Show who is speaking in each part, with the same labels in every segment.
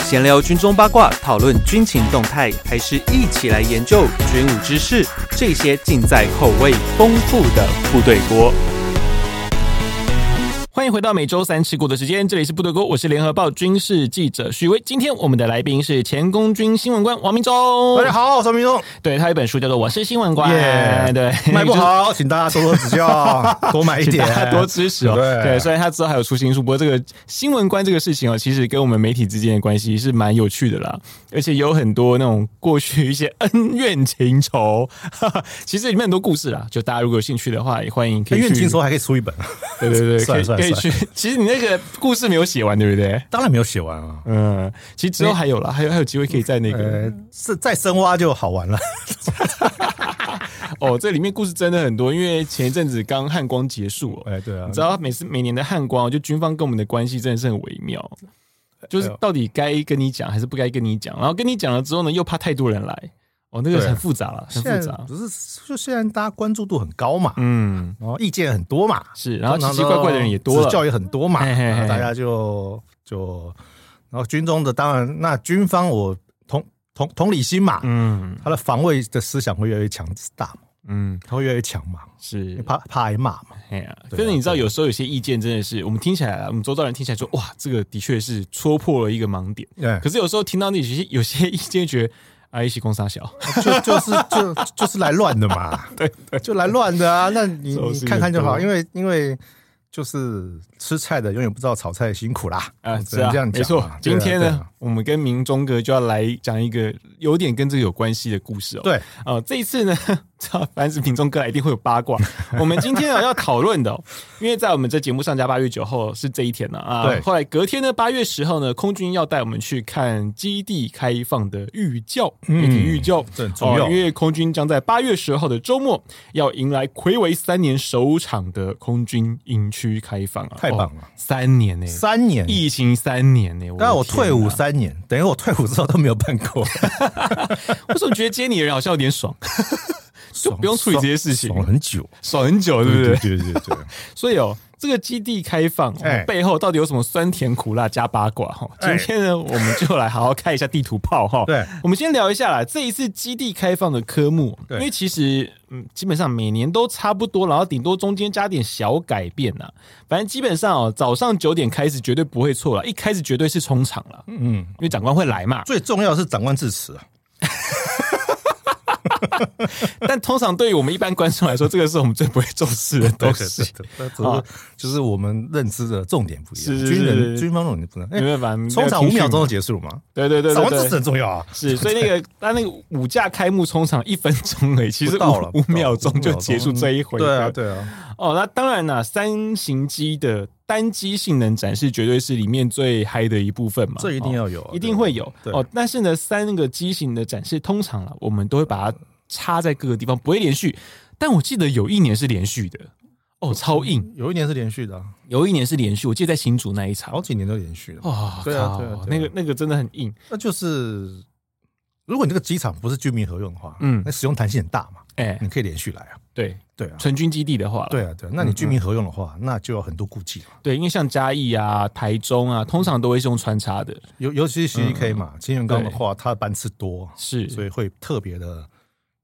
Speaker 1: 闲聊军中八卦，讨论军情动态，还是一起来研究军武知识？这些尽在口味丰富的部队锅。
Speaker 2: 欢迎回到每周三持股的时间，这里是部队锅，我是联合报军事记者许巍。今天我们的来宾是前空军新闻官王明忠
Speaker 3: 大，家好，我是 明忠。
Speaker 2: 对他有一本书叫做《我是新闻官》，
Speaker 3: 耶
Speaker 2: 对，
Speaker 3: 卖不
Speaker 2: 就是
Speaker 3: 好，请大家多多指教， 多买一
Speaker 2: 请
Speaker 3: 点
Speaker 2: 大，家多支持哦。
Speaker 3: 对
Speaker 2: 对，虽然他知道还有出新书，不过这个新闻观这个事情哦，其实跟我们媒体之间的关系是蛮有趣的啦，而且有很多那种过去一些恩怨情仇， 哈哈，其实里面很多故事啦。就大家如果有兴趣的话，也欢迎可以
Speaker 3: 因
Speaker 2: 去。
Speaker 3: 为听说还可以出一本，
Speaker 2: 对对对，可
Speaker 3: 算
Speaker 2: 以
Speaker 3: 了算
Speaker 2: 可
Speaker 3: 了
Speaker 2: 以去。其实你那个故事没有写完，对不对？
Speaker 3: 当然没有写完啊。
Speaker 2: 嗯，其实之后还有啦，还有还有机会可以在那个
Speaker 3: 呃，是再深挖就好 玩了。哎
Speaker 2: 哦，这里面故事真的很多，因为前一阵子刚汉光结束哦，
Speaker 3: 哎，对啊
Speaker 2: 你知道每次每年的汉光，就军方跟我们的关系真的是很微妙，
Speaker 3: 哎
Speaker 2: 就是到底该跟你讲还是不该跟你讲，然后跟你讲了之后呢，又怕太多人来，哦，那个
Speaker 3: 对
Speaker 2: 很复杂了，很
Speaker 3: 现
Speaker 2: 复
Speaker 3: 在
Speaker 2: 杂。
Speaker 3: 不是就现在大家关注度很高嘛，
Speaker 2: 嗯，
Speaker 3: 然后意见很多嘛，
Speaker 2: 是，然后
Speaker 3: 通
Speaker 2: 奇
Speaker 3: 常
Speaker 2: 奇
Speaker 3: 都
Speaker 2: 怪怪的人也多
Speaker 3: 指教
Speaker 2: 了，
Speaker 3: 也很多嘛，
Speaker 2: 嘿嘿嘿
Speaker 3: 然后大家就就，然后军中的当然，那军方我同同同理心嘛，
Speaker 2: 嗯
Speaker 3: 他的防卫的思想会越来越强大嘛，
Speaker 2: 嗯，
Speaker 3: 他会越来越强嘛，
Speaker 2: 是
Speaker 3: 因为，怕怕挨骂嘛，
Speaker 2: 哎呀，
Speaker 3: 对啊
Speaker 2: 但是你知道，有时候有些意见真的是我们听起来啊，我们周遭人听起来说，哇，这个的确是戳破了一个盲点，
Speaker 3: 对，
Speaker 2: 可是有时候听到那有些有些意见，觉得啊，一起攻杀小，
Speaker 3: 就就是就就是来乱 的嘛，对就来乱的啊，那你
Speaker 2: 这种事
Speaker 3: 你
Speaker 2: 情
Speaker 3: 看看就好，
Speaker 2: 很
Speaker 3: 因为因为。就是吃菜的永远不知道炒菜辛苦啦，
Speaker 2: 啊，
Speaker 3: 我
Speaker 2: 是
Speaker 3: 只能
Speaker 2: 啊，
Speaker 3: 这样讲
Speaker 2: 没错
Speaker 3: 嘛。
Speaker 2: 今天，
Speaker 3: 对
Speaker 2: 呢
Speaker 3: 啊，
Speaker 2: 我们跟明忠哥就要来讲一个有点跟这个有关系的故事哦。
Speaker 3: 对啊，
Speaker 2: 哦，这一次呢， 凡是明忠哥来一定会有八卦。 我们今天啊要讨论的哦、因为在我们这节目上架八月九号是这一天呢啊，
Speaker 3: 对
Speaker 2: 后来隔天呢，八月十号呢，空军要带我们去看基地开放的预教，
Speaker 3: 嗯
Speaker 2: 媒体预教，
Speaker 3: 这很重要
Speaker 2: 哦因为空军将在八月十号的周末要迎来暌违三年首场的空军营区开放啊，
Speaker 3: 太棒
Speaker 2: 哦
Speaker 3: 了
Speaker 2: 三年呢、
Speaker 3: 对三年
Speaker 2: 疫情三年呢、的
Speaker 3: 但我退伍
Speaker 2: 天啊
Speaker 3: 三年，等于我退伍之后都没有办 过，
Speaker 2: 哪，为什么觉得接你的人好像有点爽？ 就不用处理这些事情，
Speaker 3: 爽很久，
Speaker 2: 爽很久， 对不对？
Speaker 3: 对对对，
Speaker 2: 所以哦，这个基地开放、哦
Speaker 3: 哎
Speaker 2: 背后到底有什么酸甜苦辣加八卦哈、哦？今
Speaker 3: 哎
Speaker 2: 天呢，我们就来好好开一下地图炮哈、
Speaker 3: 对，
Speaker 2: 我们先聊一下啦，这一次基地开放的科目，因
Speaker 3: 对
Speaker 2: 为其实嗯，基本上每年都差不多，然后顶多中间加点小改变呐、反正基本上哦，早上九点开始绝对不会错了，一开始绝对是冲场了，
Speaker 3: 嗯，
Speaker 2: 因为长官会来嘛。
Speaker 3: 最重要的是长官致辞啊，
Speaker 2: 但通常对于我们一般观众来说，这个是我们最不会重视的东西。
Speaker 3: 对，那只是就是我们认知的重点不一样，
Speaker 2: 啊是是
Speaker 3: 军
Speaker 2: 是
Speaker 3: 人
Speaker 2: 是
Speaker 3: 军方那种你不能，
Speaker 2: 没
Speaker 3: 哎
Speaker 2: 办法，没有
Speaker 3: 冲场
Speaker 2: 听
Speaker 3: 五
Speaker 2: 训
Speaker 3: 秒
Speaker 2: 嘛
Speaker 3: 钟就结束了嘛，
Speaker 2: 对对对
Speaker 3: 长
Speaker 2: 对
Speaker 3: 官
Speaker 2: 对
Speaker 3: 致辞很重要啊，
Speaker 2: 是，所以那 个他那个五架开幕冲场一分钟而已，其实
Speaker 3: 不到了
Speaker 2: 五五
Speaker 3: 不到
Speaker 2: 秒钟就
Speaker 3: 五秒
Speaker 2: 结束这一回合。
Speaker 3: 对啊对啊，
Speaker 2: 哦，那当然啦，三型机的单机性能展示绝对是里面最嗨的一部分嘛，
Speaker 3: 这一定
Speaker 2: 哦、
Speaker 3: 要有啊，
Speaker 2: 一定会有
Speaker 3: 对
Speaker 2: 哦。但是呢，三个机型的展示通常啦，我们都会把它插在各个地方，不会连续。但我记得有一年是连续的，哦，超硬，
Speaker 3: 有一年是连续的啊，
Speaker 2: 有一年是连续，我记得在新竹那一场
Speaker 3: 好，几年都连续的，
Speaker 2: 哇、
Speaker 3: 对啊对啊
Speaker 2: 靠
Speaker 3: 对
Speaker 2: 那
Speaker 3: 啊
Speaker 2: 个那个真的很硬，
Speaker 3: 那就是如果你这个机场不是居民合用的话，
Speaker 2: 嗯
Speaker 3: 嗯，那使用弹性很大嘛，
Speaker 2: 哎、
Speaker 3: 你可以连续来啊，
Speaker 2: 对，
Speaker 3: 对啊。
Speaker 2: 纯军基地的话啦，
Speaker 3: 对啊，对啊，那你居民合用的话，
Speaker 2: 嗯
Speaker 3: 那就有很多顾忌了。
Speaker 2: 对，因为像嘉义啊、台中啊，通常都会是用穿插的，
Speaker 3: 尤尤其是 CDK 嘛，
Speaker 2: 嗯
Speaker 3: 金元刚的
Speaker 2: 对
Speaker 3: 话，它的班次多，
Speaker 2: 是
Speaker 3: 所以会特别的。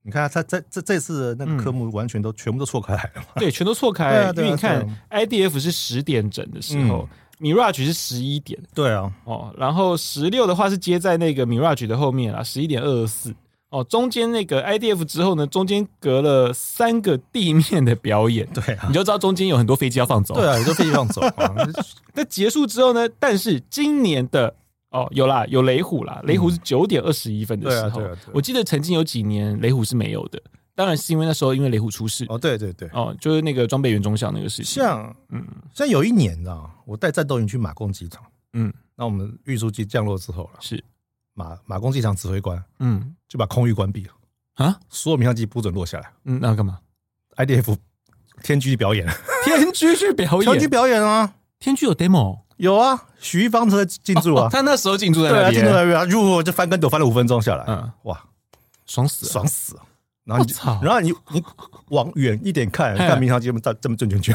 Speaker 3: 你看他这这这次的那个科目完全都、全部都错开来了嘛，
Speaker 2: 对，全都错开。
Speaker 3: 对啊
Speaker 2: 因
Speaker 3: 对啊嗯
Speaker 2: 为你看
Speaker 3: 对
Speaker 2: IDF 是十点整的时候、m i r a g e 是十一点
Speaker 3: 对啊，
Speaker 2: 哦，然后十六的话是接在那个 Mirage 的后面啦，十一点二四。哦，中间那个 IDF 之后呢，中间隔了三个地面的表演，
Speaker 3: 对啊
Speaker 2: 你，就知道中间有很多飞机要放走。
Speaker 3: 对啊，你都飞机放走啊，
Speaker 2: 那结束之后呢？但是今年的哦，有啦，有雷虎啦，雷虎是九点二十一分的时候、
Speaker 3: 嗯对啊对啊对啊
Speaker 2: 我记得曾经有几年雷虎是没有的，当然是因为那时候因为雷虎出事哦
Speaker 3: 哦，啊对对对，
Speaker 2: 就是那个装备员中校那个事情，
Speaker 3: 像
Speaker 2: 嗯
Speaker 3: 像有一年你知道吗，我带战斗营去马公机场，
Speaker 2: 嗯
Speaker 3: 那我们运输机降落之后了，
Speaker 2: 是
Speaker 3: 马马公机场指挥官
Speaker 2: 嗯
Speaker 3: 就把空域关闭了，
Speaker 2: 啊
Speaker 3: 所有民航机不准落下来
Speaker 2: 嗯，那要 干嘛？
Speaker 3: ，IDF 天狙表演，
Speaker 2: 天居去表
Speaker 3: 天狙
Speaker 2: 演，
Speaker 3: 表演啊，
Speaker 2: 天居有 demo
Speaker 3: 有啊，许一方才进驻啊
Speaker 2: 哦，他那时候进驻在
Speaker 3: 对
Speaker 2: 那
Speaker 3: 啊，进
Speaker 2: 边，
Speaker 3: 入来啊，入就翻跟斗翻了五分钟下来，
Speaker 2: 嗯
Speaker 3: 嗯，哇，
Speaker 2: 爽死了，
Speaker 3: 爽死了！然后你
Speaker 2: 我操
Speaker 3: 就，然后你你往远一点看，
Speaker 2: 嘿
Speaker 3: 看民航机这么大这么正圈圈，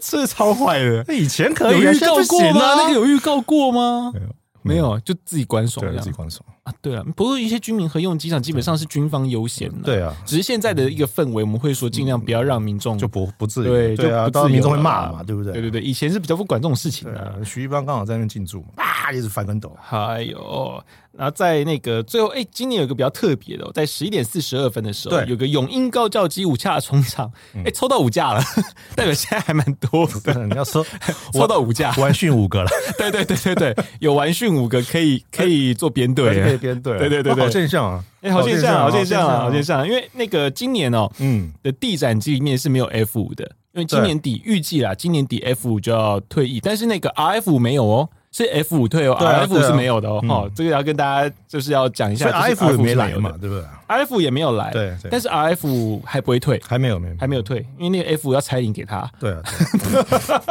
Speaker 2: 这超坏的。
Speaker 3: 那以前可
Speaker 2: 有
Speaker 3: 以啊，
Speaker 2: 预
Speaker 3: 现在
Speaker 2: 告
Speaker 3: 不
Speaker 2: 过
Speaker 3: 行
Speaker 2: 吗？
Speaker 3: 啊，
Speaker 2: 那个有预告过吗？
Speaker 3: 没有
Speaker 2: 没有，就自己关爽这
Speaker 3: 对，
Speaker 2: 样
Speaker 3: 自己观赏。
Speaker 2: 啊。对啊，不过一些军民合用机场基本上是军方优先的。
Speaker 3: 对啊，
Speaker 2: 只是现在的一个氛围，我们会说尽量不要让民众
Speaker 3: 就不不自由，
Speaker 2: 对就
Speaker 3: 对啊，
Speaker 2: 不
Speaker 3: 当
Speaker 2: 自
Speaker 3: 然民众
Speaker 2: 由
Speaker 3: 会骂
Speaker 2: 了
Speaker 3: 嘛，对不对？
Speaker 2: 对对对，以前是比较不管这种事情
Speaker 3: 对
Speaker 2: 的。
Speaker 3: 啊，徐一邦刚好在那边进驻嘛，啪，一直翻 跟斗。
Speaker 2: 哎呦，然后在那个最后，哎、今年有个比较特别的、哦，在十一点四十二分的时候，
Speaker 3: 对嗯
Speaker 2: 有个永鹰高教机五架冲场，哎、抽到五架了， 代表现在还蛮多的，
Speaker 3: 你要说
Speaker 2: 抽到五架，
Speaker 3: 完训五 个了，
Speaker 2: 对对对对对，有完训五个可以可以做编队，
Speaker 3: 可以编队了，
Speaker 2: 对对对对
Speaker 3: 好现象啊，
Speaker 2: 哎、好现象啊，好现象啊，好现
Speaker 3: 象
Speaker 2: 象啊！因为那个今年哦、
Speaker 3: 啊，嗯，
Speaker 2: 的地展机里面是没有 F 五的，因为今年底预计啦，今年底 F 五就要退役，但是那个 RF 五没有哦，是 F 五退哦、
Speaker 3: 对啊
Speaker 2: r f 五
Speaker 3: 对啊
Speaker 2: 是没有的哦。哦，这个要跟大家就是要讲一
Speaker 3: 所
Speaker 2: 下
Speaker 3: 以 F
Speaker 2: ，F
Speaker 3: 也没来
Speaker 2: 有
Speaker 3: 嘛，对不对？
Speaker 2: ，RF 五也没有来，
Speaker 3: 对对
Speaker 2: 但是 RF 五还不会退，
Speaker 3: 还没有，没有，
Speaker 2: 还没有退，因为那个 F 五要拆零给他。
Speaker 3: 对啊，对啊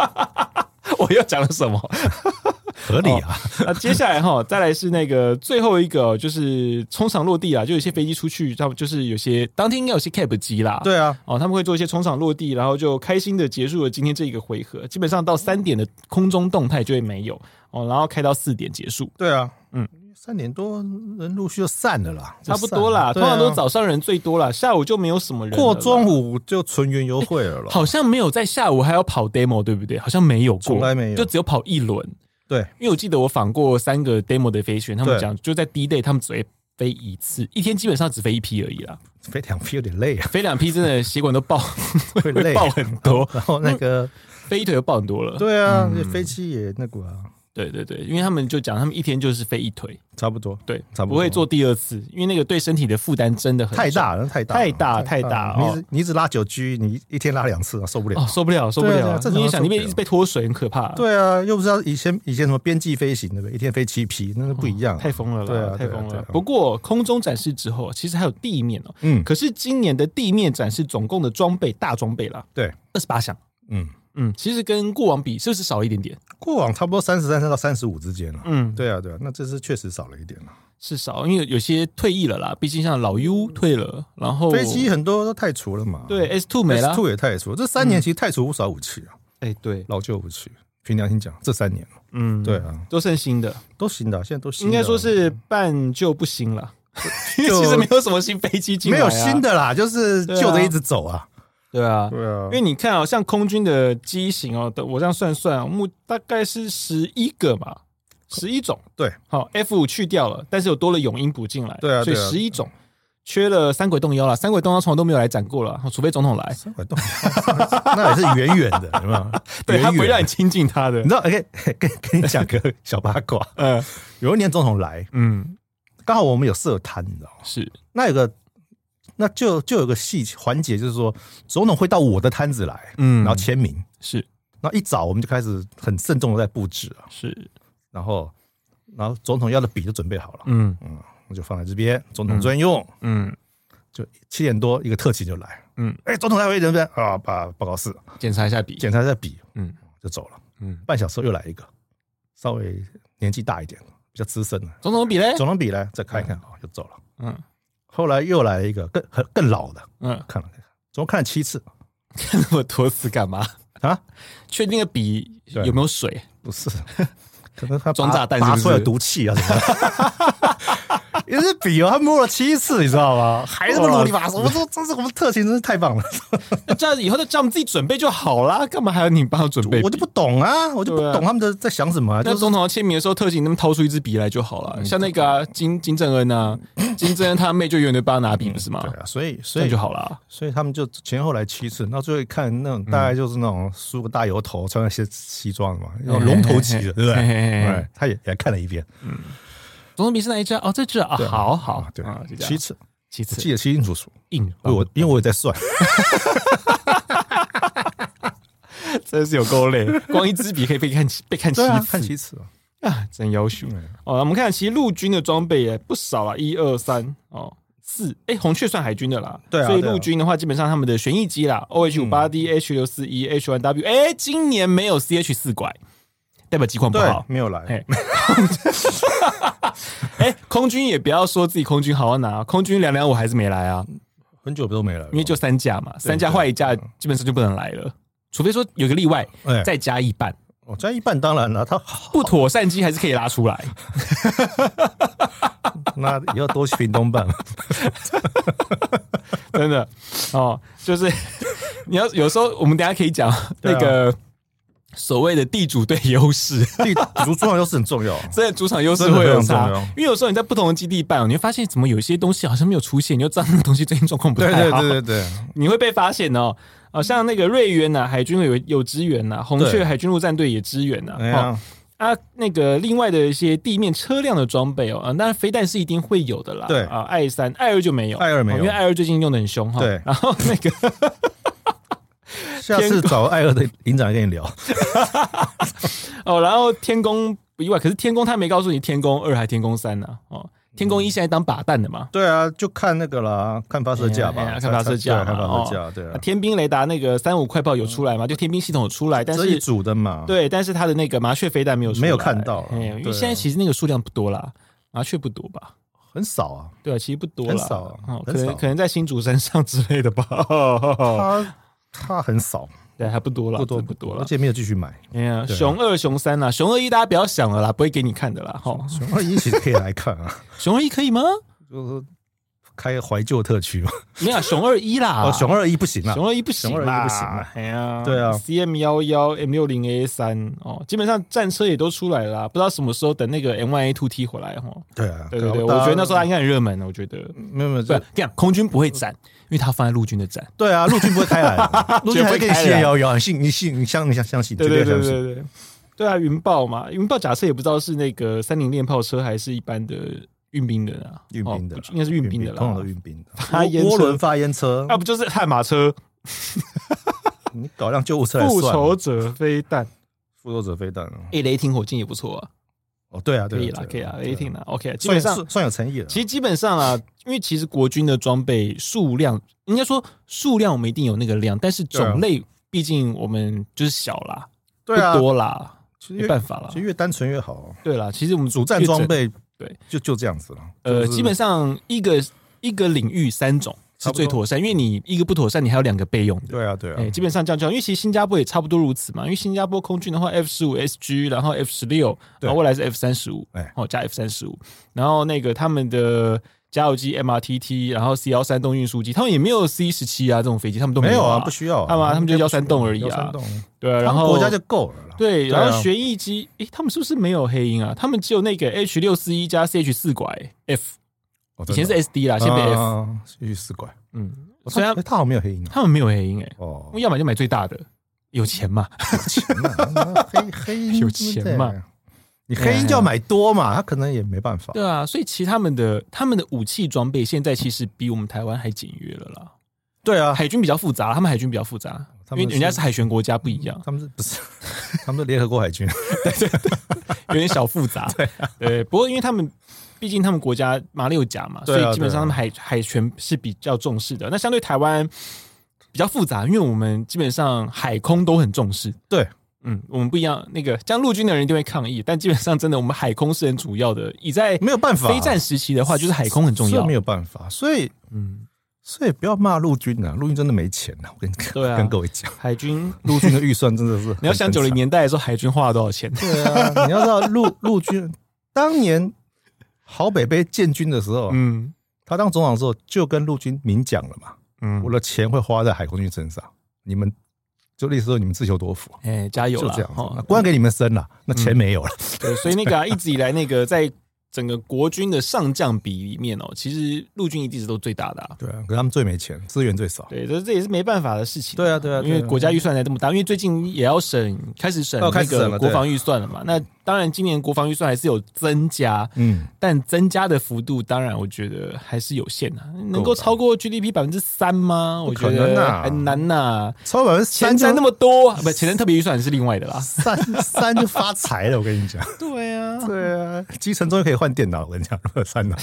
Speaker 2: 我又讲了什么？
Speaker 3: 合理啊，
Speaker 2: 那接下来哈，再来是那个最后一个哦，就是冲场落地啊，就有些飞机出去，他们就是有些当天应该有些 cap 机啦，
Speaker 3: 对啊，
Speaker 2: 哦，他们会做一些冲场落地，然后就开心的结束了今天这一个回合。基本上到三点的空中动态就会没有哦，然后开到四点结束，
Speaker 3: 对啊，
Speaker 2: 嗯
Speaker 3: 嗯，三点多人陆续就散了啦，
Speaker 2: 差不多啦。
Speaker 3: 就
Speaker 2: 通
Speaker 3: 散
Speaker 2: 常
Speaker 3: 了
Speaker 2: 都。
Speaker 3: 啊
Speaker 2: 早上人最多啦，下午就没有什么人
Speaker 3: 对啊
Speaker 2: 了啦。
Speaker 3: 过中午就纯元优惠 了咯，
Speaker 2: 好像没有在下午还要跑 demo，对不对？好像没有过，
Speaker 3: 从来没有
Speaker 2: 就只有跑一轮。
Speaker 3: 对，
Speaker 2: 因为我记得我访过三个 demo 的飞行员，他们
Speaker 3: 对
Speaker 2: 讲就在 D day 他们只会飞一次，一天基本上只飞一批而已啦。
Speaker 3: 飞两批有点累啊，
Speaker 2: 飞两批真的血管都爆，
Speaker 3: 会累
Speaker 2: 爆很多，嗯
Speaker 3: 然后那个，
Speaker 2: 飞一腿都爆很多了。
Speaker 3: 对啊，那飞机也那个啊，
Speaker 2: 对对对，因为他们就讲他们一天就是飞一腿，
Speaker 3: 差不多，
Speaker 2: 对，
Speaker 3: 差不
Speaker 2: 不
Speaker 3: 多
Speaker 2: 会做第二次，因为那个对身体的负担真的很
Speaker 3: 太
Speaker 2: 重
Speaker 3: 大了，太大了，
Speaker 2: 太大太大
Speaker 3: 了你
Speaker 2: 哦
Speaker 3: 一直你一直拉九 G，你一天拉两次啊，受不了
Speaker 2: 哦，。受不了受不
Speaker 3: 对啊对
Speaker 2: 了
Speaker 3: 啊，正常
Speaker 2: 你也想
Speaker 3: 都受
Speaker 2: 那
Speaker 3: 不
Speaker 2: 边
Speaker 3: 了
Speaker 2: 一直被脱水，很可怕。
Speaker 3: 对啊，又不知道以前以前什么边际飞行，对不对？一天飞七批，那是不一样。
Speaker 2: 太疯了啦，
Speaker 3: 对啊
Speaker 2: 太
Speaker 3: 对啊
Speaker 2: 疯
Speaker 3: 对
Speaker 2: 了
Speaker 3: 啊。
Speaker 2: 不过空中展示之后，其实还有地面哦。
Speaker 3: 嗯
Speaker 2: 可是今年的地面展示总共的装备大装备啦，
Speaker 3: 对，
Speaker 2: 二十八项。
Speaker 3: 嗯，
Speaker 2: 嗯，其实跟过往比，是不是少一点点？
Speaker 3: 过往差不多三十三到三十五之间了。
Speaker 2: 嗯，
Speaker 3: 对啊，对啊，那这次确实少了一点啊了。
Speaker 2: 是少，因为有些退役了啦，毕竟像老 U 退了，然后
Speaker 3: 飞机很多都太除了嘛，
Speaker 2: 哦对 S two 没嗯啦。
Speaker 3: ，two 也太除了。这三年其实太除不少武器啊，
Speaker 2: 哎，对，
Speaker 3: 老旧武器。凭良心讲，这三年
Speaker 2: 嗯，
Speaker 3: 对，啊，
Speaker 2: 都剩新的，
Speaker 3: 都新的啊，现在都新
Speaker 2: 应
Speaker 3: 的啊。
Speaker 2: 该说是半旧不新了，因为
Speaker 3: 就
Speaker 2: 其实没有什么新飞机进
Speaker 3: 没
Speaker 2: 来、
Speaker 3: 有新，的啦，就是
Speaker 2: 对啊
Speaker 3: 旧的一直走啊。
Speaker 2: 对啊。
Speaker 3: 对啊
Speaker 2: 因为你看啊、像空军的机型哦，我这样算算、啊，目大概是十一个嘛，十一种。
Speaker 3: 对，
Speaker 2: 好、f 五去掉了，但是有多了永鹰补进来，
Speaker 3: 对啊
Speaker 2: 所以
Speaker 3: 对啊
Speaker 2: 十一种，缺了三鬼洞妖了，三鬼洞妖从来都没有来展过了，除非总统来，
Speaker 3: 三百多，那也是远远的，有没有？
Speaker 2: 对他
Speaker 3: 远
Speaker 2: 不会
Speaker 3: 远
Speaker 2: 让你亲近他的
Speaker 3: 你。知道，跟 跟跟你讲个小八卦。
Speaker 2: 嗯
Speaker 3: 有一年总统来，
Speaker 2: 嗯，
Speaker 3: 刚好我们有设摊，你知道吗？
Speaker 2: 是
Speaker 3: 那有个，那就就有个细环节，就是说总统会到我的摊子来，
Speaker 2: 嗯
Speaker 3: 然后签名。
Speaker 2: 是
Speaker 3: 然后一早我们就开始很慎重的在布置了，
Speaker 2: 是，
Speaker 3: 然后然后总统要的笔就准备好了，
Speaker 2: 嗯
Speaker 3: 我就放在这边，总统专用。
Speaker 2: 嗯，
Speaker 3: 就七点多一个特勤就来，
Speaker 2: 嗯，
Speaker 3: 哎，总统来回人不对啊，把报告室
Speaker 2: 检查一下笔，
Speaker 3: 检查一下笔，
Speaker 2: 嗯
Speaker 3: 就走了。
Speaker 2: 嗯，
Speaker 3: 半小时后又来一个，稍微年纪大一点，比较资深的，
Speaker 2: 总统笔嘞，
Speaker 3: 总统笔来再看一看，哦，就走了。
Speaker 2: 嗯
Speaker 3: 后来又来一个更很更老的，
Speaker 2: 嗯，
Speaker 3: 看了看，总共看了七次
Speaker 2: 看那么多次干嘛？
Speaker 3: 啊，
Speaker 2: 确定个笔
Speaker 3: 对
Speaker 2: 有没有水？
Speaker 3: 不是，可能他拔
Speaker 2: 装炸弹是
Speaker 3: 拔
Speaker 2: 不是
Speaker 3: 出来毒气啊什么的。 也是比哦，他摸了七次，你知道吗？还这么啰里吧嗦。我说，这是我们特勤，真是太棒了。
Speaker 2: 那这样以后就叫我们自己准备就好啦，干嘛还要你帮我准备？
Speaker 3: 我就不懂啊，我就不
Speaker 2: 对啊
Speaker 3: 懂他们的在想什么啊、
Speaker 2: 那
Speaker 3: 就是嗯
Speaker 2: 总统要签名的时候，特勤他们掏出一支笔来就好了。像那个啊、金金正恩啊，金正恩他妹就永远都帮他拿笔，不是吗
Speaker 3: 对？啊，所以所
Speaker 2: 这样
Speaker 3: 以
Speaker 2: 就好了。
Speaker 3: 所以他们就前后来七次，那最后一看，那种
Speaker 2: 嗯
Speaker 3: 大概就是那种梳个大油头，穿那些西装的嘛，那种龙头旗的，对不对？
Speaker 2: 嘿嘿嘿嘿
Speaker 3: 对，他也也看了一遍，
Speaker 2: 总统笔是哪一支啊？哦，这支啊，啊
Speaker 3: 对啊
Speaker 2: 好好
Speaker 3: 啊，对
Speaker 2: 啊，就这样
Speaker 3: 七次，啊
Speaker 2: 七
Speaker 3: 我
Speaker 2: 次
Speaker 3: 记得清清楚楚。
Speaker 2: 硬，
Speaker 3: 我因为我也在算，
Speaker 2: 真是有够累，光一支笔可以被看被看七
Speaker 3: 对啊，
Speaker 2: 次，
Speaker 3: 看七次啊，
Speaker 2: 啊，真要求
Speaker 3: 嗯
Speaker 2: 哦。我们看，其实陆军的装备也不少啊，一二三哦。四哎，红雀算海军的啦，
Speaker 3: 对啊
Speaker 2: 所以
Speaker 3: 对啊嗯
Speaker 2: 陆军的话，基本上他们的旋翼机啦，OH 五八 D、H 六四一、H 1 W，哎，今年没有 CH 四拐，代表机况不
Speaker 3: 对
Speaker 2: 好，，
Speaker 3: 没有来，
Speaker 2: 哎，哎，空军也不要说自己空军好好拿，空军两两五还是没来啊，
Speaker 3: 很久都没来了，
Speaker 2: 因为就三架嘛，三架坏一架，基本上就不能来了。除非说有个例外
Speaker 3: 哎，
Speaker 2: 再加一半，
Speaker 3: 我哦占一半，当然了，他
Speaker 2: 不妥善机还是可以拉出来。
Speaker 3: 那要多去屏东 办。
Speaker 2: 真的哦，就是 你要有时候我们等一下可以讲
Speaker 3: 对啊
Speaker 2: 那个所谓的地主队优势，
Speaker 3: 地主主场优势很重要，
Speaker 2: 真的主场优势
Speaker 3: 真的
Speaker 2: 会有
Speaker 3: 非常
Speaker 2: 差
Speaker 3: 重要，
Speaker 2: 因为有时候你在不同的基地办哦，你会发现怎么有一些东西好像没有出现，你就知道那个东西最近状况不
Speaker 3: 对
Speaker 2: 太好，
Speaker 3: 对对对对，
Speaker 2: 你会被发现哦。哦，像那个瑞渊呐、海军有有支援呐、红雀
Speaker 3: 对
Speaker 2: 海军陆战队也支援呐、哦
Speaker 3: 哎呀，
Speaker 2: 啊，那个另外的一些地面车辆的装备哦，啊，当然飞弹是一定会有的啦。
Speaker 3: 对
Speaker 2: 啊，艾三、艾二就没有，
Speaker 3: 艾二没
Speaker 2: 哦
Speaker 3: 有
Speaker 2: 因为艾二最近用的很凶哈。
Speaker 3: 对
Speaker 2: 然后那个
Speaker 3: 下次找艾尔的营长跟你聊。
Speaker 2: 哦，然后天宫不意外，可是天宫他没告诉你天宫二还天宫三呢、哦，天
Speaker 3: 嗯
Speaker 2: 宫一现在当靶弹的嘛，
Speaker 3: 对啊，就看那个啦，看发射
Speaker 2: 哎呀
Speaker 3: 架
Speaker 2: 哎
Speaker 3: 吧
Speaker 2: 呀，看发射架嘛
Speaker 3: 对看发射架，对
Speaker 2: 啊
Speaker 3: 啊，嗯
Speaker 2: 天兵雷达那个三五快报有出来嘛，就天兵系统有出来，但
Speaker 3: 这一
Speaker 2: 是
Speaker 3: 组的嘛，
Speaker 2: 对，但是他的那个麻雀飞弹没有出来
Speaker 3: 没有看到啦
Speaker 2: 哎因为
Speaker 3: 对啊
Speaker 2: 现在其实那个数量不多啦，麻雀不多吧？
Speaker 3: 很少啊。
Speaker 2: 对啊，其实不多
Speaker 3: 很
Speaker 2: 啦，
Speaker 3: 少啊
Speaker 2: 哦，可
Speaker 3: 很少
Speaker 2: 能可能在新竹山上之类的 吧，
Speaker 3: 他他很少，
Speaker 2: 对，还不多啦，
Speaker 3: 哦不多
Speaker 2: 真的不多
Speaker 3: 而
Speaker 2: 了。
Speaker 3: 且没有继续买。
Speaker 2: 哎呀，
Speaker 3: 对啊
Speaker 2: 熊二、熊三啦，熊二一大家不要想了啦，不会给你看的啦。哈，
Speaker 3: 熊二一其实可以来看啊，
Speaker 2: 熊二一可以吗？
Speaker 3: 就是开怀旧特区嘛。
Speaker 2: 没有啊，熊二一啦，
Speaker 3: 哦，熊二一不行啊，
Speaker 2: 熊二一不行啦，
Speaker 3: 熊二一不行啦
Speaker 2: 哎呀，
Speaker 3: 对啊
Speaker 2: ，CM 幺幺 M 六零 A 三哦，基本上战车也都出来了啊，不知道什么时候等那个 M Y A two 踢回来哦。
Speaker 3: 对啊，
Speaker 2: 对对对，
Speaker 3: 搞
Speaker 2: 我
Speaker 3: 不好
Speaker 2: 觉得那时候它应该很热门的，我觉得。
Speaker 3: 没有没有，
Speaker 2: 不，
Speaker 3: 就
Speaker 2: 这样空军不会展，因为它放在陆军的展。
Speaker 3: 对啊，陆军不会开来的， 陆军还会给你
Speaker 2: 绝不会开来
Speaker 3: 谢幺幺，你信你信你相你相相信，
Speaker 2: 对
Speaker 3: 绝
Speaker 2: 对对
Speaker 3: 相信。
Speaker 2: 对对，对啊，云豹嘛，云豹假设也不知道是那个三菱链炮车还是一般的运兵的啊，
Speaker 3: 运兵的
Speaker 2: 哦
Speaker 3: 啦
Speaker 2: 不应该是运兵的啦，
Speaker 3: 通常都运兵的。啊
Speaker 2: 发烟车
Speaker 3: 涡轮发烟车
Speaker 2: 啊，，不就是悍马车、
Speaker 3: 你搞辆救护车来
Speaker 2: 复
Speaker 3: 算了。
Speaker 2: 仇者飞弹、
Speaker 3: 复仇者飞弹啊
Speaker 2: 诶，雷霆火箭也不错啊，
Speaker 3: 哦，对啊，
Speaker 2: 可
Speaker 3: 对啊
Speaker 2: 以啦，可以
Speaker 3: 对
Speaker 2: 啦，
Speaker 3: 对
Speaker 2: 雷霆啦，OK，基啊本
Speaker 3: 算有
Speaker 2: 上
Speaker 3: 算算有诚意了。
Speaker 2: 其实基本上啊，因为其实国军的装备数量，应该说数量我们一定有那个量，但是种类毕竟我们就是小啦，
Speaker 3: 啊对啊
Speaker 2: 不，多啦，
Speaker 3: 其实
Speaker 2: 没
Speaker 3: 越
Speaker 2: 办法啦
Speaker 3: 其实。越单纯越好。啊
Speaker 2: 对啦，其实我们
Speaker 3: 主战装，备
Speaker 2: 对，
Speaker 3: 就就这样子了。
Speaker 2: 呃，
Speaker 3: 就是
Speaker 2: 基本上一个一个领域三种是
Speaker 3: 差不多
Speaker 2: 最妥善，因为你一个不妥善，你还有两个备用的。
Speaker 3: 对啊，对
Speaker 2: 哎、
Speaker 3: 啊，
Speaker 2: 基本上这样就好，因为其实新加坡也差不多如此嘛。因为新加坡空军的话，F 十五 SG，然后 F 十六，
Speaker 3: 对
Speaker 2: 然后未来是 F 三十五
Speaker 3: 哎，
Speaker 2: 哦加 F 三十五，然后那个他们的加油机 MRTT，然后 C 幺三栋运输机，他们也没有 C 十七啊这种飞机，他们都
Speaker 3: 没
Speaker 2: 有
Speaker 3: 有
Speaker 2: 啊，
Speaker 3: 啊，不需要啊，
Speaker 2: 他们啊他们就
Speaker 3: 应该
Speaker 2: 幺
Speaker 3: 不需
Speaker 2: 三栋而已
Speaker 3: 幺
Speaker 2: 啊
Speaker 3: 三，栋，
Speaker 2: 对啊，然
Speaker 3: 他们
Speaker 2: 后
Speaker 3: 国家就够了啦。
Speaker 2: 对，
Speaker 3: 啊
Speaker 2: 然后旋翼机，诶、他们是不是没有黑鹰啊？他们只有那个 H 六四一加 CH 四拐 F，
Speaker 3: 哦
Speaker 2: 以
Speaker 3: 真的
Speaker 2: 前是 SD 啦，现在 F，、
Speaker 3: 啊，去四拐。
Speaker 2: 嗯，
Speaker 3: 哦
Speaker 2: 虽
Speaker 3: 他
Speaker 2: 然
Speaker 3: 哎他好像没有黑鹰啊。
Speaker 2: 他们没有黑鹰、诶，
Speaker 3: 哦，
Speaker 2: 要买就买最大的，有钱嘛。
Speaker 3: 黑黑鹰
Speaker 2: 有钱嘛
Speaker 3: 对？你黑鹰就要买多嘛，他可能也没办法。
Speaker 2: 对啊，所以其实他们的他们的武器装备现在其实比我们台湾还简约了啦。
Speaker 3: 对啊，哦
Speaker 2: 海军比较复杂，他们海军比较复杂，
Speaker 3: 他
Speaker 2: 因
Speaker 3: 们
Speaker 2: 为人家
Speaker 3: 是
Speaker 2: 是海权国家不一 样，
Speaker 3: 他们是不是他们是联合国 海军？
Speaker 2: 有点小复杂。对、
Speaker 3: 啊
Speaker 2: 不过因为他们毕竟他们国家马六甲嘛，所
Speaker 3: 对啊
Speaker 2: 以基本上他
Speaker 3: 对啊
Speaker 2: 们海海权是比较重视的。那相对台湾比较复杂，因为我们基本上海空都很重视。
Speaker 3: 对，
Speaker 2: 嗯，我们不一样。那个像陆军的人一定会抗议，但基本上真的我们海空是很主要的。以在
Speaker 3: 没有办法啊，
Speaker 2: 非战时期的话，就是海空很重要
Speaker 3: 这没。有办法，所以
Speaker 2: 嗯。
Speaker 3: 所以不要骂陆军啊，陆军真的没钱啊，我跟你
Speaker 2: 对啊
Speaker 3: 跟各位讲，
Speaker 2: 海军，
Speaker 3: 陆军的预算真的是
Speaker 2: 你要想九零年代的时候，海军花了多少 钱？
Speaker 3: 很惨，对啊，你要知道陆陆军当年 郝北被建军的时候，
Speaker 2: 嗯
Speaker 3: 他当总长的时候就跟陆军明讲了嘛，
Speaker 2: 嗯
Speaker 3: 我，的钱会花在海空军身上，你们就类似说你们自求多福。
Speaker 2: 哎，加油
Speaker 3: 就
Speaker 2: 啦！
Speaker 3: 这样子，那
Speaker 2: 哦，
Speaker 3: 官给你们升了，那钱没有了。
Speaker 2: 对，所以那个啊一直以来那个在整个国军的上将比里面哦，其实陆军一直都最大的啊。
Speaker 3: 对啊，可是他们最没钱，资源最少。
Speaker 2: 对，这这也是没办法的事情。
Speaker 3: 对啊对啊对
Speaker 2: 因
Speaker 3: 啊
Speaker 2: 为国家预算才这么大，因为最近也要审，开始审
Speaker 3: 哦开
Speaker 2: 那
Speaker 3: 始审了
Speaker 2: 个国防预算了嘛。那当然，今年国防预算还是有增加，
Speaker 3: 嗯，
Speaker 2: 但增加的幅度，当然我觉得还是有限的、啊，能够
Speaker 3: 够的
Speaker 2: 超过 GDP 百分之三吗？我觉
Speaker 3: 不可能
Speaker 2: 得
Speaker 3: 啊
Speaker 2: 很难呐、
Speaker 3: 超百分之
Speaker 2: 钱赚
Speaker 3: 三
Speaker 2: 啊
Speaker 3: 就。
Speaker 2: 那么多，不，钱的特别预算是另外的啦
Speaker 3: 三三就发财了，我跟你讲，
Speaker 2: 对啊
Speaker 3: 对啊，基层终于可以换电脑了，人家乐山了。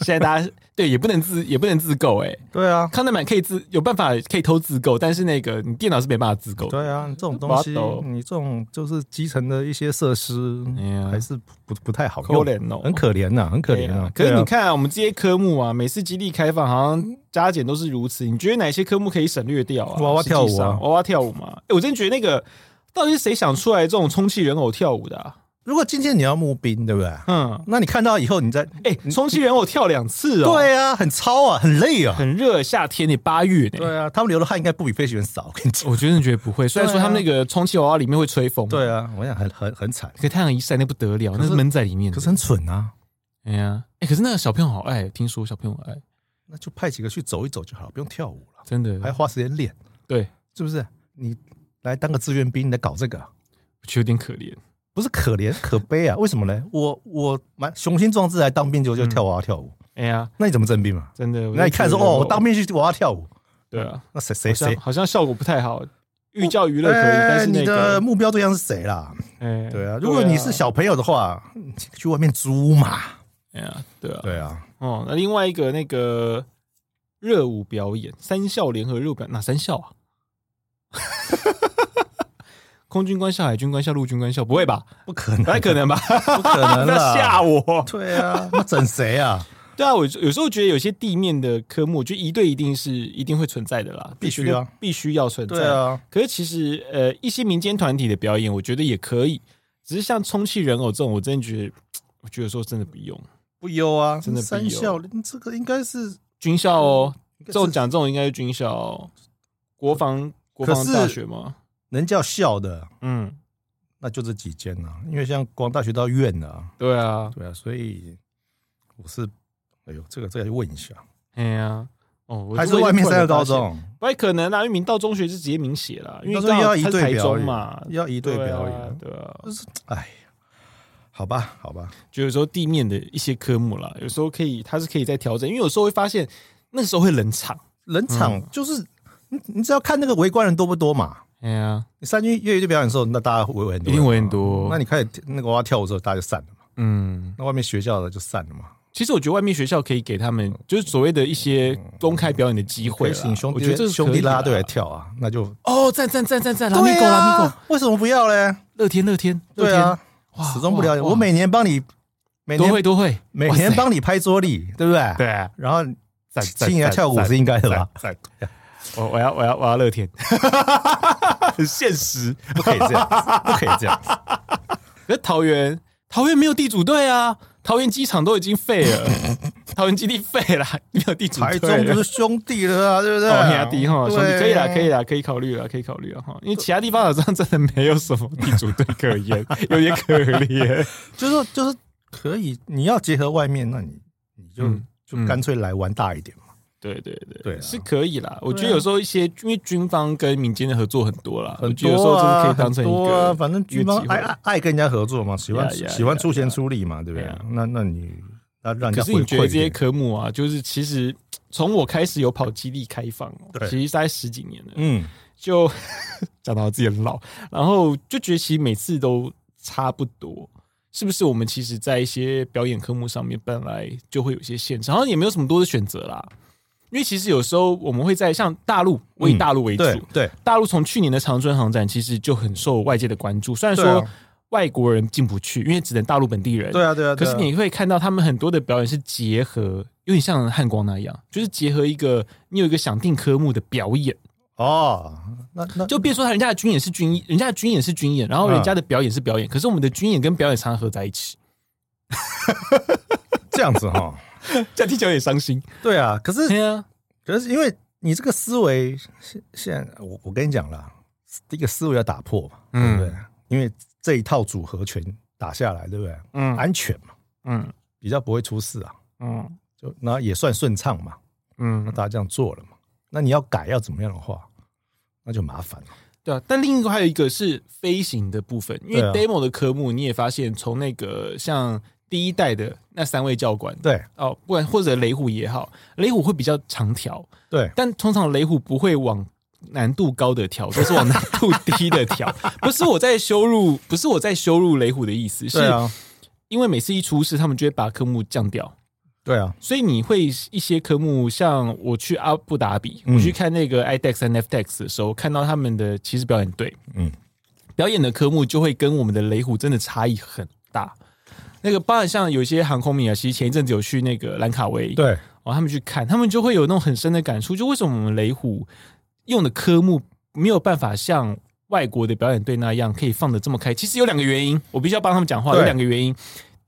Speaker 2: 现在大家对也不能自也不能自购哎、
Speaker 3: 对啊，
Speaker 2: 康乃馨可以自有办法可以偷自购，但是那个你电脑是没办法自购的。
Speaker 3: 对啊，你这种东西
Speaker 2: 我要抖，
Speaker 3: 你这种就是基层的一些设施
Speaker 2: 哎呀
Speaker 3: 还是不不太好
Speaker 2: 可
Speaker 3: 用，
Speaker 2: 怜哦，
Speaker 3: 很可怜呐，很可
Speaker 2: 对
Speaker 3: 怜啊
Speaker 2: 啊。可是
Speaker 3: 对
Speaker 2: 你
Speaker 3: 啊，
Speaker 2: 看、啊、我们这些科目啊，每次基地开放好像加减都是如此。你觉得哪些科目可以省略掉啊？
Speaker 3: 娃娃跳舞啊
Speaker 2: 实际上娃娃跳舞嘛。哎、我真觉得那个到底是谁想出来这种充气人偶跳舞的、啊？
Speaker 3: 如果今天你要募兵，对不 对？
Speaker 2: 嗯，
Speaker 3: 那你看到以后，你再
Speaker 2: 哎、充气人偶跳两次哦，，
Speaker 3: 嗯对啊，很糙啊，很累啊。
Speaker 2: 很热，夏天你八月呢。
Speaker 3: 对啊，他们流的汗应该不比飞行员少，我跟你 讲。
Speaker 2: 我真的觉得不会，虽然说
Speaker 3: 对啊
Speaker 2: 他们那个充气娃娃里面会吹风，，
Speaker 3: 对啊，我想很很很惨，
Speaker 2: 可太阳一晒那不得了，那
Speaker 3: 是
Speaker 2: 是闷在里面的。
Speaker 3: 可是很蠢啊。
Speaker 2: 哎呀，哎、可是那个小朋友好爱，听说小朋友好爱，
Speaker 3: 那就派几个去走一走就好，不用跳舞了，
Speaker 2: 真的
Speaker 3: 还要花时间练，
Speaker 2: 对，
Speaker 3: 是不是？你来当个志愿兵，你来搞这个啊，
Speaker 2: 我觉得有点可怜。
Speaker 3: 不是可怜可悲啊？为什么呢？我我蛮雄心壮志来当兵，结果就跳娃娃跳舞，
Speaker 2: 哎呀，
Speaker 3: 那你怎么征兵嘛？
Speaker 2: 真的，
Speaker 3: 那你看说
Speaker 2: 我就觉得
Speaker 3: 哦，我当兵去娃娃跳舞，
Speaker 2: 对啊，
Speaker 3: 那谁谁
Speaker 2: 好像
Speaker 3: 谁？
Speaker 2: 好像效果不太好。寓教于乐可以，但是
Speaker 3: 哎
Speaker 2: 那
Speaker 3: 你的
Speaker 2: 个，
Speaker 3: 目标对象是谁啦？
Speaker 2: 哎
Speaker 3: 对啊，如果你是，小朋友的话，你去外面租嘛。
Speaker 2: 哎呀，对啊，
Speaker 3: 对啊，
Speaker 2: 哦，那另外一个那个热舞表演，三校联合热舞表演，哪三 校啊？空军官校、海军官校、陆军官校，不会吧？
Speaker 3: 不可能，
Speaker 2: 不太可能吧？
Speaker 3: 不可能
Speaker 2: 不要
Speaker 3: 啦！
Speaker 2: 吓我！
Speaker 3: 对啊，那整谁啊？
Speaker 2: 啊 对啊，我有时候觉得有些地面的科目，我觉得一对一定是一定会存在的啦，
Speaker 3: 必须啊，
Speaker 2: 必须要存在。
Speaker 3: 对啊，
Speaker 2: 可是其实呃，一些民间团体的表演，我觉得也可以，只是像充气人偶这种，我真的觉得，我觉得说真的不用
Speaker 3: 不优啊，
Speaker 2: 真的不优
Speaker 3: 三校这个应该是
Speaker 2: 军校哦。
Speaker 3: 应该
Speaker 2: 这
Speaker 3: 是
Speaker 2: 种讲这种应该是军校哦、国防国
Speaker 3: 可
Speaker 2: 防
Speaker 3: 是
Speaker 2: 大学吗？
Speaker 3: 能叫校的，
Speaker 2: 嗯，
Speaker 3: 那就这几间啊。因为像光大学到院啊，
Speaker 2: 对啊，
Speaker 3: 对啊，所以我是哎呦，这个这个要问一下，
Speaker 2: 哎呀、哦，我
Speaker 3: 还是
Speaker 2: 最近
Speaker 3: 外面
Speaker 2: 突
Speaker 3: 三
Speaker 2: 然
Speaker 3: 个高
Speaker 2: 发现，
Speaker 3: 中
Speaker 2: 不太可能啊啦，因为明道中学是直接明写啦，因为
Speaker 3: 到时候
Speaker 2: 刚好
Speaker 3: 要一
Speaker 2: 它是
Speaker 3: 对
Speaker 2: 台
Speaker 3: 表
Speaker 2: 中
Speaker 3: 演
Speaker 2: 嘛，
Speaker 3: 要一对表
Speaker 2: 啊
Speaker 3: 演，
Speaker 2: 对啊，
Speaker 3: 哎呀，好吧，好吧，
Speaker 2: 就有时候地面的一些科目啦，有时候可以，它是可以再调整，因为有时候会发现那时候会冷场。
Speaker 3: 冷场就是、你，你只要看那个围观人多不多嘛。
Speaker 2: 哎呀，
Speaker 3: 你三军乐队表演的时候，那大家围围很
Speaker 2: 一
Speaker 3: 多人嘛，
Speaker 2: 定围很多
Speaker 3: 那你开始那个娃娃跳舞的时候，大家就散了嘛。
Speaker 2: 嗯，
Speaker 3: 那外面学校的就散了嘛。
Speaker 2: 其实我觉得外面学校可以给他们，就是所谓的一些公开表演的机会
Speaker 3: 回
Speaker 2: 啦
Speaker 3: 请兄
Speaker 2: 我觉得这
Speaker 3: 弟
Speaker 2: 是
Speaker 3: 兄弟
Speaker 2: 可以
Speaker 3: 啦啦队来
Speaker 2: 的。
Speaker 3: 跳啊，那就
Speaker 2: 哦，赞赞赞赞赞，拉米狗
Speaker 3: 对
Speaker 2: 拉米狗，
Speaker 3: 啊，为什么不要嘞？
Speaker 2: 乐天乐天，乐
Speaker 3: 对
Speaker 2: 天，
Speaker 3: 啊，
Speaker 2: 哇
Speaker 3: 始终不了解。
Speaker 2: 哇
Speaker 3: 我每年帮你，每
Speaker 2: 多会
Speaker 3: 年
Speaker 2: 多会，
Speaker 3: 每
Speaker 2: 哇
Speaker 3: 年
Speaker 2: 塞
Speaker 3: 帮你拍桌历，对不对？。
Speaker 2: 对啊，
Speaker 3: 然后
Speaker 2: 赞赞
Speaker 3: 请人家跳舞是应该的吧？？
Speaker 2: 赞赞赞我我要我要我要乐 天，很现实。
Speaker 3: 不可以这样子，不可以这样子。
Speaker 2: 可是桃园，桃园没有地主队啊，桃园机场都已经废 了，桃园基地废了，没有地主队
Speaker 3: 台
Speaker 2: 了。
Speaker 3: 中不是兄弟了啊，对不对？
Speaker 2: 哦，亚迪哈，兄弟
Speaker 3: 对啊
Speaker 2: 可以啦，可以。啦，可以考虑啦，可以考虑啦哈，因为其他地方好像真的没有什么地主队可言， 有点可怜。
Speaker 3: 就是说就是可以，你要结合外面，那你你就
Speaker 2: 嗯
Speaker 3: 就干脆来玩大一点嘛。
Speaker 2: 对对对，
Speaker 3: 对啊
Speaker 2: 是可以啦。我觉
Speaker 3: 对
Speaker 2: 得
Speaker 3: 啊
Speaker 2: 有时候一些因为军方跟民间的合作很多啦，我
Speaker 3: 很
Speaker 2: 觉得有时
Speaker 3: 多
Speaker 2: 候真的
Speaker 3: 啊，
Speaker 2: 可以当成
Speaker 3: 很
Speaker 2: 一
Speaker 3: 多啊，
Speaker 2: 个
Speaker 3: 反正军方
Speaker 2: 一个机
Speaker 3: 爱
Speaker 2: 会
Speaker 3: 爱爱跟人家合作嘛，喜欢
Speaker 2: Yeah, yeah,
Speaker 3: 喜欢
Speaker 2: yeah,
Speaker 3: 出钱出力嘛，对不对
Speaker 2: Yeah.？
Speaker 3: 那那你那让人
Speaker 2: 可
Speaker 3: 家
Speaker 2: 是
Speaker 3: 回
Speaker 2: 你觉得这
Speaker 3: 馈一
Speaker 2: 些
Speaker 3: 点，
Speaker 2: 科目啊，就是其实从我开始有跑基地开放哦，
Speaker 3: 对
Speaker 2: 其实大概十几年了，
Speaker 3: 嗯，
Speaker 2: 就 讲到我自己很老，然后就觉得其实每次都差不多，是不是？我们其实，在一些表演科目上面本来就会有一些限制，好像也没有什么多的选择啦。因为其实有时候我们会在像大陆，我以大哎陆为主，
Speaker 3: 嗯对对，
Speaker 2: 大陆从去年的长春航展其实就很受外界的关注，虽然
Speaker 3: 对
Speaker 2: 说
Speaker 3: 啊
Speaker 2: 外国人进不去，因为只能大陆本地人，
Speaker 3: 对啊，对啊。
Speaker 2: 可
Speaker 3: 对啊
Speaker 2: 是你会看到他们很多的表演是结合，有点像汉光那样，就是结合一个你有一个想定科目的表演，
Speaker 3: 哦，那那
Speaker 2: 就变说人家的军演是军，人家的军演是军演，然后人家的表演是表演，可是我们的军演跟表演常常合在一起，
Speaker 3: 这样子 哈，
Speaker 2: 这样听起来有点伤心。
Speaker 3: 对啊。可是
Speaker 2: 对啊，
Speaker 3: 可是因为你这个思维，现现在我我跟你讲啦，第一个思维要打破嘛，对
Speaker 2: 嗯
Speaker 3: 不对？因为这一套组合拳打下来，对不对？
Speaker 2: 嗯
Speaker 3: 安全嘛，
Speaker 2: 嗯
Speaker 3: 比较不会出事啊，
Speaker 2: 嗯
Speaker 3: 就那也算顺畅嘛。那
Speaker 2: 嗯，
Speaker 3: 大家这样做了嘛？那你要改要怎么样的话，那就麻烦了。
Speaker 2: 对啊。但另一个还有一个是飞行的部分，因为
Speaker 3: 对啊
Speaker 2: demo 的科目你也发现，从那个像第一代的那三位教官
Speaker 3: 对
Speaker 2: 哦，不然或者雷虎也好，雷虎会比较长条，
Speaker 3: 对，
Speaker 2: 但通常雷虎不会往难度高的调，都是往难 度低的调。不是我在羞辱，不是我在羞辱雷虎的意思，是
Speaker 3: 对啊，
Speaker 2: 因为每次一出事，他们就会把科目降掉，
Speaker 3: 对啊，
Speaker 2: 所以你会一些科目，像我去阿布达比，
Speaker 3: 嗯
Speaker 2: 我去看那个 E IDEX 和 FDEX 的时候，看到他们的其实表演队，
Speaker 3: 嗯
Speaker 2: 嗯，表演的科目就会跟我们的雷虎真的差异很大。那个包含像有些航空迷啊，其实前一阵子有去那个兰卡威，
Speaker 3: 对，
Speaker 2: 哦，他们去看，他们就会有那种很深的感触，就为什么我们雷虎用的科目没有办法像外国的表演队那样可以放得这么开？其实有两个原因，我必须要帮他们讲话，
Speaker 3: 对
Speaker 2: 有两个原因。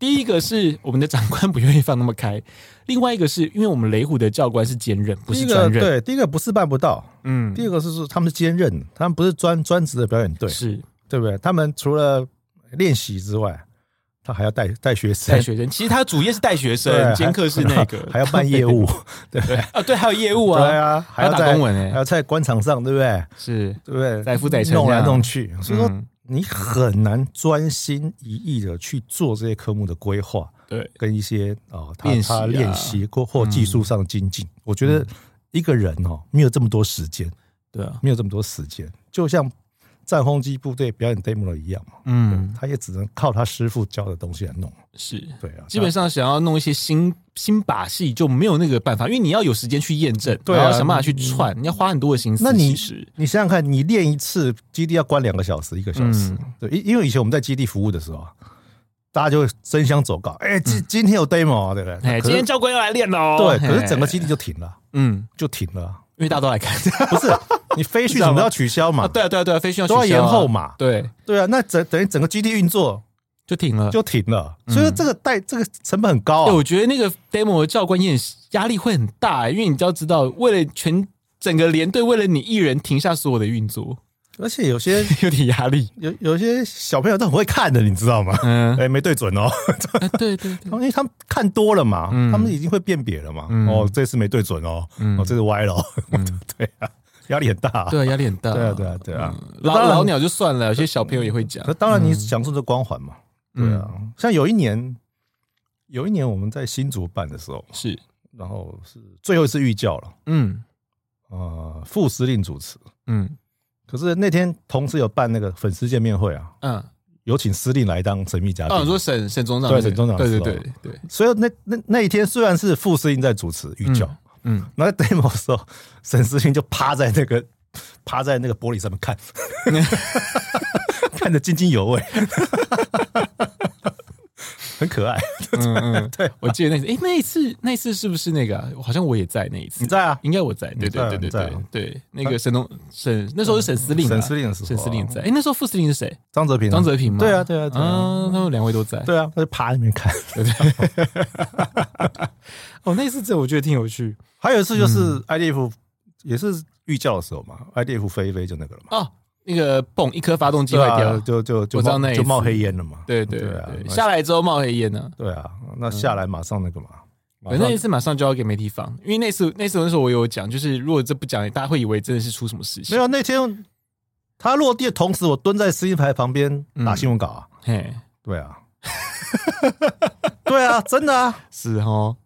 Speaker 2: 第一个是我们的长官不愿意放那么开，另外一个是因为我们雷虎的教官是兼任，不
Speaker 3: 第
Speaker 2: 是
Speaker 3: 一个
Speaker 2: 专任。
Speaker 3: 对，第一个不是办不到，
Speaker 2: 嗯，
Speaker 3: 第二个是说他们是兼任，他们不是专专职的表演队，
Speaker 2: 是
Speaker 3: 对不对？他们除了练习之外，他还要带带学生
Speaker 2: 带，学生。其实他主业是带学
Speaker 3: 对
Speaker 2: 生，兼课是那个，
Speaker 3: 还要办业务，
Speaker 2: 对 啊，对，还有业务
Speaker 3: 对
Speaker 2: 啊，
Speaker 3: 啊，还要
Speaker 2: 打
Speaker 3: 在
Speaker 2: 公文欸
Speaker 3: 还要在官场上，对不对？
Speaker 2: 是
Speaker 3: 对不对？
Speaker 2: 载夫载沉
Speaker 3: 弄来
Speaker 2: 这样
Speaker 3: 弄去，所以说
Speaker 2: 嗯
Speaker 3: 你很难专心一意的去做这些科目的规划
Speaker 2: 对，
Speaker 3: 跟一些啊，他
Speaker 2: 练习啊嗯
Speaker 3: 他练习或或技术上的精进。我觉得一个人哦，没有这么多时间，
Speaker 2: 对啊，
Speaker 3: 没有这么多时间，就像战轰机部队表演 demo 一样嘛，
Speaker 2: 嗯，
Speaker 3: 他也只能靠他师傅教的东西来弄。
Speaker 2: 是。
Speaker 3: 对啊，
Speaker 2: 基本上想要弄一些新新把戏就没有那个办法，因为你要有时间去验证，
Speaker 3: 对啊
Speaker 2: 然后想办法去串，你要花很多的心思。
Speaker 3: 那你
Speaker 2: 其实
Speaker 3: 你想想看，你练一次基地要关两个小时，一个小时。
Speaker 2: 嗯
Speaker 3: 对，因因为以前我们在基地服务的时候啊，大家就会争相走稿，哎、今今天有 demo，啊对不对？
Speaker 2: 嗯哎，今
Speaker 3: 可是
Speaker 2: 天哦哎教官要来练喽。
Speaker 3: 对，可是整个
Speaker 2: 嘿
Speaker 3: 基地就停了，
Speaker 2: 嗯，
Speaker 3: 就停了啊。
Speaker 2: 因为大家都来看
Speaker 3: 不是，你飞 训总要取消嘛
Speaker 2: 啊，？对啊对啊对啊，飞训要
Speaker 3: 都要
Speaker 2: 取消啊
Speaker 3: 延后嘛
Speaker 2: 对，
Speaker 3: 对啊，那整等于整个基地运作
Speaker 2: 就停了。
Speaker 3: 就停了，
Speaker 2: 嗯
Speaker 3: 所以说这个代这个成本很高
Speaker 2: 对，
Speaker 3: 啊。
Speaker 2: 我觉得那个 demo 的教官演压力会很大、因为你要知道，为了全整个连队，为了你一人停下所有的运作，
Speaker 3: 而且有些
Speaker 2: 有点压力。
Speaker 3: 有有些小朋友都很会看的，你知 道吗？
Speaker 2: 嗯，
Speaker 3: 哎、没对准哦，
Speaker 2: 啊对对对，
Speaker 3: 因为他们看多了嘛，
Speaker 2: 嗯
Speaker 3: 他们已经会辨别了嘛。
Speaker 2: 嗯
Speaker 3: 哦，这次没对准哦，
Speaker 2: 嗯
Speaker 3: 哦，这次歪了、哦， 对啊，压力很大、啊。
Speaker 2: 对啊，压力很大。
Speaker 3: 对啊，对啊，对啊。
Speaker 2: 嗯老
Speaker 3: 当然
Speaker 2: 老鸟就算了，有些小朋友也会讲
Speaker 3: 可。当然，你享受这光环嘛。
Speaker 2: 嗯
Speaker 3: 对啊，像有一年，有一年我们在新竹办的时候，
Speaker 2: 是，
Speaker 3: 然后是最后一次预教了，
Speaker 2: 嗯
Speaker 3: 呃，副司令主持。
Speaker 2: 嗯
Speaker 3: 可是那天同时有办那个粉丝见面会啊，
Speaker 2: 嗯。
Speaker 3: 有请司令来当神秘嘉宾。
Speaker 2: 哦，你说沈沈总长
Speaker 3: 对
Speaker 2: 那个
Speaker 3: 沈总长
Speaker 2: 对对
Speaker 3: 是
Speaker 2: 对
Speaker 3: 吧
Speaker 2: 对，
Speaker 3: 所以那那那一天虽然是副司令在主持预教，
Speaker 2: 嗯，
Speaker 3: 然后在 demo 的时候，沈思清就趴在那个趴在那个玻璃上面看，
Speaker 2: 嗯
Speaker 3: 看得津津有味， 很可爱。
Speaker 2: 嗯 嗯，对，我记得那次，哎，那一次，那一次是不是那个啊？好像我也在那一次
Speaker 3: 你，在啊？
Speaker 2: 应该我在，对
Speaker 3: 在啊
Speaker 2: 对对对
Speaker 3: 你在
Speaker 2: 对
Speaker 3: 啊
Speaker 2: 对，那个沈东沈那时候是沈司令啊，
Speaker 3: 沈司令的时候啊
Speaker 2: 沈司令在，哎，那时候副司令是谁？
Speaker 3: 张泽平啊，
Speaker 2: 张泽平吗？
Speaker 3: 对啊，对啊，对啊，
Speaker 2: 啊，他们两位都在。
Speaker 3: 对啊，他就趴在那边看。
Speaker 2: 哦，那一次这我觉得挺有趣
Speaker 3: 还有一次就是
Speaker 2: 嗯
Speaker 3: IDF 也是预教的时候嘛，IDF 飞一飞就那个了嘛，
Speaker 2: 哦，那个蹦一颗发动机
Speaker 3: 对
Speaker 2: 坏
Speaker 3: 啊
Speaker 2: 掉，
Speaker 3: 就就就
Speaker 2: 我知道那
Speaker 3: 冒
Speaker 2: 一
Speaker 3: 就冒
Speaker 2: 次
Speaker 3: 黑烟了嘛。
Speaker 2: 对对
Speaker 3: 对啊
Speaker 2: 对，
Speaker 3: 那
Speaker 2: 下来之后冒黑烟呢。
Speaker 3: 对啊，那下来马上那个嘛，
Speaker 2: 嗯
Speaker 3: 马
Speaker 2: 对，那
Speaker 3: 上
Speaker 2: 一次马上就要给媒体放，因为那次那次那时候我有讲，就是如果这不讲，大家会以为真的是出什么事情。
Speaker 3: 没有那天他落地的同时，我蹲在司令牌旁边
Speaker 2: 嗯
Speaker 3: 打新闻稿啊。
Speaker 2: 嘿，
Speaker 3: 对啊， 对啊，真的啊。
Speaker 2: 是哦，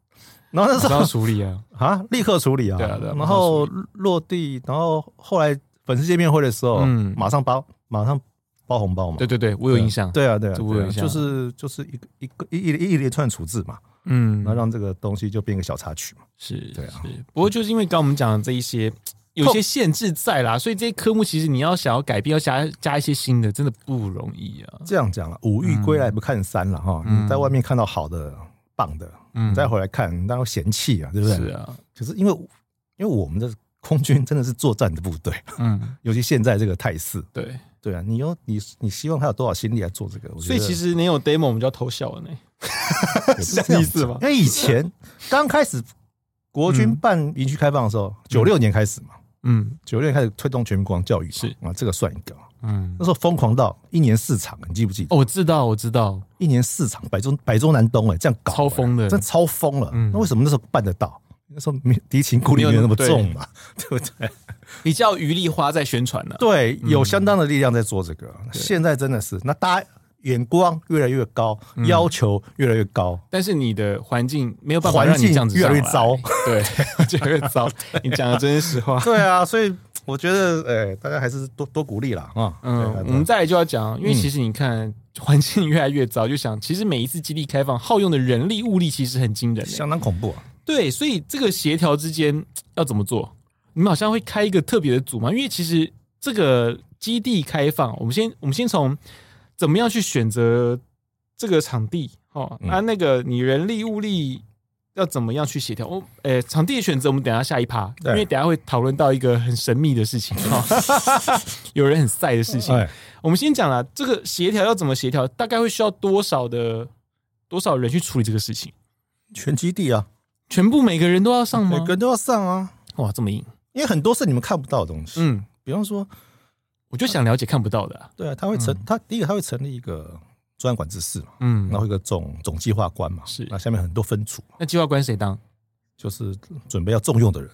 Speaker 3: 然后那
Speaker 2: 马
Speaker 3: 时
Speaker 2: 上要
Speaker 3: 候
Speaker 2: 处理啊。
Speaker 3: 啊，立刻处理啊。
Speaker 2: 对啊对啊
Speaker 3: 然后落地，然后后来粉丝见面会的时候，
Speaker 2: 嗯
Speaker 3: 马上包，马上包红包嘛。
Speaker 2: 对对对，我有印象。，
Speaker 3: 对啊，对啊，
Speaker 2: 这
Speaker 3: 对
Speaker 2: 我有
Speaker 3: 啊
Speaker 2: 印象
Speaker 3: 就是就是一个一个一一一连串处置嘛，
Speaker 2: 嗯
Speaker 3: 然后，让这个东西就变个小插曲嘛。
Speaker 2: 是，
Speaker 3: 对啊
Speaker 2: 是。不过就是因为刚刚我们讲的这一些。有一些限制在啦，所以这些科目其实你要想要改变，要加加一些新的，真的不容易啊。
Speaker 3: 这样讲了，五欲归来不看山了哈。
Speaker 2: 嗯
Speaker 3: 你在外面看到好的、棒的，
Speaker 2: 嗯
Speaker 3: 你再回来看，当然会嫌弃啊，对不对？
Speaker 2: 是啊，
Speaker 3: 可是因为因为我们的空军真的是作战的部队，
Speaker 2: 嗯，
Speaker 3: 尤其现在这个态势，
Speaker 2: 对。
Speaker 3: 对啊，你有你你希望他有多少心力来做这个？我
Speaker 2: 所
Speaker 3: 觉得
Speaker 2: 以其实你有 demo，我们就要偷笑了呢。
Speaker 3: 也不
Speaker 2: 是这
Speaker 3: 样
Speaker 2: 意思吗
Speaker 3: 讲因为 以前刚开始国军
Speaker 2: 嗯
Speaker 3: 办营区开放的时候，九六年开始嘛，
Speaker 2: 嗯
Speaker 3: 九六年开始推动全民国防教育嘛，
Speaker 2: 是
Speaker 3: 啊，这个算一个嘛。
Speaker 2: 嗯，
Speaker 3: 那时候疯狂到一年四场，你记不记得？
Speaker 2: 哦，我知道，我知道，
Speaker 3: 一年四场，百中百中南东哎、这样搞、
Speaker 2: 超疯的
Speaker 3: 真超疯了。
Speaker 2: 嗯
Speaker 3: 那为什么那时候办得到？那时候没敌情顾虑没有那么重嘛， 对不对？
Speaker 2: 比较余力花在宣传呢。啊
Speaker 3: 对，
Speaker 2: 嗯
Speaker 3: 有相当的力量在做这个。现在真的是，那大家眼光越来越高，
Speaker 2: 嗯
Speaker 3: 要求越来越高。
Speaker 2: 但是你的环境没有办法
Speaker 3: 环
Speaker 2: 让你
Speaker 3: 境
Speaker 2: 这样子
Speaker 3: 越来越
Speaker 2: 上
Speaker 3: 糟，
Speaker 2: 对，越来越糟。你讲的真是实话。
Speaker 3: 对啊，所以我觉得，哎，大家还是多多鼓励啦啊。
Speaker 2: 嗯，
Speaker 3: 对嗯
Speaker 2: 我们再来就要讲，因为其实你看环境越来越糟，就想其实每一次基地开放耗用的人力物力其实很惊人、欸，
Speaker 3: 相当恐怖啊。
Speaker 2: 对，所以这个协调之间要怎么做？你们好像会开一个特别的组嘛？因为其实这个基地开放，我们先我们先从怎么样去选择这个场地哦，
Speaker 3: 嗯
Speaker 2: 啊，那个你人力物力要怎么样去协调？我、呃，场地的选择我们等一下下一趴，因
Speaker 3: 对
Speaker 2: 为等一下会讨论到一个很神秘的事情哈， 哦、有人很晒的事情。
Speaker 3: 哎，
Speaker 2: 我们先讲啦，这个协调要怎么协调？大概会需要多少的多少人去处理这个事情？
Speaker 3: 全基地啊，
Speaker 2: 全部每个人都要上吗
Speaker 3: 每？个人都要上啊，
Speaker 2: 哇，这么硬。
Speaker 3: 因为很多是你们看不到的东西。
Speaker 2: 嗯，
Speaker 3: 比方说，
Speaker 2: 我就想了解看不到的啊、
Speaker 3: 对啊，他会成，他第一个他会成立一个专案管制室嘛，
Speaker 2: 嗯，
Speaker 3: 然后一个总总计划官嘛，
Speaker 2: 是
Speaker 3: 那下面很多分组嘛，
Speaker 2: 那计划官谁当？
Speaker 3: 就是准备要重用的人。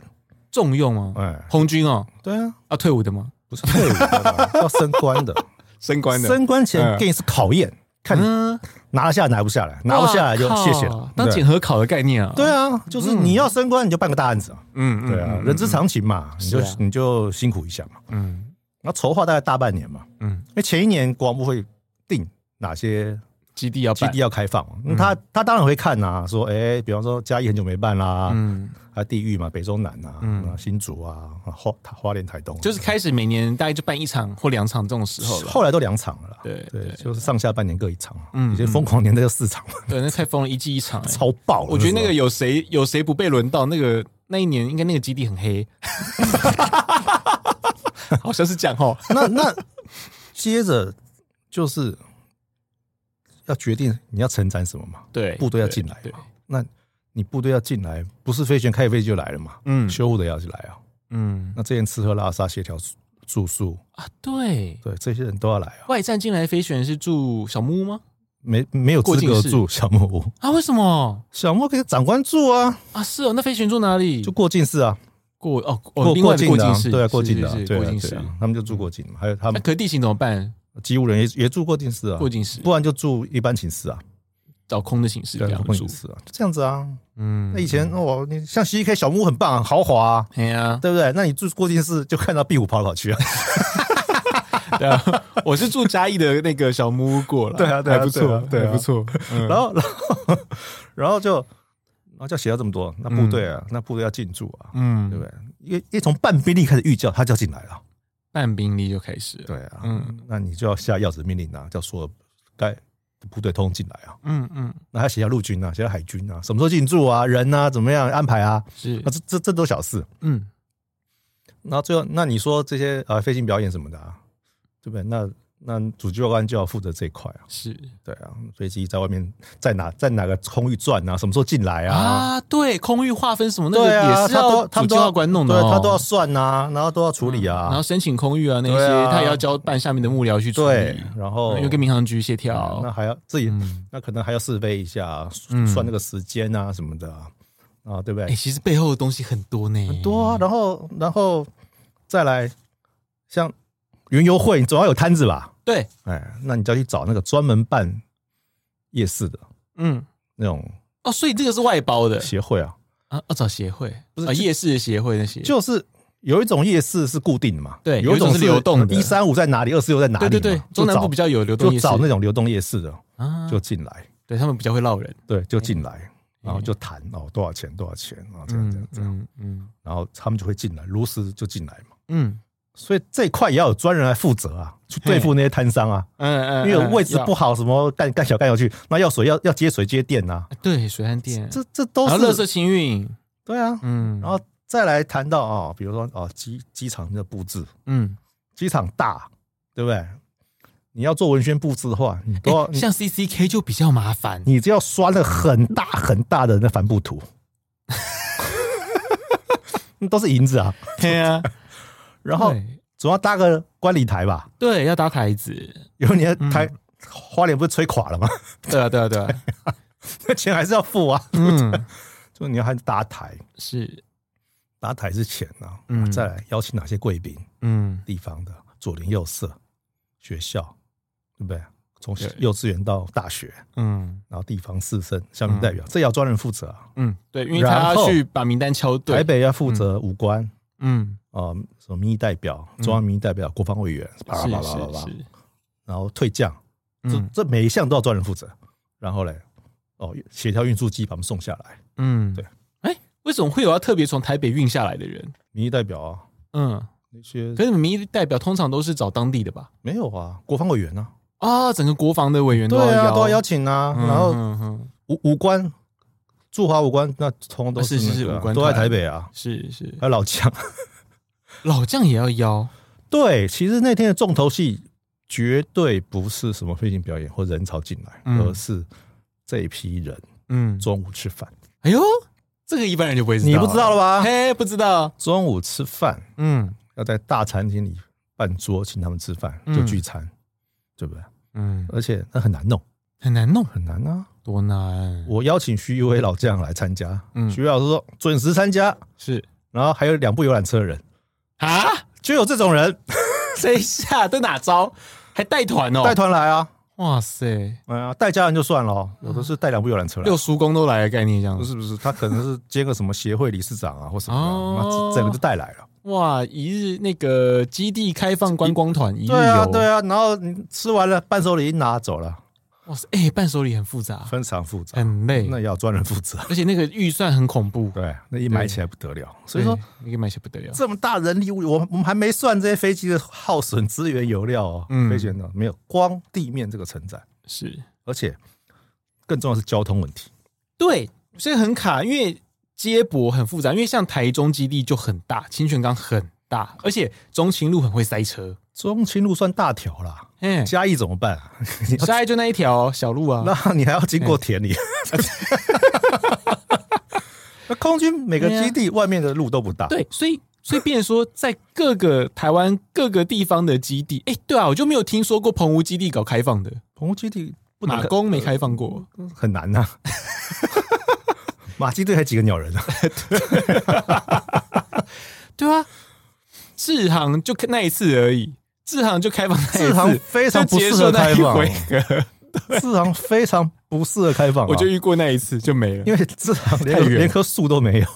Speaker 2: 重用哦，
Speaker 3: 哎，
Speaker 2: 红军哦，
Speaker 3: 对啊，
Speaker 2: 要退伍的吗？
Speaker 3: 不是退伍的 啦，要升官的，
Speaker 2: 升
Speaker 3: 升官前给你是考验，看你
Speaker 2: 嗯，
Speaker 3: 拿得下来拿不下来，拿不下来就
Speaker 2: 哇靠
Speaker 3: 谢谢了。
Speaker 2: 当检
Speaker 3: 对
Speaker 2: 核考的概念啊。
Speaker 3: 对，啊，就是你要升官，你就办个大案子啊，
Speaker 2: 嗯，嗯
Speaker 3: 对啊，
Speaker 2: 嗯
Speaker 3: 人之常情嘛，你就是
Speaker 2: 啊
Speaker 3: 你就辛苦一下嘛。
Speaker 2: 嗯
Speaker 3: 那筹划大概大半年嘛，
Speaker 2: 嗯，
Speaker 3: 因为前一年国防部会定哪些
Speaker 2: 基地要
Speaker 3: 基
Speaker 2: 办
Speaker 3: 地，要开放，
Speaker 2: 嗯
Speaker 3: 那他他当然会看呐、说哎、比方说嘉义很久没办啦，
Speaker 2: 嗯，
Speaker 3: 还有地域嘛，北中南啊，
Speaker 2: 嗯
Speaker 3: 啊新竹啊，啊花花莲台东啊，
Speaker 2: 就是开始每年大概就办一场或两场这种时候了。
Speaker 3: 后来都两场了啦，
Speaker 2: 对
Speaker 3: 对，
Speaker 2: 对
Speaker 3: 就是上下半年各一场，
Speaker 2: 嗯
Speaker 3: 嗯，已经疯狂年代就四场了，
Speaker 2: 对，那太疯了，一季一场、欸。
Speaker 3: 超爆了。
Speaker 2: 我觉得那个
Speaker 3: 时
Speaker 2: 有谁有谁不被轮到，那个那一年应该那个基地很黑， 好像是这样哈。
Speaker 3: 候那那接着就是要决定你要承载什么嘛，
Speaker 2: 对，
Speaker 3: 部队要进来
Speaker 2: 哎对，对
Speaker 3: 嘛，那你部队要进来，不是飞行员开飞机就来了嘛，
Speaker 2: 嗯
Speaker 3: 修护的也要进来啊，
Speaker 2: 嗯
Speaker 3: 那这些人吃喝拉撒协调住住宿，
Speaker 2: 啊，对，
Speaker 3: 对，这些人都要来啊。
Speaker 2: 外站进来的飞行员是住小木屋吗？
Speaker 3: 没没有资格住小木屋，
Speaker 2: 啊，为什么
Speaker 3: 小木屋给长官住啊，
Speaker 2: 啊？是哦，那飞行员住哪里？
Speaker 3: 就过境室啊，
Speaker 2: 过哦，哦
Speaker 3: 过
Speaker 2: 另外的
Speaker 3: 境的
Speaker 2: 境
Speaker 3: 啊
Speaker 2: 室，
Speaker 3: 对啊，
Speaker 2: 是
Speaker 3: 过境的啊
Speaker 2: 是，是
Speaker 3: 对啊
Speaker 2: 过境
Speaker 3: 对
Speaker 2: 室。
Speaker 3: 啊他们就住过境嘛，还有他
Speaker 2: 那
Speaker 3: 们
Speaker 2: 可地形怎么办？
Speaker 3: 机务人也也住过境室啊
Speaker 2: 过，境室
Speaker 3: 不然就住一般寝室啊，
Speaker 2: 找空的形式这
Speaker 3: 对啊，
Speaker 2: 样
Speaker 3: 过
Speaker 2: 住
Speaker 3: 境。室啊，就这样子啊。
Speaker 2: 嗯
Speaker 3: 那以前哦，你像 C K 小木屋很棒啊，豪华啊，
Speaker 2: 哎呀，
Speaker 3: 对不对？那你住过境室就看到壁虎跑来跑去啊，
Speaker 2: 对啊， 我是住嘉义的那个小木屋过了，
Speaker 3: 对啊对啊
Speaker 2: 还不
Speaker 3: 对
Speaker 2: 错
Speaker 3: 啊，对啊
Speaker 2: 还不错。嗯
Speaker 3: 然后然后然后就然后就写到这么多，那部队啊，那部队要进驻啊，对
Speaker 2: 嗯，
Speaker 3: 不对？因因为从半兵力开始预教，他就要进来了。
Speaker 2: 半兵力就开始了。
Speaker 3: 对啊，
Speaker 2: 嗯
Speaker 3: 嗯，那你就要下要旨命令啊，叫所有该部队通通进来啊，
Speaker 2: 嗯嗯，
Speaker 3: 那还写下陆军啊，写下海军啊，什么时候进驻啊，人啊，怎么样安排啊，
Speaker 2: 是
Speaker 3: 那这这这都小事。
Speaker 2: 嗯
Speaker 3: 然后最后，那你说这些啊，飞行表演什么的啊，对不对？那那主教官就要负责这一块啊，
Speaker 2: 是
Speaker 3: 对啊，飞机在外面在哪在哪个空域转啊，什么时候进来啊？
Speaker 2: 啊，对，空域划分什么那
Speaker 3: 对啊，
Speaker 2: 个也是
Speaker 3: 他都
Speaker 2: 要主
Speaker 3: 他们都
Speaker 2: 计
Speaker 3: 要
Speaker 2: 划官弄的
Speaker 3: 对
Speaker 2: 哦，嗯
Speaker 3: 他都要算啊，然后都要处理
Speaker 2: 然后
Speaker 3: 啊，
Speaker 2: 申请空域啊那些，
Speaker 3: 对啊
Speaker 2: 他也要交办下面的幕僚去处
Speaker 3: 对
Speaker 2: 理，，
Speaker 3: 然后
Speaker 2: 又跟民航局协调
Speaker 3: 那。还要自己
Speaker 2: 嗯，
Speaker 3: 那可能还要试飞一下，
Speaker 2: 嗯
Speaker 3: 算那个时间啊什么的啊，啊对不
Speaker 2: 哎，
Speaker 3: 对？
Speaker 2: 其实背后的东西很多呢，很
Speaker 3: 多啊，然后然后再来，像云游会，你总要有摊子吧？
Speaker 2: 对，
Speaker 3: 哎，那你就要去找那个专门办夜市的
Speaker 2: 嗯，
Speaker 3: 那种
Speaker 2: 哦，所以这个是外包的
Speaker 3: 协会啊，
Speaker 2: 啊，要找协会，
Speaker 3: 不是
Speaker 2: 啊
Speaker 3: 就
Speaker 2: 夜市的协会那些，
Speaker 3: 就是有一种夜市是固定的嘛，
Speaker 2: 对
Speaker 3: 有
Speaker 2: 有一种是流动的
Speaker 3: 一三五在哪里，二四六在哪里
Speaker 2: 对
Speaker 3: 嘛，
Speaker 2: 对对，
Speaker 3: 就
Speaker 2: 中南
Speaker 3: 找
Speaker 2: 部比较有流动
Speaker 3: 就
Speaker 2: 夜市
Speaker 3: 找那种流动夜市的
Speaker 2: 啊，
Speaker 3: 就进来，
Speaker 2: 对他们比较会捞人，
Speaker 3: 对，就进来，然后就谈哦多少钱多少钱啊这样这样
Speaker 2: 哎嗯
Speaker 3: 这样。
Speaker 2: 嗯嗯
Speaker 3: 然后他们就会进来，如实就进来嘛。
Speaker 2: 嗯
Speaker 3: 所以这一块也要有专人来负责啊，去对付那些摊商啊，
Speaker 2: 嗯嗯，
Speaker 3: 因为位置
Speaker 2: 要
Speaker 3: 不好，什么干干小干小去，那要水要要接水接电啊，
Speaker 2: 啊对水岸店，
Speaker 3: 这这都
Speaker 2: 然后乐色
Speaker 3: 是
Speaker 2: 清运，
Speaker 3: 对啊。
Speaker 2: 嗯，
Speaker 3: 然后再来谈到啊、哦，比如说哦机机场的布置，
Speaker 2: 嗯，
Speaker 3: 机场大，对不对？你要做文宣布置的话，啊你都要、
Speaker 2: 诶哎像 CCK 就比较麻烦，
Speaker 3: 你就要刷那很大很大的那帆布图， 那都是银子啊。
Speaker 2: 对啊，
Speaker 3: 然后
Speaker 2: 对
Speaker 3: 总要搭个观礼台吧，
Speaker 2: 对要打卡子，
Speaker 3: 有你的台、
Speaker 2: 嗯
Speaker 3: 花脸不是吹垮了吗？
Speaker 2: 对啊对啊对啊，
Speaker 3: 那钱还是要付啊，
Speaker 2: 嗯
Speaker 3: 就你要还是搭台，
Speaker 2: 是，
Speaker 3: 搭台是钱啊。
Speaker 2: 嗯
Speaker 3: 再来邀请哪些贵宾，
Speaker 2: 嗯
Speaker 3: 地方的左邻右舍、学校，对不对？从
Speaker 2: 对
Speaker 3: 幼稚园到大学，
Speaker 2: 嗯
Speaker 3: 然后地方士绅、乡民代表，这也要专人负责啊。
Speaker 2: 嗯，对，因为他
Speaker 3: 然
Speaker 2: 要
Speaker 3: 后
Speaker 2: 去把名单敲对，
Speaker 3: 台北要负责五官，
Speaker 2: 嗯
Speaker 3: 啊、什么民意代表、中央民意代表、国防委员，巴拉巴拉巴拉巴
Speaker 2: 是
Speaker 3: 拉
Speaker 2: 是，是，
Speaker 3: 然后退将，这
Speaker 2: 嗯
Speaker 3: 这每一项都要专人负责。然后嘞，哦，协调运输机把他们送下来，
Speaker 2: 嗯，
Speaker 3: 对。
Speaker 2: 哎，为什么会有要特别从台北运下来的人？
Speaker 3: 民意代表啊，
Speaker 2: 嗯，
Speaker 3: 那些
Speaker 2: 可是民意代表通常都是找当地的吧？
Speaker 3: 没有啊，国防委员啊，
Speaker 2: 啊，整个国防的委员都
Speaker 3: 对啊，
Speaker 2: 邀，
Speaker 3: 都要邀请啊，然后
Speaker 2: 嗯嗯
Speaker 3: 武武官，驻华武官，那通通都
Speaker 2: 是是是
Speaker 3: 那个啊
Speaker 2: 武官
Speaker 3: 都在
Speaker 2: 团
Speaker 3: 台北啊，
Speaker 2: 是是，
Speaker 3: 还有老将。
Speaker 2: 老将也要邀，
Speaker 3: 对，其实那天的重头戏绝对不是什么飞行表演或人潮进来，
Speaker 2: 嗯
Speaker 3: 而是这一批人
Speaker 2: 嗯，
Speaker 3: 中午吃饭。
Speaker 2: 哎呦，这个一般人就不会知道，
Speaker 3: 你不知道了吧？
Speaker 2: 嘿，不知道，
Speaker 3: 中午吃饭
Speaker 2: 嗯
Speaker 3: 要在大餐厅里办桌，请他们吃饭，
Speaker 2: 嗯
Speaker 3: 就聚餐，对不对？
Speaker 2: 嗯，
Speaker 3: 而且那很难弄，
Speaker 2: 很难弄，
Speaker 3: 很难啊！
Speaker 2: 多难，
Speaker 3: 我邀请徐一威老将来参加，
Speaker 2: 嗯
Speaker 3: 徐老师说准时参加，
Speaker 2: 是
Speaker 3: 然后还有两部游览车的人，
Speaker 2: 啊，
Speaker 3: 就有这种人
Speaker 2: 谁下 这哪招？还带团啊哦，
Speaker 3: 带，团来啊，
Speaker 2: 哇塞，
Speaker 3: 哎呀，带家人就算了哦，有的是带两部游览车来，
Speaker 2: 六叔公都来的概念这样
Speaker 3: 不
Speaker 2: 子，
Speaker 3: 是不是，他可能是接个什么协会理事长啊，或什么的，那、
Speaker 2: 哦
Speaker 3: 整个就带来了。
Speaker 2: 哇，一日那个基地开放观光团一日游，
Speaker 3: 对啊对啊，然后你吃完了伴手礼一拿走了，哎
Speaker 2: 哇塞，哎，伴手礼很复杂，
Speaker 3: 非常复杂，
Speaker 2: 很累，
Speaker 3: 那也要专人负 责。
Speaker 2: 而且那个预算很恐怖，
Speaker 3: 对，那一买起来不得了。所以说
Speaker 2: 对那个买起来不得了，
Speaker 3: 这么大人力物力，我们我们还没算这些飞机的耗损资源、油料哦，
Speaker 2: 嗯
Speaker 3: 飞行员呢没有光地面这个承载，
Speaker 2: 是
Speaker 3: 而且更重要的是交通问题。
Speaker 2: 对，所以很卡，因为接驳很复杂，因为像台中基地就很大，清泉岗很大，而且中清路很会塞车。
Speaker 3: 中清路算大条啦，
Speaker 2: 哎，
Speaker 3: 嘉义怎么办啊？
Speaker 2: 塞就那一条小路啊，
Speaker 3: 那你还要经过田里。
Speaker 2: 哎
Speaker 3: 那空军每个基地外面的路都不大，，
Speaker 2: 对，所以所以变成说，在各个台湾各个地方的基地，哎、对啊，我就没有听说过澎湖基地搞开放的，
Speaker 3: 澎湖基地不能
Speaker 2: 马公没开放过，
Speaker 3: 很 难呐、马基队还几个鸟人啊？
Speaker 2: 对啊，志航就那一次而已，志航就开放那一次，
Speaker 3: 志航非常不适
Speaker 2: 就结束
Speaker 3: 合开放
Speaker 2: 那一回合
Speaker 3: 志航非常不适合开放、啊，
Speaker 2: 我就遇过那一次就没了，
Speaker 3: 因为志航连
Speaker 2: 太远了
Speaker 3: 连棵树都没有，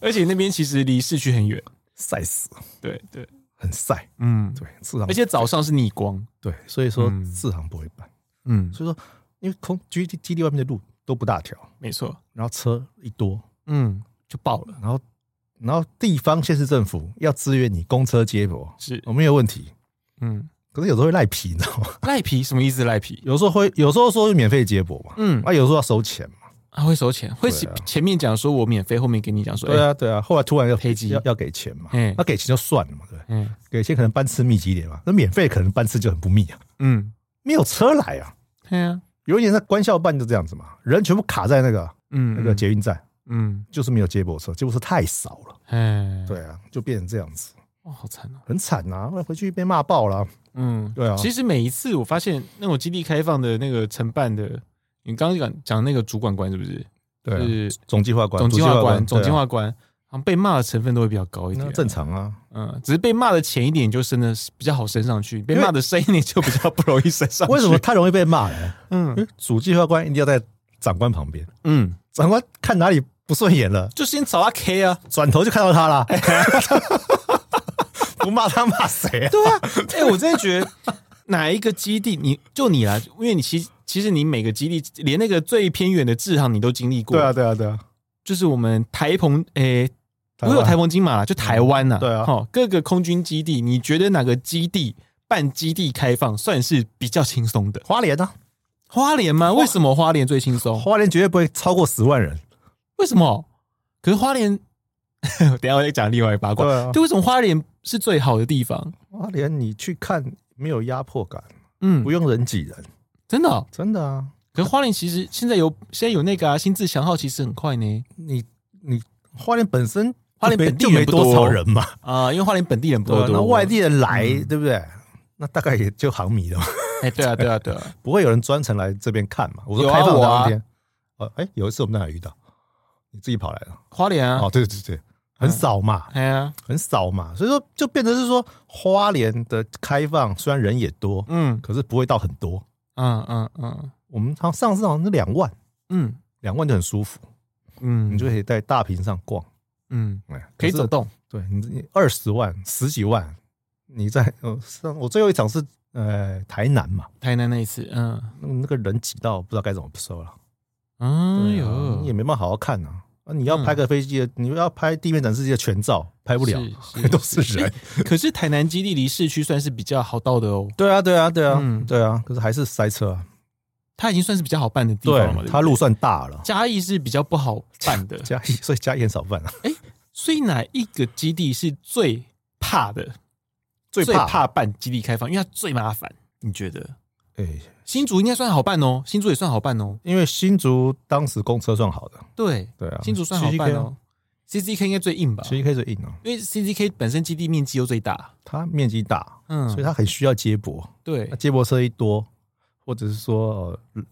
Speaker 2: 而且那边其实离市区很远，
Speaker 3: 晒死，
Speaker 2: 对对，
Speaker 3: 很晒。
Speaker 2: 嗯，
Speaker 3: 对，志航
Speaker 2: 而且早上是逆光，
Speaker 3: 对，所以说
Speaker 2: 嗯
Speaker 3: 志航不会办。
Speaker 2: 嗯，
Speaker 3: 所以说，因为空基地基地外面的路都不大条，
Speaker 2: 没错，
Speaker 3: 然后车一多，
Speaker 2: 嗯，就爆了，
Speaker 3: 然后然后地方县市政府要支援你公车接驳，
Speaker 2: 是，
Speaker 3: 我没有问题。
Speaker 2: 嗯，
Speaker 3: 可是有时候会赖皮，你知道吗？
Speaker 2: 赖皮什么意思？赖皮，
Speaker 3: 有时候会，有时候说是免费接驳嘛，
Speaker 2: 嗯，
Speaker 3: 啊，有时候要收钱嘛。
Speaker 2: 啊，会收钱，会
Speaker 3: 对啊
Speaker 2: 前面讲说我免费，后面给你讲说，
Speaker 3: 对啊，对啊。后来突然要
Speaker 2: 飞机
Speaker 3: 要要给钱嘛
Speaker 2: 嗯，
Speaker 3: 那给钱就算了嘛，对不对，
Speaker 2: 嗯
Speaker 3: 给钱可能班次密集一点嘛，那免费可能班次就很不密啊，
Speaker 2: 嗯，
Speaker 3: 没有车来啊。
Speaker 2: 对啊，
Speaker 3: 有一年在官校办就这样子嘛，人全部卡在那个
Speaker 2: 嗯，
Speaker 3: 那个捷运站，
Speaker 2: 嗯，
Speaker 3: 就是没有接驳车，接驳车太少了。
Speaker 2: 哎，，
Speaker 3: 对啊，就变成这样子，
Speaker 2: 哇，好惨哦，
Speaker 3: 很惨啊！后来回去被骂爆了啊。
Speaker 2: 嗯，
Speaker 3: 对啊
Speaker 2: 其实每一次我发现那种基地开放的那个承办的，你刚刚讲讲那个主管官是不是？
Speaker 3: 对啊，
Speaker 2: 是
Speaker 3: 总计划官，
Speaker 2: 总计划官，
Speaker 3: 对啊
Speaker 2: 总计划官，好像被骂的成分都会比较高一点
Speaker 3: 那，正常啊。
Speaker 2: 嗯，只是被骂的浅一点，就真的是比较好升上去；被
Speaker 3: 因为
Speaker 2: 骂的深一点，就比较不容易升上去。
Speaker 3: 为什么？太容易被骂了？
Speaker 2: 嗯
Speaker 3: 因为主计划官一定要在长官旁边，
Speaker 2: 嗯，
Speaker 3: 长官看哪里不顺眼了，
Speaker 2: 就先找他 K 啊。
Speaker 3: 转头就看到他了。 不骂他骂谁啊？
Speaker 2: 对啊，哎、我真的觉得哪一个基地，你就你啦，因为你其其实你每个基地，连那个最偏远的志航你都经历过。
Speaker 3: 对啊，，对啊，对啊。
Speaker 2: 就是我们台澎，哎、不
Speaker 3: 台湾
Speaker 2: 是有台澎金马啦，就台湾呐、
Speaker 3: 对啊
Speaker 2: 齁各个空军基地，你觉得哪个基地办基地开放算是比较轻松的？
Speaker 3: 花莲呢？
Speaker 2: 花莲吗？为什么花莲最轻松？
Speaker 3: 花莲绝对不会超过十万人。
Speaker 2: 为什么？可是花莲， 等一下我再讲另外一个八卦。
Speaker 3: 对啊
Speaker 2: 就为什么花莲是最好的地方？
Speaker 3: 花莲你去看没有压迫感，
Speaker 2: 嗯
Speaker 3: 不，用人挤人，
Speaker 2: 真的哦、
Speaker 3: 真的啊。
Speaker 2: 可是花莲其实现在有现在有那个啊，新自强号其实很快呢
Speaker 3: 你你花莲本身
Speaker 2: 花莲
Speaker 3: 就没
Speaker 2: 本地
Speaker 3: 就没
Speaker 2: 人不多
Speaker 3: 多少人嘛，嗯
Speaker 2: 啊、因为花莲本地人不
Speaker 3: 对
Speaker 2: 够
Speaker 3: 啊，
Speaker 2: 多，
Speaker 3: 那外地人来，对不对？那大概也就航迷了嘛，
Speaker 2: 哎、对啊对啊对啊，
Speaker 3: 不会有人专程来这边看嘛。我
Speaker 2: 有
Speaker 3: 说
Speaker 2: 啊
Speaker 3: 开放
Speaker 2: 我啊
Speaker 3: 当天，呃，哎，有一次我们那里遇到，你自己跑来了，
Speaker 2: 花莲啊
Speaker 3: 哦，，对对对，很少嘛，
Speaker 2: 哎呀、
Speaker 3: 很少嘛，所以说就变成是说花莲的开放虽然人也多，
Speaker 2: 嗯
Speaker 3: 可是不会到很多。
Speaker 2: 嗯嗯嗯
Speaker 3: 我们好像上次好像是两万，
Speaker 2: 嗯
Speaker 3: 两万就很舒服，
Speaker 2: 嗯，
Speaker 3: 你就可以在大屏上逛，
Speaker 2: 嗯，
Speaker 3: 哎，
Speaker 2: 可以
Speaker 3: 是
Speaker 2: 走动，
Speaker 3: 对你二十万、十几万，你在呃，上我最后一场是呃台南嘛，
Speaker 2: 台南那一次，嗯，
Speaker 3: 那那个人挤到不知道该怎么收了。
Speaker 2: 哎
Speaker 3: 对啊
Speaker 2: 呦，
Speaker 3: 你也没办法好好看呐、啊。你要
Speaker 2: 嗯
Speaker 3: 拍个飞机的，你要拍地面展示机的全照，拍不了，
Speaker 2: 是 是
Speaker 3: 都是人。
Speaker 2: 可是台南基地离市区算是比较好到的哦，
Speaker 3: 对啊，对啊，对啊，
Speaker 2: 嗯
Speaker 3: 对啊。可是还是塞车啊。
Speaker 2: 它已经算是比较好办的地方了嘛。对不对
Speaker 3: 它路算大了，
Speaker 2: 嘉义是比较不好办 的，
Speaker 3: 嘉义， 所以嘉义很少办啊。
Speaker 2: 所以哪一个基地是最怕的？
Speaker 3: 最怕
Speaker 2: 怕办基地开放，因为它最麻烦。你觉得
Speaker 3: 哎，
Speaker 2: 新竹应该算好办哦，新竹也算好办哦，
Speaker 3: 因为新竹当时公车算好的，
Speaker 2: 对，
Speaker 3: 对啊，
Speaker 2: 新竹算好办哦。C C K 应该最硬吧，
Speaker 3: 其实可以是硬啊，
Speaker 2: 因为 C C K 本身基地面积又最大，
Speaker 3: 它面积大，
Speaker 2: 嗯，
Speaker 3: 所以它很需要接驳。
Speaker 2: 对
Speaker 3: 那，接驳车一多，或者是说呃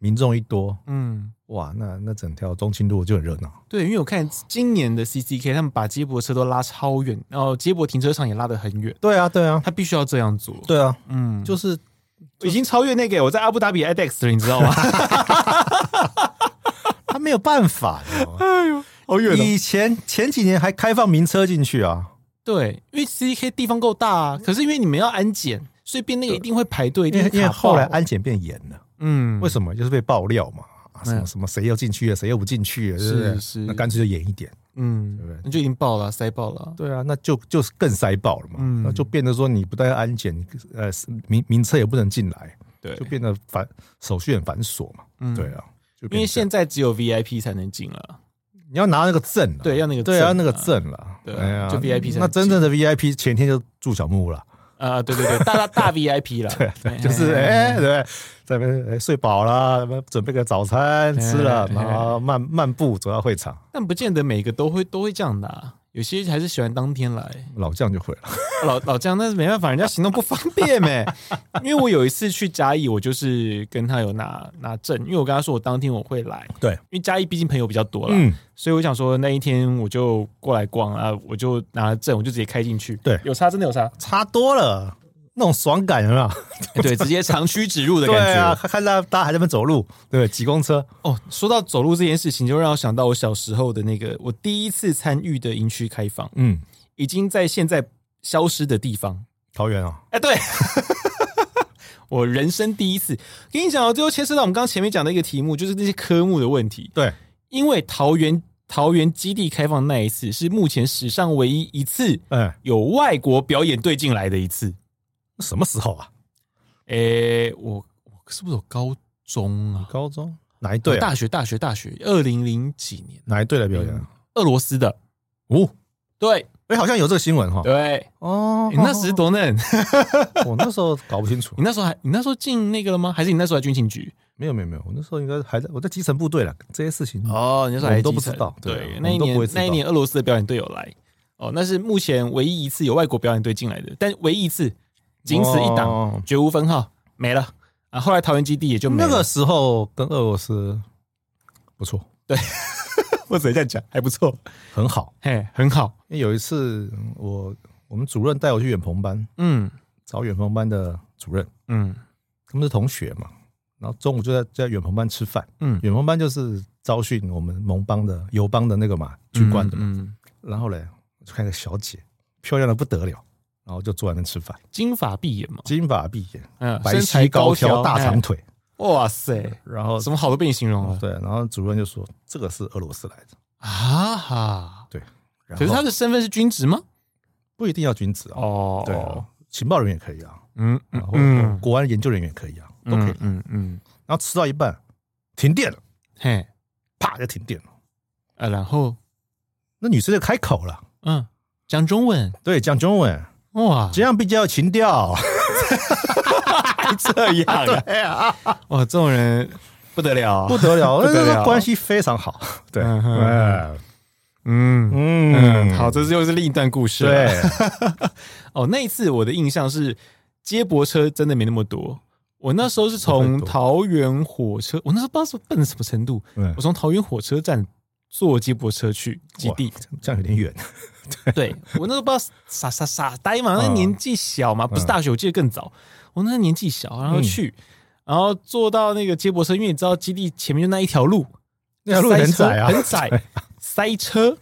Speaker 3: 民众一多，
Speaker 2: 嗯，
Speaker 3: 哇，那那整条中清路就很热闹。
Speaker 2: 对，因为我看今年的 C C K 他们把接驳车都拉超远，然后接驳停车场也拉得很远，
Speaker 3: 对啊，对啊，
Speaker 2: 他必须要这样做，
Speaker 3: 对啊，
Speaker 2: 嗯，就
Speaker 3: 就是
Speaker 2: 已经超越那个我在阿布达比 IDEX 了，你知道吗？
Speaker 3: 他没有办法，你知道吗？
Speaker 2: 哎好远哦
Speaker 3: 以前前几年还开放名车进去啊，
Speaker 2: 对，因为 C K 地方够大啊，可是因为你们要安检，所以变那个一定会排队，一
Speaker 3: 因
Speaker 2: 定
Speaker 3: 为因为
Speaker 2: 卡
Speaker 3: 后来
Speaker 2: 爆
Speaker 3: 安检变严了，
Speaker 2: 嗯，
Speaker 3: 为什么？就是被爆料嘛，啊什
Speaker 2: 嗯
Speaker 3: 么什么谁又进去了，啊谁又不进去了，
Speaker 2: 是
Speaker 3: 对不对
Speaker 2: 是
Speaker 3: 那干脆就严一点。
Speaker 2: 嗯
Speaker 3: 对不对，
Speaker 2: 那就已经爆了，塞爆了，
Speaker 3: 对啊，那就就是更塞爆了嘛，
Speaker 2: 嗯
Speaker 3: 那就变得说你不但要安检，呃，名名车也不能进来，
Speaker 2: 对
Speaker 3: 就变得繁手续很繁琐嘛。
Speaker 2: 嗯
Speaker 3: 对啊，就变成
Speaker 2: 因为现在只有 VIP 才能进了，
Speaker 3: 你要拿那个证啊，
Speaker 2: 对，要那个
Speaker 3: 对
Speaker 2: 证
Speaker 3: 啊，那个
Speaker 2: 啊
Speaker 3: 证了，
Speaker 2: 对
Speaker 3: 哎呀
Speaker 2: 就 VIP 才能
Speaker 3: 那真正的 VIP 前天就住小木屋了。
Speaker 2: 啊，对对对，大大大 VIP 啦，
Speaker 3: 对对， 就是哎、对不对，在那边哎睡饱了，准备个早餐吃了，
Speaker 2: 哎
Speaker 3: 然后漫漫步走到会场，
Speaker 2: 但不见得每个都会都会这样的啊，有些还是喜欢当天来。啊
Speaker 3: 老将就会了。
Speaker 2: 老老姜，那是没办法，人家行动不方便呗。 因为我有一次去嘉义，我就是跟他有拿拿证，因为我跟他说我当天我会来，
Speaker 3: 对
Speaker 2: 因为嘉义毕竟朋友比较多了，
Speaker 3: 嗯，
Speaker 2: 所以我想说那一天我就过来逛啊，我就拿了证，我就直接开进去。
Speaker 3: 对
Speaker 2: 有差真的有差，
Speaker 3: 差多了，那种爽感有没有？
Speaker 2: 哎对，直接长驱直入的
Speaker 3: 对
Speaker 2: 感
Speaker 3: 啊，
Speaker 2: 觉。
Speaker 3: 看看到大家还在那边走路，对，挤公车，
Speaker 2: 哦，说到走路这件事情，就让我想到我小时候的那个我第一次参与的营区开放，
Speaker 3: 嗯，
Speaker 2: 已经在现在消失的地方。
Speaker 3: 桃园啊，
Speaker 2: 哎，对， 我人生第一次跟你讲哦，这又牵涉到我们刚刚前面讲的一个题目，就是那些科目的问题。
Speaker 3: 对，
Speaker 2: 因为桃园桃园基地开放那一次是目前史上唯一一次
Speaker 3: 哎，
Speaker 2: 有外国表演队进来的一次。
Speaker 3: 什么时候啊？
Speaker 2: 诶，我我是不是有高中啊？
Speaker 3: 高中哪一队、啊？
Speaker 2: 大学大学大学，二零零几年，
Speaker 3: 哪一队来表演啊？
Speaker 2: 俄罗斯的。
Speaker 3: 哦，
Speaker 2: 对
Speaker 3: 哎，好像有这个新闻哈。
Speaker 2: 对，
Speaker 3: 哦
Speaker 2: 你那时多嫩，
Speaker 3: 我那时候搞不清楚
Speaker 2: 你，那时候还你那时候进那个了吗？还是你那时候在军情局？
Speaker 3: 没有没有没有，我那时候应该还在我在基层部队了，这些事情
Speaker 2: 哦，你那时候
Speaker 3: 我
Speaker 2: 还
Speaker 3: 们都
Speaker 2: 记
Speaker 3: 不知
Speaker 2: 得
Speaker 3: 道对啊
Speaker 2: 对
Speaker 3: 我，
Speaker 2: 那一
Speaker 3: 们都不会
Speaker 2: 年
Speaker 3: 知
Speaker 2: 那一
Speaker 3: 道
Speaker 2: 年俄罗斯的表演队有来，哦，那是目前唯一一次有外国表演队进来的，但唯一一次，仅此一档，
Speaker 3: 哦
Speaker 2: 绝无分号，没了。啊，后来桃园基地也就没
Speaker 3: 那
Speaker 2: 了。
Speaker 3: 个时候跟俄罗斯不错，
Speaker 2: 我只能这样讲，还不错，
Speaker 3: 很好。
Speaker 2: 嘿，很好，
Speaker 3: 因为有一次嗯我我们主任带我去远鹏班
Speaker 2: 嗯
Speaker 3: 找远鹏班的主任，
Speaker 2: 嗯
Speaker 3: 他们是同学嘛，然后中午就在在远鹏班吃饭。
Speaker 2: 嗯，
Speaker 3: 远鹏班就是招训我们盟邦的友邦的那个嘛，军官的嘛。
Speaker 2: 嗯，嗯
Speaker 3: 然后嘞，我就看一个小姐，漂亮的不得了，然后就坐在那边吃饭，
Speaker 2: 金发碧眼嘛，
Speaker 3: 金发碧眼，
Speaker 2: 嗯，
Speaker 3: 白
Speaker 2: 身材
Speaker 3: 皙高
Speaker 2: 挑，
Speaker 3: 挑，大长
Speaker 2: 嘿，
Speaker 3: 腿。
Speaker 2: 哇塞，
Speaker 3: 然后
Speaker 2: 什么好都被你形容了
Speaker 3: 对，然后主任就说这个是俄罗斯来的，
Speaker 2: 啊哈。
Speaker 3: 对。然
Speaker 2: 可是
Speaker 3: 后
Speaker 2: 他的身份是军职吗？
Speaker 3: 不一定要君子啊，
Speaker 2: 哦，
Speaker 3: 对啊，情报人员也可以啊，
Speaker 2: 嗯嗯
Speaker 3: 然后
Speaker 2: 嗯，
Speaker 3: 国安研究人员也可以啊，都可以。
Speaker 2: 嗯嗯嗯，
Speaker 3: 然后吃到一半停电了，
Speaker 2: 嘿，
Speaker 3: 啪就停电了。
Speaker 2: 啊，然后
Speaker 3: 那女生就开口了，
Speaker 2: 嗯，讲中文
Speaker 3: 对，讲中文，
Speaker 2: 啊哇，
Speaker 3: 这样比较有 情调。
Speaker 2: 这样 啊，
Speaker 3: 哎呀，
Speaker 2: 哇，这种人不得了，啊
Speaker 3: 不得 了，
Speaker 2: 不得了
Speaker 3: 那个关系非常好。对，
Speaker 2: 嗯哼
Speaker 3: 哎
Speaker 2: 嗯
Speaker 3: 嗯
Speaker 2: 嗯，好，，这又是另一段故事了。
Speaker 3: 对，
Speaker 2: 哦，那一次我的印象是接驳车真的没那么多。我那时候是
Speaker 3: 不
Speaker 2: 从
Speaker 3: 会多
Speaker 2: 桃园火车，我那时候不知道是笨到什么程度，
Speaker 3: 嗯
Speaker 2: 我从桃园火车站坐接驳车去基地。
Speaker 3: 这样有点远。
Speaker 2: 对我那时候不知道傻傻傻呆嘛，那
Speaker 3: 嗯嗯
Speaker 2: 年纪小嘛，不是大学，我记得更早。我那时候年纪小，然后去，然后 坐到那个接驳车，因为你知道基地前面就那一条路，
Speaker 3: 那条路很
Speaker 2: 塞车
Speaker 3: 窄啊
Speaker 2: 很窄。塞车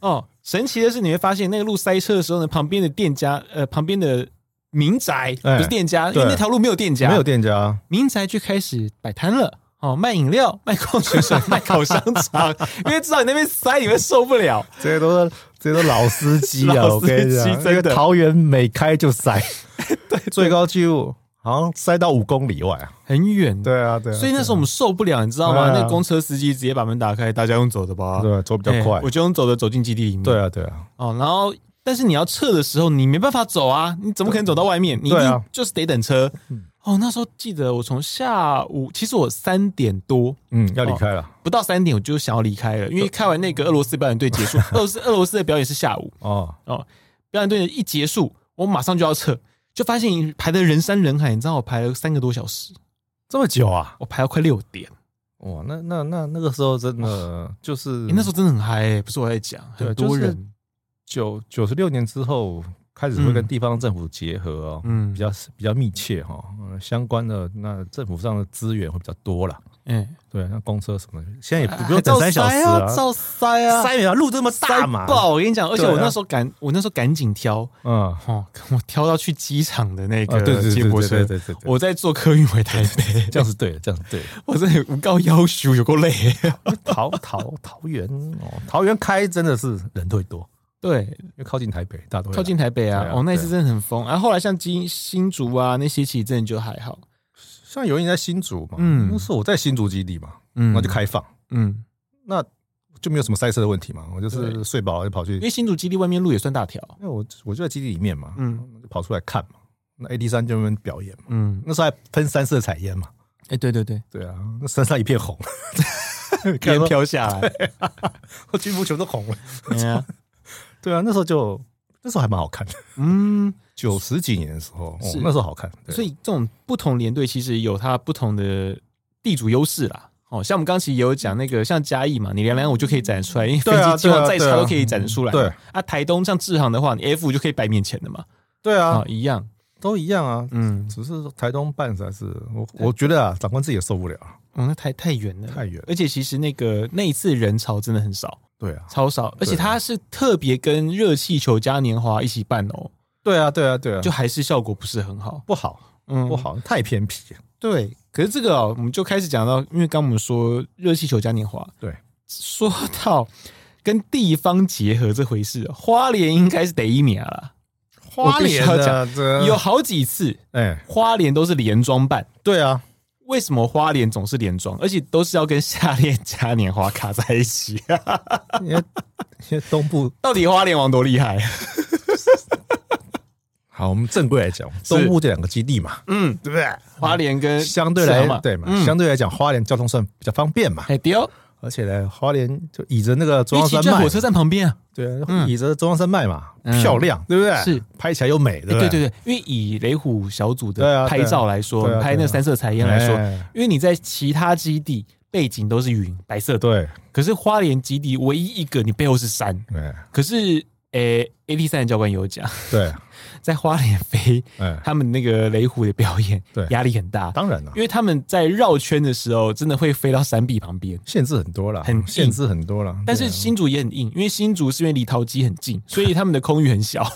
Speaker 2: 哦。神奇的是，你会发现那个路塞车的时候呢，旁边的店家，呃，旁边的民宅
Speaker 3: 哎
Speaker 2: 不是店家，因为
Speaker 3: 对
Speaker 2: 那条路没有啊店家，
Speaker 3: 没有店家，
Speaker 2: 民宅就开始摆摊了。哦，卖饮料、卖矿泉 水、卖烤香肠，因为知道你那边塞，你会受不 了。
Speaker 3: 这些都是这些都老司机 啊！
Speaker 2: 老
Speaker 3: 我
Speaker 2: 司机
Speaker 3: 跟你讲，
Speaker 2: 真的
Speaker 3: 那个桃园每开就 塞，最高纪录好像塞到五公里外啊！
Speaker 2: 很远。
Speaker 3: 对啊，对啊，
Speaker 2: 所以那时候我们受不了，你知道吗？
Speaker 3: 对啊
Speaker 2: 那公车司机直接把门打开，大家用走的吧，
Speaker 3: 对啊走比较快
Speaker 2: 哎我就用走的走进基地里面。
Speaker 3: 对啊，对啊，
Speaker 2: 哦，然后但是你要撤的时候，你没办法走啊，你怎么可能走到外面？你一
Speaker 3: 对啊嗯
Speaker 2: 定就是得等车。哦，那时候记得我从下午，其实我三点多。
Speaker 3: 嗯，要离开了
Speaker 2: 不到三点我就想要离开了，因为看完那个俄罗斯表演队结束， 俄罗斯俄罗斯的表演是下午
Speaker 3: 哦，
Speaker 2: 哦，表演队一结束，我马上就要撤，就发现排的人山人海，你知道我排了三个多小时，
Speaker 3: 这么久啊！
Speaker 2: 我排到快六点。
Speaker 3: 哇，那那那那个时候真的就是
Speaker 2: 欸、那时候真的很嗨、欸，不是我在讲，
Speaker 3: 对
Speaker 2: 很多人，
Speaker 3: 就是九九十六年之后开始会跟地方政府结合哦，
Speaker 2: 嗯
Speaker 3: 比，较比较密切哈、呃相关的那政府上的资源会比较多啦。
Speaker 2: 哎、
Speaker 3: 对，那公车什么的，现在也
Speaker 2: 欸，
Speaker 3: 不用等三小时
Speaker 2: 啊，
Speaker 3: 啊，
Speaker 2: 照塞啊，
Speaker 3: 塞啊，路这么大嘛，
Speaker 2: 爆！我跟你讲，而且
Speaker 3: 对啊
Speaker 2: 我那时候赶，我那时候赶紧挑，
Speaker 3: 嗯，
Speaker 2: 哦，我挑到去机场的那
Speaker 3: 啊对对
Speaker 2: 个
Speaker 3: 对
Speaker 2: 接驳车
Speaker 3: 对对对对对，对
Speaker 2: 我在坐客运回台北，
Speaker 3: 这样是对的，这样是对的。
Speaker 2: 我真的无告要求，有够 累。
Speaker 3: 桃桃桃园哦，桃园开真的是人都会多，
Speaker 2: 对，
Speaker 3: 因为靠近台北，大家都会来
Speaker 2: 靠近台北啊
Speaker 3: 对，啊
Speaker 2: 哦，那一次
Speaker 3: 对
Speaker 2: 真的很疯。然后后来像金新竹啊那些，其实真的就还好。
Speaker 3: 像有人在新竹嘛，
Speaker 2: 嗯
Speaker 3: 嗯，那时候我在新竹基地嘛，
Speaker 2: 嗯，
Speaker 3: 那就，开放，
Speaker 2: 嗯，
Speaker 3: 那就没有什么塞车的问题嘛，我就是
Speaker 2: 对
Speaker 3: 睡饱了就跑去
Speaker 2: 因，为新竹基地外面路也算大条。
Speaker 3: 因为我我就在基地里面嘛，
Speaker 2: 嗯
Speaker 3: 嗯，就跑出来看嘛，那 AD 三就在那边表演嘛，
Speaker 2: 嗯，
Speaker 3: 那时候还喷三色彩烟嘛，
Speaker 2: 哎、对对 对，
Speaker 3: 对啊，那身上一片红， 看
Speaker 2: 天
Speaker 3: 到
Speaker 2: 飘下 来，
Speaker 3: 我军服全都红了，
Speaker 2: 对啊，
Speaker 3: 对啊，那时候就那时候还蛮好看的，
Speaker 2: 嗯。
Speaker 3: 九十几年的时候，哦
Speaker 2: 是
Speaker 3: 那时候好看，对
Speaker 2: 所以这种不同连队其实有它不同的地主优势啦。哦，像我们刚刚其实也有讲那个，像嘉义嘛，你两两五就可以展得出来，因为飞
Speaker 3: 对啊
Speaker 2: 机机
Speaker 3: 对
Speaker 2: 况
Speaker 3: 啊
Speaker 2: 再
Speaker 3: 对
Speaker 2: 差
Speaker 3: 啊
Speaker 2: 都可以展得出来。
Speaker 3: 对
Speaker 2: 啊，台东像志航的话，你 F 五就可以摆面前的嘛，
Speaker 3: 对啊
Speaker 2: 啊，，一样。
Speaker 3: 都一样啊，
Speaker 2: 嗯，
Speaker 3: 只是台东办才是我，我觉得啊，长官自己也受不了，
Speaker 2: 哦，那太太远了，
Speaker 3: 太远了。
Speaker 2: 而且其实那个那一次人潮真的很少，
Speaker 3: 对啊，
Speaker 2: 超少，而且它是特别跟热气球嘉年华一起办哦，
Speaker 3: 对啊，对啊，对啊，
Speaker 2: 就
Speaker 3: 就
Speaker 2: 还是效果不是很好。
Speaker 3: 不好，
Speaker 2: 嗯
Speaker 3: 不好，太偏僻。
Speaker 2: 对，可是这个哦，我们就开始讲到，因为刚我们说热气球嘉年华，
Speaker 3: 对，
Speaker 2: 说到跟地方结合这回事，哦花莲应该是得一秒了。我
Speaker 3: 花莲
Speaker 2: 必须要
Speaker 3: 的这
Speaker 2: 有好几次
Speaker 3: 哎，
Speaker 2: 花莲都是连装办，
Speaker 3: 对啊，
Speaker 2: 为什么花莲总是连装，而且都是要跟夏天嘉年华卡在一起？啊
Speaker 3: 因为 因为东部
Speaker 2: 到底花莲王多厉害？
Speaker 3: 好，我们正规来讲，东部这两个基地嘛，
Speaker 2: 嗯，
Speaker 3: 对不对？
Speaker 2: 花莲跟
Speaker 3: 相对
Speaker 2: 是
Speaker 3: 来
Speaker 2: 嘛
Speaker 3: 对嘛，
Speaker 2: 嗯
Speaker 3: 相对来讲，花莲交通算比较方便嘛，
Speaker 2: 哎丢，
Speaker 3: 而且呢，花莲就倚着那个中
Speaker 2: 因为
Speaker 3: 央
Speaker 2: 其实
Speaker 3: 山
Speaker 2: 就在
Speaker 3: 脉
Speaker 2: 火，车站旁边啊。
Speaker 3: 对啊，
Speaker 2: 嗯
Speaker 3: 倚着中央山脉嘛，
Speaker 2: 嗯
Speaker 3: 漂亮，对不对？
Speaker 2: 是，
Speaker 3: 拍起来又美，对
Speaker 2: 欸
Speaker 3: 不
Speaker 2: 对
Speaker 3: 对
Speaker 2: 对对，因为以雷虎小组
Speaker 3: 对
Speaker 2: 的
Speaker 3: 啊对
Speaker 2: 拍
Speaker 3: 啊
Speaker 2: 照来说，
Speaker 3: 对啊
Speaker 2: 拍那个
Speaker 3: 对啊
Speaker 2: 三色彩烟来说
Speaker 3: 哎，
Speaker 2: 因为你在其他基地背景都是云白色的，
Speaker 3: 对
Speaker 2: 可是花莲基地唯一一个你背后是山，
Speaker 3: 对，哎
Speaker 2: 可是诶，A T 三的教官有讲，
Speaker 3: 对，
Speaker 2: 在花莲飞
Speaker 3: 哎，
Speaker 2: 他们那个雷虎的表演，
Speaker 3: 对
Speaker 2: 压力很大，
Speaker 3: 当然了
Speaker 2: 因。为他们在绕圈的时候，真的会飞到山壁旁边。
Speaker 3: 限制很多了，
Speaker 2: 很硬
Speaker 3: 限制很多了。
Speaker 2: 但是
Speaker 3: 对啊
Speaker 2: 新竹也很硬，因为新竹是因为离桃机很 近，所以他们的空域很小。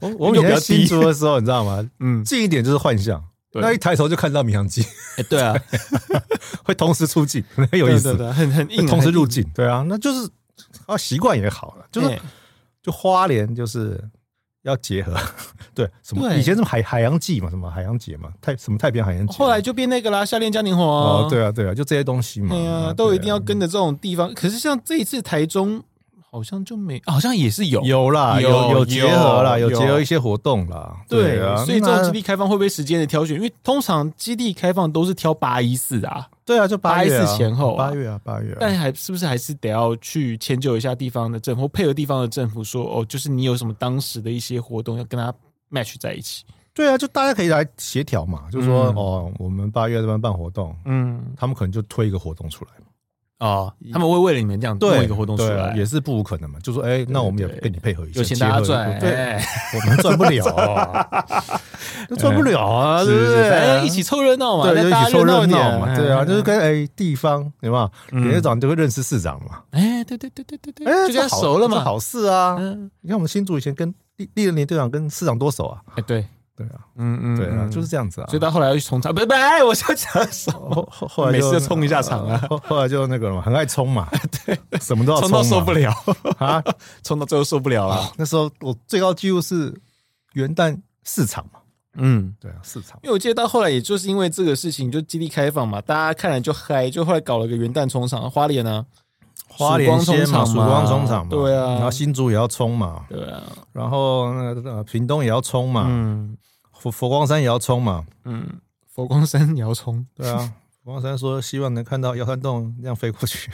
Speaker 3: 我我们
Speaker 2: 又
Speaker 3: 以
Speaker 2: 比较
Speaker 3: 前
Speaker 2: 低
Speaker 3: 新竹的时候，你知道吗？
Speaker 2: 嗯，
Speaker 3: 近一点就是幻象，
Speaker 2: 对
Speaker 3: 那一抬头就看到民航机，
Speaker 2: 哎，对 啊，
Speaker 3: 会同时出境，很有意
Speaker 2: 对对，
Speaker 3: 思
Speaker 2: 对 很很硬，
Speaker 3: 同时
Speaker 2: 很
Speaker 3: 入
Speaker 2: 硬，
Speaker 3: 境。对啊，那就是啊，习惯也好了，就是
Speaker 2: 哎
Speaker 3: 就花莲就是要结合， 对什么
Speaker 2: 对
Speaker 3: 以前什么海海洋季嘛，什么海洋节嘛，太什么太平洋海洋节，
Speaker 2: 后来就变那个啦，夏恋嘉年华、
Speaker 3: 哦，
Speaker 2: 啊，
Speaker 3: 对啊对啊，就这些东西嘛，
Speaker 2: 哎呀，
Speaker 3: 啊
Speaker 2: 都一定
Speaker 3: 对啊
Speaker 2: 要跟着这种地方。可是像这一次台中，好像就没，好像也是有。
Speaker 3: 有啦，
Speaker 2: 有
Speaker 3: 有
Speaker 2: 有
Speaker 3: 有结合啦，有
Speaker 2: 有
Speaker 3: 结合一些活动啦，
Speaker 2: 对
Speaker 3: 啊，
Speaker 2: 所以这种
Speaker 3: 那
Speaker 2: 基地开放会不会时间的挑选？因为通常基地开放都是挑八一四啊，
Speaker 3: 对啊，就八月啊
Speaker 2: 814前后啊
Speaker 3: 八月啊，八月啊，
Speaker 2: 但还是不是还是得要去迁就一下地方的政府，配合地方的政府说，哦，就是你有什么当时的一些活动要跟他 match 在一起。
Speaker 3: 对啊，就大家可以来协调嘛，就说、
Speaker 2: 嗯
Speaker 3: 哦，我们八月这边办活动，
Speaker 2: 嗯，
Speaker 3: 他们可能就推一个活动出来，
Speaker 2: 哦，他们会为了你们这样弄一个活动出
Speaker 3: 对啊
Speaker 2: 来，
Speaker 3: 也是不无可能嘛。就说哎、那我们也跟你配合一下，
Speaker 2: 有钱大家
Speaker 3: 结合
Speaker 2: 赚，
Speaker 3: 对，
Speaker 2: 哎
Speaker 3: 啊 我们赚不了、都做不了啊，对不对？
Speaker 2: 反哎正一起凑热闹嘛，
Speaker 3: 对，
Speaker 2: 那
Speaker 3: 就
Speaker 2: 大
Speaker 3: 一
Speaker 2: 家
Speaker 3: 起凑热闹
Speaker 2: 点
Speaker 3: 嘛，对啊，
Speaker 2: 哎
Speaker 3: 就是跟哎地方有没有？
Speaker 2: 嗯
Speaker 3: 连长就会认识市长嘛，
Speaker 2: 哎，对对对对对对，
Speaker 3: 哎，
Speaker 2: 就这样
Speaker 3: 这好
Speaker 2: 熟了
Speaker 3: 这
Speaker 2: 嘛。
Speaker 3: 好事啊。
Speaker 2: 嗯，
Speaker 3: 你看我们新竹以前跟历历任连队长跟市长多熟啊，
Speaker 2: 哎，对，
Speaker 3: 对啊，
Speaker 2: 嗯嗯，
Speaker 3: 对啊，
Speaker 2: 嗯
Speaker 3: 就是这样子啊。
Speaker 2: 所以到后来又去冲场，拜拜，哎我要讲什么？
Speaker 3: 后后后来
Speaker 2: 每次
Speaker 3: 就
Speaker 2: 都冲一下场啊
Speaker 3: 后后来就那个了嘛，很爱 冲嘛，对，什么都要
Speaker 2: 冲
Speaker 3: 嘛
Speaker 2: 到受不了
Speaker 3: 啊！
Speaker 2: 冲到最后受不了了。
Speaker 3: 那时候我最高纪录是元旦市场嘛，
Speaker 2: 嗯，
Speaker 3: 对啊，市场
Speaker 2: 因为我记得到后来，也就是因为这个事情，就基地开放嘛，大家看了就嗨，就后来搞了个元旦冲场，花莲啊，
Speaker 3: 花莲
Speaker 2: 曙光
Speaker 3: 先
Speaker 2: 冲
Speaker 3: 嘛，
Speaker 2: 场
Speaker 3: 曙光冲场嘛，
Speaker 2: 对啊，
Speaker 3: 然后新竹也要冲嘛，
Speaker 2: 对啊，
Speaker 3: 然后那个呃屏东也要冲嘛，
Speaker 2: 嗯
Speaker 3: 佛佛光山也要冲嘛，
Speaker 2: 嗯，佛光山也要冲
Speaker 3: 对啊，佛光山说希望能看到幺三洞这样飞过去，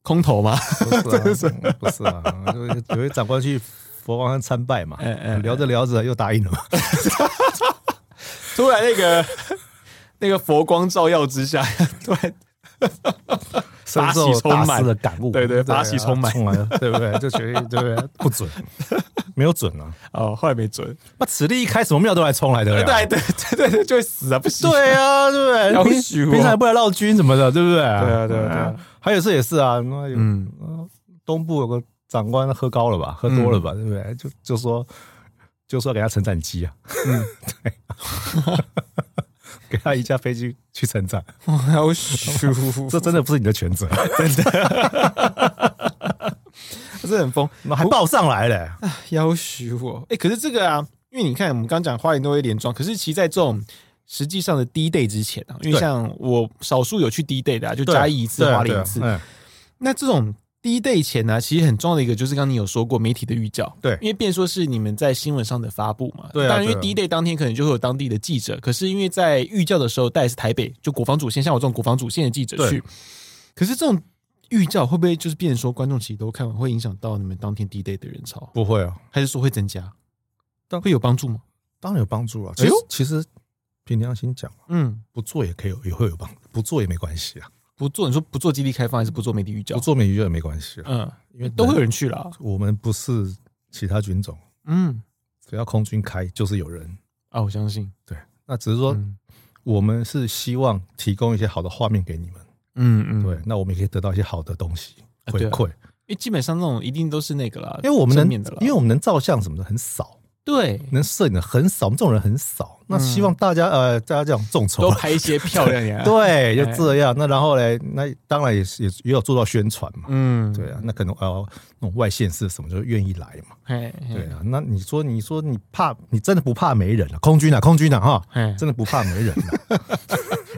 Speaker 2: 空投嘛，
Speaker 3: 不是啊，嗯 不是啊，就是有一长官去佛光山参拜嘛
Speaker 2: 哎哎哎，
Speaker 3: 聊着聊着又答应了嘛，
Speaker 2: 突然那个 那个佛光照耀之下， 突然
Speaker 3: 深受大师的感悟，
Speaker 2: 对对
Speaker 3: 啊
Speaker 2: 法喜充满
Speaker 3: 充满了，对不对？就觉得对不对？不 准，没有准啊！
Speaker 2: 哦，后来没准，
Speaker 3: 那此地一开，什么庙都来冲来的
Speaker 2: 对啊
Speaker 3: 了。
Speaker 2: 对对对对，就会死啊，不行，
Speaker 3: 啊对啊，对不对？
Speaker 2: 要
Speaker 3: 平
Speaker 2: 许我
Speaker 3: 平常也不来绕军什么的，对不对？对
Speaker 2: 啊对啊对啊。
Speaker 3: 还有一次也是啊，那有
Speaker 2: 嗯，
Speaker 3: 东部有个长官喝高了吧，喝多了吧，对不对？就就说就说给他乘战机啊，
Speaker 2: 嗯
Speaker 3: 对，嗯 给他一架飞机去乘战，
Speaker 2: 哇，嗯好舒服，
Speaker 3: 这真的不是你的 全责，
Speaker 2: 这很疯，
Speaker 3: 还报上来嘞。
Speaker 2: 要许我。哎、可是这个啊，因为你看，我们刚讲花莲都会连庄，可是其实在这种实际上的第一 day 之前啊，因为
Speaker 3: 对
Speaker 2: 像我少数有去第一 day 的、啊，就嘉义一次，
Speaker 3: 对啊
Speaker 2: 花莲一次。
Speaker 3: 对啊嗯
Speaker 2: 那这种第一 day 前呢、其实很重要的一个就是刚刚你有说过媒体的预教，
Speaker 3: 对
Speaker 2: 因为变说是你们在新闻上的发布嘛，
Speaker 3: 对啊
Speaker 2: 当然，因为
Speaker 3: 对啊
Speaker 2: 第一 day 当天可能就会有当地的记者，可是因为在预教的时候带的是台北，就国防主线，像我这种国防主线的记者去，可是这种。预教会不会就是变成说观众其实都看完，会影响到你们当天 D day 的人潮？
Speaker 3: 不会啊，
Speaker 2: 还是说会增加？
Speaker 3: 当
Speaker 2: 会有帮助吗？
Speaker 3: 当然有帮助啊。
Speaker 2: 哎
Speaker 3: 其
Speaker 2: 呦
Speaker 3: 实其实凭良心讲，啊
Speaker 2: 嗯，
Speaker 3: 不做也可以有，也会有帮助，不做也没关系啊，
Speaker 2: 不做你说不做基地开放，还是不做媒体预教
Speaker 3: 不？做美娱乐也没关系啊，
Speaker 2: 嗯，
Speaker 3: 因为
Speaker 2: 都会有人去啦。
Speaker 3: 我们不是其他军种，
Speaker 2: 嗯，
Speaker 3: 只要空军开就是有人。
Speaker 2: 啊，我相信。
Speaker 3: 对，那只是说
Speaker 2: 嗯
Speaker 3: 我们是希望提供一些好的画面给你们，
Speaker 2: 嗯嗯，
Speaker 3: 对，，那我们也可以得到一些好的东西
Speaker 2: 啊
Speaker 3: 回
Speaker 2: 对啊
Speaker 3: 馈，
Speaker 2: 因为基本上那种一定都是那个啦，
Speaker 3: 因为我们
Speaker 2: 正
Speaker 3: 能
Speaker 2: 面的啦，，
Speaker 3: 因为我们能照相什么的很少，
Speaker 2: 对
Speaker 3: 能摄影的很少，我们这种人很
Speaker 2: 嗯
Speaker 3: 少。那希望大家呃，大家这样众筹
Speaker 2: 都
Speaker 3: 啊，
Speaker 2: 拍一些漂亮呀。，
Speaker 3: 对，
Speaker 2: 哎
Speaker 3: 就这样。那然后嘞，那当然也是也也有做到宣传嘛，
Speaker 2: 嗯，
Speaker 3: 对啊，那可能呃那种外县市什么就愿意来嘛，
Speaker 2: 嘿，嘿
Speaker 3: 对，啊。那你说你说你怕你真的不怕没人了、空军啊，空军啊哈，
Speaker 2: 嘿，
Speaker 3: 真的不怕没 人了、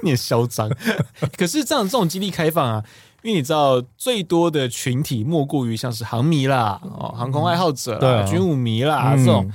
Speaker 2: 你很嚣张。 可是这样这种基地开放啊，因为你知道最多的群体莫过于像是航迷啦、哦航空爱好者
Speaker 3: 嗯对
Speaker 2: 啦、
Speaker 3: 啊
Speaker 2: 军武迷啦、
Speaker 3: 嗯
Speaker 2: 这种，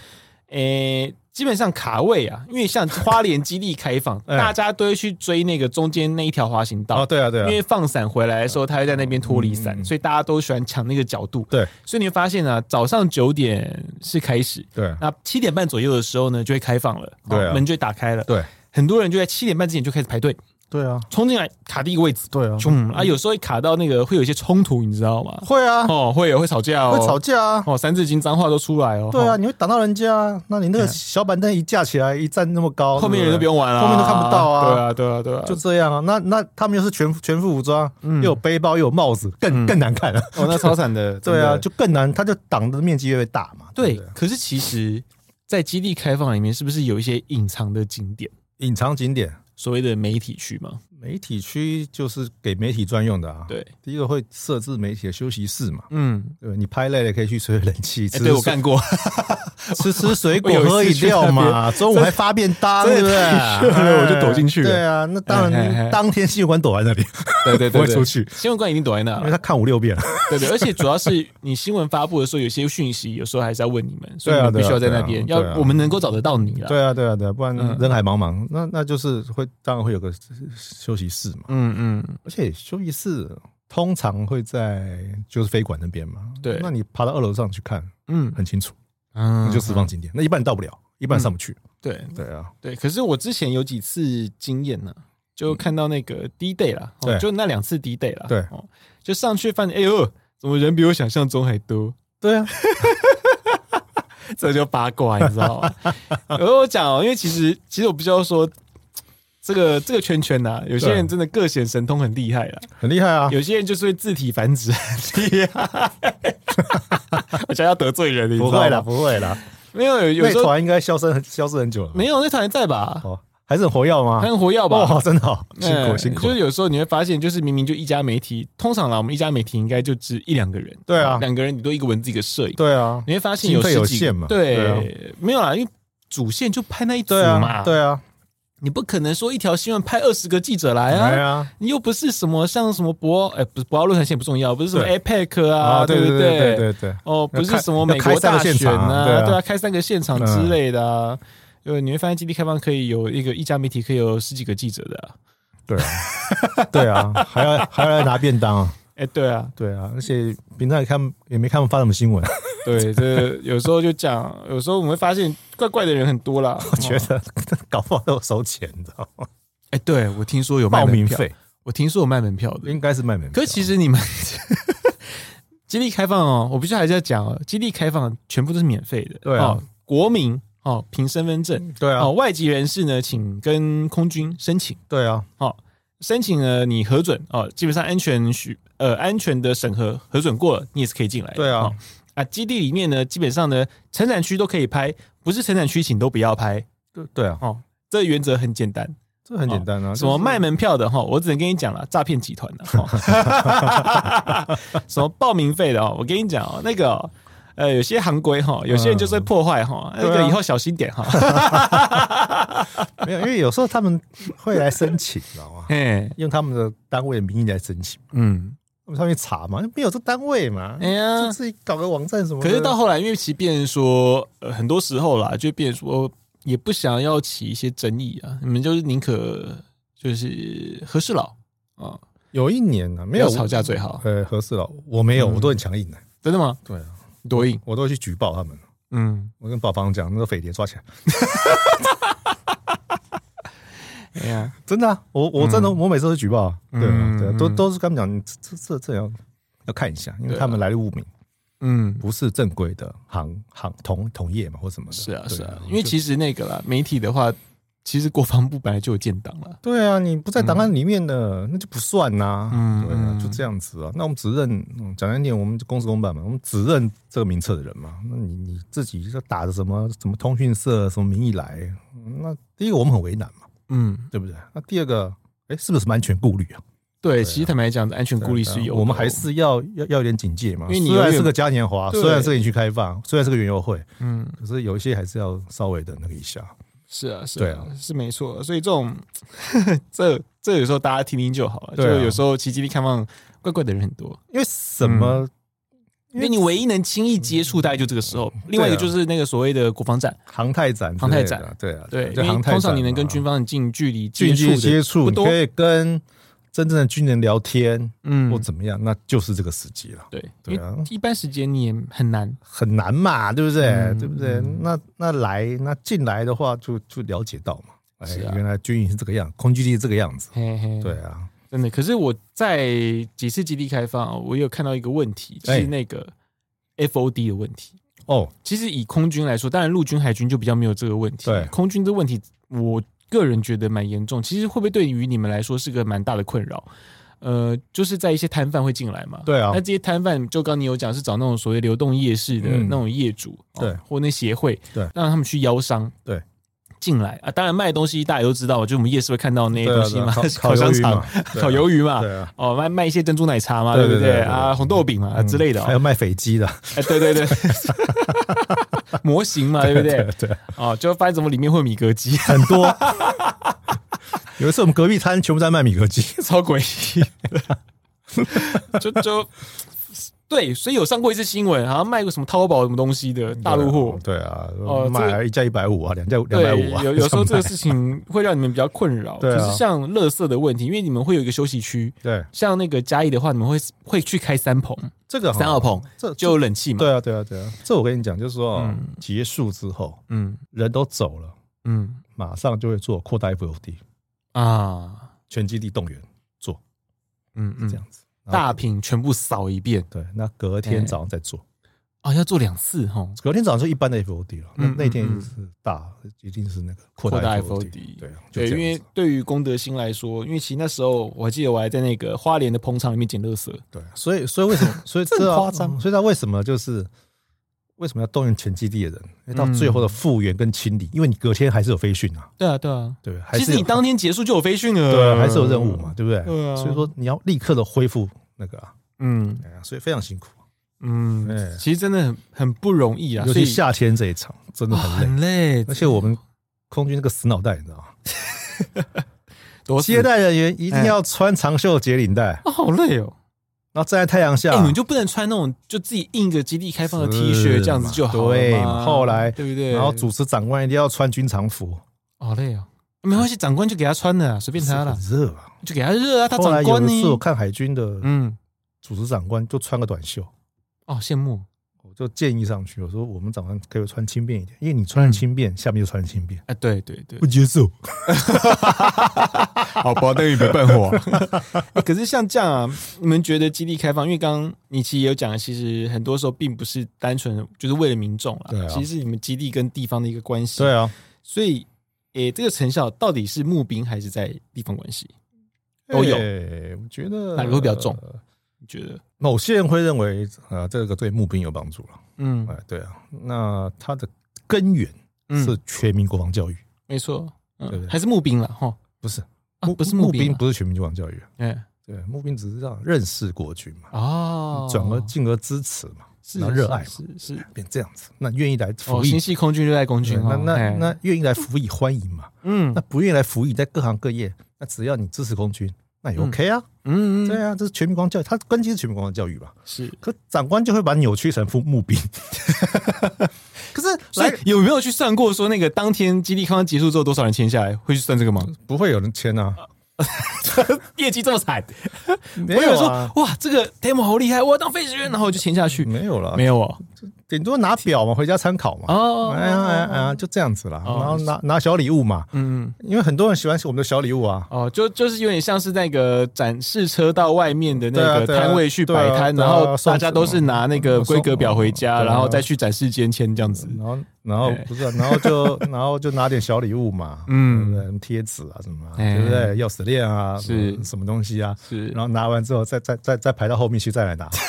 Speaker 2: 诶、基本上卡位啊，因为像花莲基地开放，
Speaker 3: 哎
Speaker 2: 大家都会去追那个中间那一条滑行道。
Speaker 3: 啊，对啊对
Speaker 2: 因为
Speaker 3: 啊，
Speaker 2: 放伞回来的时候，他会在那边脱离伞，
Speaker 3: 嗯嗯嗯
Speaker 2: 所以大家都喜欢抢那个角度。
Speaker 3: 对
Speaker 2: 所以你会发现啊，早上九点是开始，
Speaker 3: 对
Speaker 2: 那七点半左右的时候呢，就会开放了，
Speaker 3: 对啊
Speaker 2: 哦门就会打开了，
Speaker 3: 对
Speaker 2: 很多人就在七点半之前就开始排队
Speaker 3: 对啊
Speaker 2: 冲进来卡第一个位置，
Speaker 3: 对啊，
Speaker 2: 冲啊，有时候会卡到那个会有一些冲突，你知道吗？
Speaker 3: 会啊
Speaker 2: 哦，会有会吵架哦，
Speaker 3: 会吵架啊，
Speaker 2: 哦，三字经脏话都出来哦，
Speaker 3: 对啊，
Speaker 2: 哦，
Speaker 3: 你会打到人家啊，那你那个小板凳一架起来，一站那么高，
Speaker 2: 哦后面人都不
Speaker 3: 对
Speaker 2: 用玩了，
Speaker 3: 后面都看不到啊
Speaker 2: 对啊，对啊，对啊，
Speaker 3: 对就这样啊。那那他们又是全全副武装，
Speaker 2: 嗯
Speaker 3: 又有背包又有帽子，更更难看了。啊
Speaker 2: 哦，那超惨的，
Speaker 3: 对
Speaker 2: 真
Speaker 3: 啊，
Speaker 2: 的
Speaker 3: 就更难，他就挡的面积越来越大嘛。
Speaker 2: 对
Speaker 3: 不，
Speaker 2: 可是其实，在基地开放里面，是不是有一些隐藏的景点，
Speaker 3: 隐藏景点。
Speaker 2: 所谓的媒体区嘛？
Speaker 3: 媒体区就是给媒体专用的啊。，
Speaker 2: 对，
Speaker 3: 第一个会设置媒体的休息室嘛，
Speaker 2: 嗯，
Speaker 3: 对，你拍累了可以去吹冷气，
Speaker 2: 哎，
Speaker 3: 吃
Speaker 2: 对我干过，
Speaker 3: 吃吃水果
Speaker 2: 我有一次
Speaker 3: 喝饮料
Speaker 2: 去
Speaker 3: 嘛，中午还发便当，
Speaker 2: 真
Speaker 3: 对
Speaker 2: 的
Speaker 3: 不对？哎
Speaker 2: 太热了我就躲进去了
Speaker 3: 对啊，那当
Speaker 2: 哎哎哎
Speaker 3: 然，当天新闻馆躲在那里，
Speaker 2: 对对
Speaker 3: 不会出去，
Speaker 2: 新闻官一定躲在 那
Speaker 3: 因为，他看五六遍了。
Speaker 2: 对对，而且主要是你新闻发布的时候，有些讯息有时候还是要问你们，所以你
Speaker 3: 对啊
Speaker 2: 们必须要在
Speaker 3: 对啊
Speaker 2: 那边，
Speaker 3: 对
Speaker 2: 要
Speaker 3: 啊
Speaker 2: 我们能够找得到你了。，
Speaker 3: 对啊，对啊，对啊，不然
Speaker 2: 嗯
Speaker 3: 人海茫茫，那那就是会当然会有个休息室嘛，
Speaker 2: 嗯嗯，
Speaker 3: 而且休息室通常会在就是飞馆那边嘛。
Speaker 2: 对
Speaker 3: 那你爬到二楼上去看，
Speaker 2: 嗯
Speaker 3: 很清楚，
Speaker 2: 嗯
Speaker 3: 那就四方景点，那一半到不了，一半上不去。
Speaker 2: 对
Speaker 3: 对啊，
Speaker 2: 对。可是我之前有几次经验呢，就看到那个 D day 啦，哦
Speaker 3: 嗯对
Speaker 2: 就那两次 D day 啦，
Speaker 3: 对
Speaker 2: 哦，就
Speaker 3: 啊
Speaker 2: 上去发现，哎呦，怎么人比我想象中还多？
Speaker 3: 对啊，
Speaker 2: 这就八卦，你知道吗？ 我跟我讲哦，因为其实其实我必须要说，这个这个圈圈呐、有些人真的各显神通，很厉害啦。
Speaker 3: 很厉害啊！
Speaker 2: 有些人就是会字体繁殖很厉害， 我想要得罪人，你知
Speaker 3: 不
Speaker 2: 道
Speaker 3: 会啦，
Speaker 2: 吗？
Speaker 3: 不会啦，
Speaker 2: 没有，有有
Speaker 3: 那
Speaker 2: 时候
Speaker 3: 团应该消失很消失很久了。
Speaker 2: 没有那团还在吧？
Speaker 3: 哦，还是很活跃吗
Speaker 2: 还？很活跃吧？
Speaker 3: 哦，真的哦，辛苦
Speaker 2: 嗯
Speaker 3: 辛苦
Speaker 2: 就。是有时候你会发现，就是明明就一家媒体，通常啦，我们一家媒体应该就只一两个人，
Speaker 3: 对啊
Speaker 2: 两个人你多一个文字一个摄影，
Speaker 3: 对啊，
Speaker 2: 你会发现有
Speaker 3: 经费有
Speaker 2: 十几个
Speaker 3: 限嘛
Speaker 2: 对，
Speaker 3: 对啊
Speaker 2: 没有啦，因为主线就拍那一组
Speaker 3: 对
Speaker 2: 嘛，
Speaker 3: 啊，对啊，
Speaker 2: 你不可能说一条新闻拍二十个记者来啊。
Speaker 3: 哎呀，
Speaker 2: 你又不是什么像什么博，哎、不是博鳌论坛现在不重要，不是什么
Speaker 3: 对
Speaker 2: APEC 啊，
Speaker 3: 啊，对
Speaker 2: 不
Speaker 3: 对对对对对，
Speaker 2: 哦，不是
Speaker 3: 开
Speaker 2: 什么
Speaker 3: 要
Speaker 2: 美
Speaker 3: 开
Speaker 2: 国
Speaker 3: 三个
Speaker 2: 大
Speaker 3: 现
Speaker 2: 选
Speaker 3: 场
Speaker 2: 啊，
Speaker 3: 啊对啊嗯
Speaker 2: 对啊，开三个现场之类的啊，对，你会发现基地开放可以有一个一家媒体可以有十几个记者的、啊，
Speaker 3: 对啊，对 啊，还要还要来拿便当啊，
Speaker 2: 哎、对啊，
Speaker 3: 对啊，而且平常也看也没看他们发什么新闻，
Speaker 2: 哦 对，这有时候就讲，有时候我们会发现怪怪的人很多啦。哦
Speaker 3: 我 觉得 搞不好都有收钱，你知道吗？
Speaker 2: 哎、对我听说有卖
Speaker 3: 报名
Speaker 2: 门票，
Speaker 3: 费
Speaker 2: 我听说有卖门票的，
Speaker 3: 应该是卖门票，
Speaker 2: 可其实你们 基地开放哦，我必须还是要讲哦，基地开放全部都是免费的，
Speaker 3: 对啊
Speaker 2: 哦，国民哦凭身份证，
Speaker 3: 对啊
Speaker 2: 哦，外籍人士呢请跟空军申请。
Speaker 3: 对啊，
Speaker 2: 哦，申请了你核准哦，基本上安全许呃安全的审核核准过了，你也是可以进来的。
Speaker 3: 对啊
Speaker 2: 哦啊，基地里面呢，基本上呢，承展区都可以拍，不是承展区请都不要拍
Speaker 3: 对对啊，
Speaker 2: 哦。这原则很简单，
Speaker 3: 这很简单啊，
Speaker 2: 什么
Speaker 3: 就是
Speaker 2: 卖门票的哈、哦，我只能跟你讲了，诈骗集团的、哦， 什么报名费的哦，我跟你讲哦，那个哦、呃，有些行规哈、哦，有些人就是会破坏哈、哦，那
Speaker 3: 嗯对
Speaker 2: 个
Speaker 3: 啊
Speaker 2: 以后小心点哦哈、
Speaker 3: 没有，因为有时候他们会来申请，你知道吗？
Speaker 2: 嘿，
Speaker 3: 用他们的单位的名义来申请，
Speaker 2: 嗯，
Speaker 3: 他们上面查嘛，没有这单位嘛，
Speaker 2: 哎呀，
Speaker 3: 就自己搞个网站什么的。
Speaker 2: 可是到后来，因为其实变成说，呃，很多时候啦，就变成说也不想要起一些争议啊，你们就是宁可就是和事佬啊，
Speaker 3: 有一年呢、啊，
Speaker 2: 不
Speaker 3: 没
Speaker 2: 要
Speaker 3: 有
Speaker 2: 吵架最好，
Speaker 3: 呃，合适了，我
Speaker 2: 嗯
Speaker 3: 没有，我都很强硬的、
Speaker 2: 真的吗？
Speaker 3: 对啊，
Speaker 2: 多硬，
Speaker 3: 我都会去举报他们。
Speaker 2: 嗯，
Speaker 3: 我跟宝宝讲，那个匪谍抓起来，
Speaker 2: 哎呀，
Speaker 3: 真的、啊，我我真的，我每次都举报、啊，对啊
Speaker 2: 嗯
Speaker 3: 对啊
Speaker 2: 嗯，
Speaker 3: 都都是跟他们讲，你这这这样要看一下，因
Speaker 2: 啊
Speaker 3: 为他们来路不明，
Speaker 2: 嗯，
Speaker 3: 不是正规的行行同同业嘛，或什么的。
Speaker 2: 是啊，
Speaker 3: 对
Speaker 2: 是啊，因为其实那个啦，媒体的话，其实国防部本来就有建档了，
Speaker 3: 对啊，你不在档案里面的，那就不算呐、
Speaker 2: 嗯
Speaker 3: 对啊，就这样子啊。那我们只认，嗯讲难点，我们就公事公办嘛，我们只认这个名册的人嘛。那你你自己就打着什么什么通讯社什么名义来，那第一个我们很为难嘛，
Speaker 2: 嗯，
Speaker 3: 对不对？那第二个，哎，是不是什么安全顾虑啊？
Speaker 2: 对，其实坦白讲，安全顾虑是有的哦，
Speaker 3: 我们还是要要要有点警戒嘛。
Speaker 2: 因为你
Speaker 3: 虽
Speaker 2: 永
Speaker 3: 然
Speaker 2: 远
Speaker 3: 是个嘉年华，
Speaker 2: 对
Speaker 3: 虽然是个园区开放，虽然是个园游会，
Speaker 2: 嗯。
Speaker 3: 可是有一些还是要稍微的那个一下。
Speaker 2: 是啊，是
Speaker 3: 对
Speaker 2: 啊，是没错。所以这种 这这有时候大家听听就好了。
Speaker 3: 对啊
Speaker 2: 就有时候奇迹力开放怪怪的人很多，
Speaker 3: 因为什
Speaker 2: 嗯
Speaker 3: 么？
Speaker 2: 因为你唯一能轻易接触，大概就这个时候。另
Speaker 3: 啊
Speaker 2: 外一个就是那个所谓的国防展，
Speaker 3: 航太展之
Speaker 2: 航太
Speaker 3: 类的
Speaker 2: 展
Speaker 3: 啊，对啊，
Speaker 2: 对，
Speaker 3: 就
Speaker 2: 因为
Speaker 3: 航太
Speaker 2: 通常你
Speaker 3: 展
Speaker 2: 能跟
Speaker 3: 嘛
Speaker 2: 军方近距离
Speaker 3: 近
Speaker 2: 接
Speaker 3: 距离
Speaker 2: 触的
Speaker 3: 接触，
Speaker 2: 不
Speaker 3: 你
Speaker 2: 多
Speaker 3: 可以跟真正的军人聊天或
Speaker 2: 嗯，
Speaker 3: 怎么样，那就是这个时机了，
Speaker 2: 对，
Speaker 3: 对
Speaker 2: 因为
Speaker 3: 啊
Speaker 2: 一般时间你也很难，
Speaker 3: 很难嘛，对不对？
Speaker 2: 嗯
Speaker 3: 对不对？那那来那进来的话就，就了解到嘛，哎，
Speaker 2: 是啊嗯
Speaker 3: 原来军营是这个样，空军基地是这个样子，
Speaker 2: 嘿嘿，
Speaker 3: 对，啊，
Speaker 2: 真的。可是我在几次基地开放，啊我有看到一个问题，
Speaker 3: 哎
Speaker 2: 是那个 FOD 的问题。
Speaker 3: 哦，
Speaker 2: 其实以空军来说，当然陆军、海军就比较没有这个问题。
Speaker 3: 对
Speaker 2: 空军的问题，我个人觉得蛮严重。其实会不会对于你们来说是个蛮大的困扰？呃，就是在一些摊贩会进来嘛。
Speaker 3: 对啊
Speaker 2: 那这些摊贩，就刚你有讲是找那种所谓流动夜市的
Speaker 3: 嗯
Speaker 2: 那种业主，哦
Speaker 3: 对
Speaker 2: 或那协会，
Speaker 3: 对
Speaker 2: 让他们去邀商，
Speaker 3: 对。
Speaker 2: 进来啊，当然卖的东西大家都知道，就我们夜市会看到那些东西嘛，
Speaker 3: 对啊对啊烤
Speaker 2: 烤香肠、
Speaker 3: 烤
Speaker 2: 烤
Speaker 3: 鱿
Speaker 2: 鱿鱼 嘛，
Speaker 3: 对啊
Speaker 2: 哦卖卖一些珍珠奶茶嘛，
Speaker 3: 对
Speaker 2: 不
Speaker 3: 对对对
Speaker 2: 啊？
Speaker 3: 对
Speaker 2: 红豆饼嘛、啊之类的、哦
Speaker 3: 嗯还，有卖飞机的，
Speaker 2: 哎，对对对，模型 嘛，对不对？
Speaker 3: 对啊，
Speaker 2: 哦，就发现怎么里面会有米格机，
Speaker 3: 很多。有一次我们隔壁摊全部在卖米格机，
Speaker 2: 超诡异的， 就就对，所以有上过一次新闻，好像卖过什么淘宝什么东西的大陆货。
Speaker 3: 对啊，
Speaker 2: 哦这
Speaker 3: 买
Speaker 2: 个
Speaker 3: 一架一百五啊，两架两
Speaker 2: 对
Speaker 3: 百五啊，，
Speaker 2: 有有时候这个
Speaker 3: 样
Speaker 2: 事情会让你们比较困扰，
Speaker 3: 对啊
Speaker 2: 就是像垃圾的问题，因为你们会有一个休息区，
Speaker 3: 卖 对
Speaker 2: 像那个嘉义的话，你们会会去开三棚、
Speaker 3: 这个哈
Speaker 2: 三二棚，
Speaker 3: 这
Speaker 2: 就有冷气嘛。
Speaker 3: 哦对啊，对啊，对啊，这我跟你讲，就是说、
Speaker 2: 嗯
Speaker 3: 结束之后，
Speaker 2: 嗯
Speaker 3: 人都走了，
Speaker 2: 嗯
Speaker 3: 马上就会做扩大 FOD，
Speaker 2: 啊，
Speaker 3: 全基地动员做
Speaker 2: 嗯
Speaker 3: 这
Speaker 2: 嗯，
Speaker 3: 样子。然后
Speaker 2: 大屏全部扫一遍
Speaker 3: 哎对，那隔天早上再做，
Speaker 2: 哦，要做两次哦。
Speaker 3: 隔天早上就一般的 FOD 了，那
Speaker 2: 嗯
Speaker 3: 那天
Speaker 2: 嗯嗯
Speaker 3: 是大，一定是那个扩
Speaker 2: 扩大
Speaker 3: FOD，对啊，就
Speaker 2: 对，
Speaker 3: 这
Speaker 2: 因
Speaker 3: 样
Speaker 2: 为
Speaker 3: 子
Speaker 2: 对于功德心来说，因为其实那时候我还记得我还在那个花莲的棚厂里面捡垃圾，
Speaker 3: 对，啊所以所以为什 么？所以
Speaker 2: 这很
Speaker 3: 知道
Speaker 2: 夸张
Speaker 3: 嗯所以他为什么就是为什么要动用前基地的人？因为到最后的复原跟清理，因为你隔天还是有飞训啊，
Speaker 2: 对啊，对啊。
Speaker 3: 对，还
Speaker 2: 其实
Speaker 3: 是
Speaker 2: 你
Speaker 3: 有
Speaker 2: 当天结束就有飞讯了，
Speaker 3: 对啊，还是有任务嘛，。对不对？
Speaker 2: 对啊
Speaker 3: 所以说你要立刻的恢复那个啊，
Speaker 2: 嗯
Speaker 3: 哎呀所以非常辛苦，哎
Speaker 2: 嗯，其实真的很很不容易啊，
Speaker 3: 尤
Speaker 2: 所以
Speaker 3: 其夏天这一场真的
Speaker 2: 哇
Speaker 3: 很累，
Speaker 2: 很累，
Speaker 3: 而且我们空军那个死脑袋，你知道吗？
Speaker 2: 多
Speaker 3: 接待人员一定要穿长袖结领带，
Speaker 2: 哦，好累哦。
Speaker 3: 然后站在太阳下
Speaker 2: 哎，你。们就不能穿那种就自己印着基地开放的 T 恤
Speaker 3: 是
Speaker 2: 这样子
Speaker 3: 嘛
Speaker 2: 就好了
Speaker 3: 对
Speaker 2: 嘛
Speaker 3: 嘛后来
Speaker 2: 对不对？
Speaker 3: 然后主持长官一定要穿军常服，
Speaker 2: 好累哦，没关系，长官就给他穿的啊，随便他了，
Speaker 3: 是很热啊！
Speaker 2: 就给他热啊，他
Speaker 3: 后
Speaker 2: 长
Speaker 3: 来有
Speaker 2: 官
Speaker 3: 一次我
Speaker 2: 呢？
Speaker 3: 看海军的
Speaker 2: 嗯，
Speaker 3: 主持长官就穿个短袖，
Speaker 2: 哦，羡慕，
Speaker 3: 我就建议上去，我说我们早上可以穿轻便一点，因为你穿轻便，下面就穿轻便，
Speaker 2: 哎，对对嗯对，
Speaker 3: 接受。
Speaker 2: 好吧，等于没办法。 可是像这样啊，你们觉得基地开放？因为刚刚你其实有讲，其实很多时候并不是单纯就是为了民众啦，
Speaker 3: 对啊
Speaker 2: 其实是你们基地跟地方的一个关系。
Speaker 3: 对啊，
Speaker 2: 所以诶、这个成效到底是募兵还是在地方关系？都有
Speaker 3: 哎我觉得
Speaker 2: 哪个会比较重你觉得？
Speaker 3: 某些人会认为，呃，这个对募兵有帮助了。
Speaker 2: 嗯
Speaker 3: 哎、对啊，那它的根源
Speaker 2: 嗯，
Speaker 3: 是全民国防教育，
Speaker 2: 没错，嗯，
Speaker 3: 对不对
Speaker 2: 还是募兵了哈、
Speaker 3: 不是
Speaker 2: 啊，不是
Speaker 3: 募
Speaker 2: 兵
Speaker 3: 兵，
Speaker 2: 啦，
Speaker 3: 不是全民国防教育啊。
Speaker 2: 哎
Speaker 3: 对，募兵只是让认识国军嘛，
Speaker 2: 哦，
Speaker 3: 转而进而支持嘛，
Speaker 2: 是
Speaker 3: 然后热爱嘛
Speaker 2: 是是是
Speaker 3: 变这样子。那愿意来
Speaker 2: 哦，
Speaker 3: 服役
Speaker 2: 心，系空军热爱空
Speaker 3: 对
Speaker 2: 军哦
Speaker 3: 那，那
Speaker 2: 哎
Speaker 3: 那愿意来服役欢迎嘛。
Speaker 2: 嗯
Speaker 3: 那不愿意来服役，在各行各业，那只要你支持空军，那也 OK 啊。
Speaker 2: 嗯嗯
Speaker 3: 对啊，这是全民光教育，它关键是全民光教育吧。
Speaker 2: 是。
Speaker 3: 可长官就会把扭曲成副募兵， 可是
Speaker 2: 所以
Speaker 3: 来
Speaker 2: 有没有去算过说那个当天基地康结束之后多少人签下来？会去算这个吗？
Speaker 3: 不会有人签啊，
Speaker 2: 业绩这么惨，
Speaker 3: 没
Speaker 2: 我以为
Speaker 3: 有
Speaker 2: 说
Speaker 3: 啊，
Speaker 2: 哇，这个 demo 好厉害，我要当飞行员，然后我就签下去。
Speaker 3: 没有了，
Speaker 2: 没有哦，
Speaker 3: 顶多拿表嘛，回家参考嘛。
Speaker 2: 哦
Speaker 3: 哎呀哎呀哎呀，就这样子啦。
Speaker 2: 哦
Speaker 3: 然后拿拿小礼物嘛，
Speaker 2: 嗯，
Speaker 3: 因为很多人喜欢我们的小礼物啊。
Speaker 2: 哦，就就是有点像是那个展示车到外面的那个
Speaker 3: 对啊对啊
Speaker 2: 摊位去
Speaker 3: 对啊
Speaker 2: 摆摊，
Speaker 3: 对
Speaker 2: 然
Speaker 3: 啊
Speaker 2: 后
Speaker 3: 送
Speaker 2: 大家都是拿那个规格表回家，
Speaker 3: 送对啊
Speaker 2: 然后再去展示间签这样子。
Speaker 3: 然后，然后
Speaker 2: 哎
Speaker 3: 不是啊，然后就 然后就拿点小礼物嘛，
Speaker 2: 嗯
Speaker 3: 对不对什么贴纸啊，什么啊，
Speaker 2: 哎
Speaker 3: 对不对？钥匙链啊，
Speaker 2: 是
Speaker 3: 什么什么东西啊？
Speaker 2: 是
Speaker 3: 然后拿完之后，再再再再排到后面去再 来拿。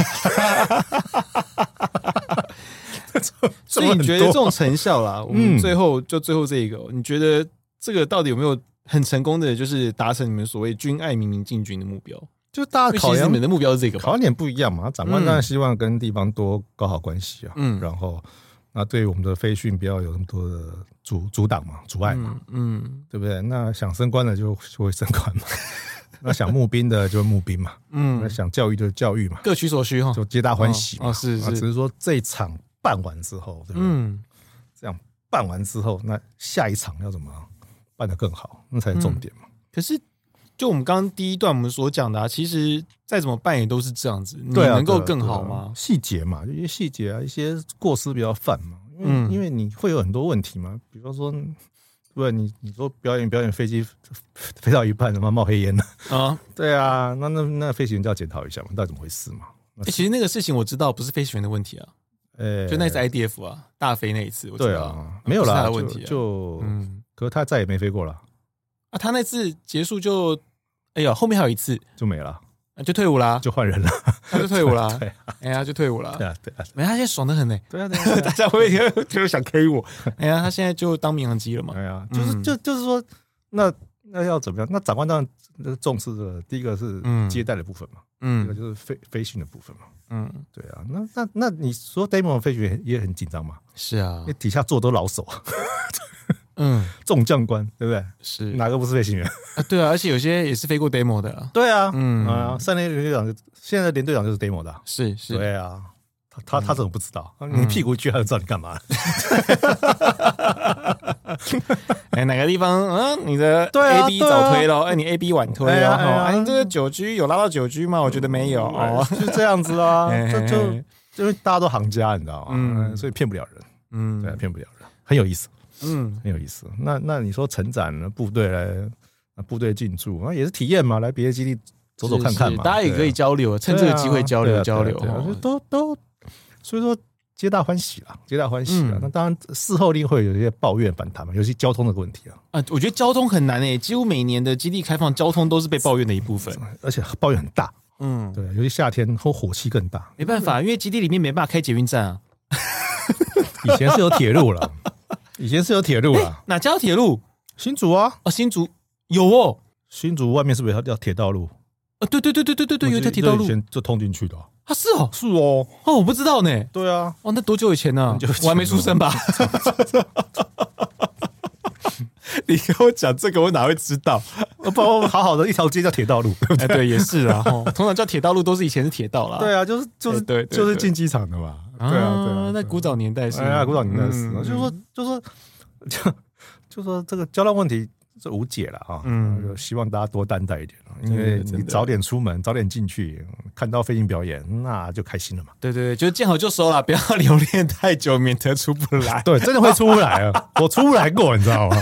Speaker 2: 所以你觉得这种成效 啦，我们
Speaker 3: 嗯
Speaker 2: 最后就最后这一个哦，你觉得这个到底有没有很成功的，就是达成你们所谓军爱民民进军的目标？
Speaker 3: 就大
Speaker 2: 因为
Speaker 3: 家
Speaker 2: 其
Speaker 3: 考
Speaker 2: 实
Speaker 3: 量
Speaker 2: 你们的目标是这个吧？
Speaker 3: 考点不一样嘛，长官当然希望跟地方多搞好关系啊，
Speaker 2: 嗯
Speaker 3: 然后那对我们的飞训不要有那么多的阻阻挡嘛、阻碍嘛，
Speaker 2: 嗯嗯
Speaker 3: 对不对？那想升官的就就会升官 嘛，那想募兵的就募兵嘛，那
Speaker 2: 嗯，
Speaker 3: 想教育就教育嘛，
Speaker 2: 各取所需哈。
Speaker 3: 就皆大欢喜
Speaker 2: 哦
Speaker 3: 嘛。
Speaker 2: 哦是
Speaker 3: 啊
Speaker 2: 是
Speaker 3: 只是说这一场办完之后，对不对？
Speaker 2: 嗯，
Speaker 3: 这样办完之后，那下一场要怎么办得更好，那才是
Speaker 2: 嗯
Speaker 3: 重点嘛。
Speaker 2: 可是就我们刚刚第一段我们所讲的啊，其实再怎么办也都是这样子，你
Speaker 3: 对啊，
Speaker 2: 能够
Speaker 3: 对啊
Speaker 2: 更
Speaker 3: 对啊
Speaker 2: 好吗？
Speaker 3: 细节嘛，一些细节啊，一些过失比较犯嘛，因为、
Speaker 2: 嗯
Speaker 3: 因为你会有很多问题嘛，比方说，不然你你说表演表演飞机飞到一半他妈冒黑烟 了，
Speaker 2: 啊，
Speaker 3: 对啊，那那那飞行员就要检讨一下嘛，到底怎么回事嘛？那
Speaker 2: 欸其实那个事情我知道不是飞行员的问题啊，
Speaker 3: 呃、
Speaker 2: 就那次 IDF 啊，大飞那一次，我知
Speaker 3: 对
Speaker 2: 道。
Speaker 3: 啊，没有
Speaker 2: 不是他
Speaker 3: 啦，
Speaker 2: 的
Speaker 3: 就
Speaker 2: 问题啊
Speaker 3: 就、
Speaker 2: 嗯，
Speaker 3: 可是他再也没飞过了，
Speaker 2: 啊，他那次结束就，哎呀，后面还有一次。
Speaker 3: 就没了，
Speaker 2: 啊就退伍啦，
Speaker 3: 就换人 了，
Speaker 2: 他就退伍啦
Speaker 3: 对，啊
Speaker 2: 哎呀，就退伍啦。
Speaker 3: 对啊，对啊，
Speaker 2: 没，他现在爽的很呢，
Speaker 3: 对啊，对啊，对
Speaker 2: 大
Speaker 3: 啊
Speaker 2: 家会不会就是想 K 我？哎呀，他现在就当民航机了嘛。
Speaker 3: 哎呀，
Speaker 2: 嗯
Speaker 3: 就是就就是说，那那要怎么样？那长官当然重视的，第一个是
Speaker 2: 嗯
Speaker 3: 接待的部分嘛，第一个
Speaker 2: 嗯
Speaker 3: 就是飞飞行的部分嘛。
Speaker 2: 嗯，
Speaker 3: 对啊，那那那你说 Damon 飞行员也很紧张嘛？
Speaker 2: 是啊
Speaker 3: 因为，底下坐都老手，
Speaker 2: 嗯
Speaker 3: 众将官，对不对？
Speaker 2: 是
Speaker 3: 哪个不是飞行 员？
Speaker 2: 啊，对啊，而且有些也是飞过 demo 的啊，
Speaker 3: 对啊，
Speaker 2: 嗯
Speaker 3: 啊，三连连队长就现在的连队长就是 Damon 的啊，
Speaker 2: 是是，嗯
Speaker 3: 对啊，他他他怎么不知道？你屁股一撅，他就知道你干嘛？
Speaker 2: 哎，哪个地方嗯，你的
Speaker 3: 对啊
Speaker 2: A B
Speaker 3: 对啊
Speaker 2: 早推咯，哎，你 A B 晚推
Speaker 3: 哎
Speaker 2: 哦，
Speaker 3: 呀哎呀嗯
Speaker 2: 哎，你这个九 G 有拉到九 G 吗？我觉得没有 哦，
Speaker 3: 就这样子啊，
Speaker 2: 嘿嘿
Speaker 3: 这就因为大家都行家，你知道
Speaker 2: 嗯
Speaker 3: 吗？所以骗不了人，对啊，
Speaker 2: 嗯
Speaker 3: 骗不了人，很有意思，
Speaker 2: 嗯，
Speaker 3: 很有意思。那那你说成长部队来，啊部队进驻，那也是体验嘛，来别的基地走走看看
Speaker 2: 是是
Speaker 3: 嘛，
Speaker 2: 大家也
Speaker 3: 对啊
Speaker 2: 可以交流，趁这个机会交哦
Speaker 3: 对
Speaker 2: 流
Speaker 3: 啊对
Speaker 2: 交
Speaker 3: 啊
Speaker 2: 流
Speaker 3: 对啊
Speaker 2: 哦
Speaker 3: 就，都都，所以说皆大欢喜啦，皆大欢喜啦。
Speaker 2: 嗯
Speaker 3: 那当然事后一定会有一些抱怨反弹嘛，尤其交通的问题啊，
Speaker 2: 啊，我觉得交通很难诶、几乎每年的基地开放，交通都是被抱怨的一部分。
Speaker 3: 而且抱怨很大，
Speaker 2: 嗯，
Speaker 3: 对，啊尤其夏天后火气更大。
Speaker 2: 没办法，因为基地里面没办法开捷运站啊。
Speaker 3: 以前是有铁路了， 以前是有铁路了，
Speaker 2: 哎哪家有铁路？
Speaker 3: 新竹啊，
Speaker 2: 哦，新竹有哦。
Speaker 3: 新竹外面是不是要要铁道路？
Speaker 2: 呃，对对对对对对对，有一条铁道
Speaker 3: 以
Speaker 2: 路
Speaker 3: 前就通进去的啊、
Speaker 2: 啊，是哦，
Speaker 3: 是哦，
Speaker 2: 哦，我不知道呢。
Speaker 3: 对啊，
Speaker 2: 哦，那多久以前呢、
Speaker 3: 久以前
Speaker 2: 我还没出生吧？ 你跟我讲这个，我哪会知道？
Speaker 3: 呃不，好好的一条街叫铁道 路。
Speaker 2: 哎，对，也是啊。吼通常叫铁道路都是以前是铁道啦。
Speaker 3: 对啊，就是就是
Speaker 2: 哎对对
Speaker 3: 就是
Speaker 2: 对
Speaker 3: 进机场的嘛。对啊，对啊，
Speaker 2: 那古早年代是，
Speaker 3: 哎呀，古早年代是，
Speaker 2: 嗯
Speaker 3: 就是说就是说 就就说这个交通问题是无解了啊。
Speaker 2: 嗯
Speaker 3: 嗯，就希望大家多担待一点啊，
Speaker 2: 的
Speaker 3: 因为
Speaker 2: 真
Speaker 3: 你
Speaker 2: 的
Speaker 3: 早点出门，早点进去，看到飞行表演，那就开心了嘛。
Speaker 2: 对对对，就是见好就收 啦，不要留恋太久，免得出不 来。
Speaker 3: 对，真的会出不来啊！我出不来过，你知 道吗？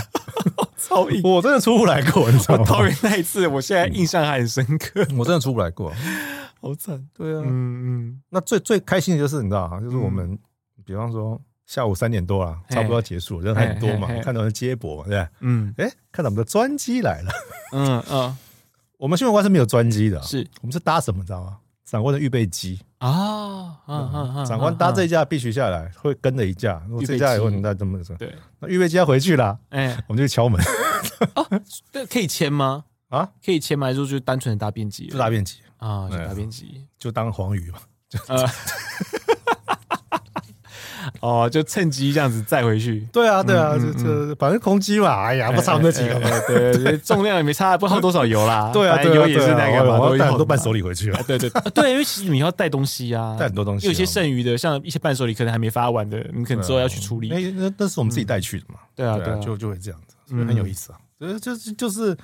Speaker 2: 超硬，
Speaker 3: 我真的出不来过，你知道
Speaker 2: 我
Speaker 3: 吗？
Speaker 2: 桃园那一次，我现在印象还很深刻，
Speaker 3: 我真的出不来过。
Speaker 2: 好惨。
Speaker 3: 对啊，
Speaker 2: 嗯嗯，
Speaker 3: 那最最开心的就是你知道哈，就是我们、比方说下午三点多了，
Speaker 2: 嘿
Speaker 3: 差不多要结束了，人很多嘛
Speaker 2: 嘿嘿嘿，
Speaker 3: 看到人接驳嘛，对不
Speaker 2: 嗯
Speaker 3: 对？哎，看到我们的专机来了，
Speaker 2: 嗯嗯，
Speaker 3: 我们新闻官是没有专机的啊，
Speaker 2: 是
Speaker 3: 我们是搭什么，你知道吗？长官的预备机，
Speaker 2: 啊啊啊啊！
Speaker 3: 长官搭这
Speaker 2: 啊
Speaker 3: 一架必须下来，会跟着一架，如果这架以后
Speaker 2: 预备机
Speaker 3: 你再这么说，
Speaker 2: 对，
Speaker 3: 那预备机要回去了，
Speaker 2: 哎，
Speaker 3: 我们就去敲门
Speaker 2: 这可以签吗？
Speaker 3: 啊，
Speaker 2: 可以签吗？还是说就单纯的搭便机而已？
Speaker 3: 就搭便机，
Speaker 2: 啊，就
Speaker 3: 哎
Speaker 2: 搭便机。
Speaker 3: 就当黄鱼嘛。
Speaker 2: 哦，就趁机这样子载回去。
Speaker 3: 对啊，对啊，
Speaker 2: 嗯
Speaker 3: 就就反正空机嘛，哎呀，不差我们这几个嘛。
Speaker 2: 哎，哎哎对，对重量也没差，不知道多少油啦。
Speaker 3: 对啊，
Speaker 2: 反
Speaker 3: 对
Speaker 2: 正
Speaker 3: 啊
Speaker 2: 油也是那个
Speaker 3: 对啊
Speaker 2: 嘛，
Speaker 3: 我要带
Speaker 2: 用
Speaker 3: 很多伴
Speaker 2: 嘛
Speaker 3: 手礼回去啊，
Speaker 2: 对对对对，因为其实你要带东西啊，
Speaker 3: 带很多东西啊
Speaker 2: 有些剩余的，像一些伴手礼可能还没发完的，你可能之后要去处理。
Speaker 3: 那啊那那是我们自己带去的嘛。
Speaker 2: 对啊，
Speaker 3: 嗯对
Speaker 2: 对
Speaker 3: 啊，
Speaker 2: 啊，
Speaker 3: 就就会这样子，所以很
Speaker 2: 嗯
Speaker 3: 有意思啊。呃，就是就是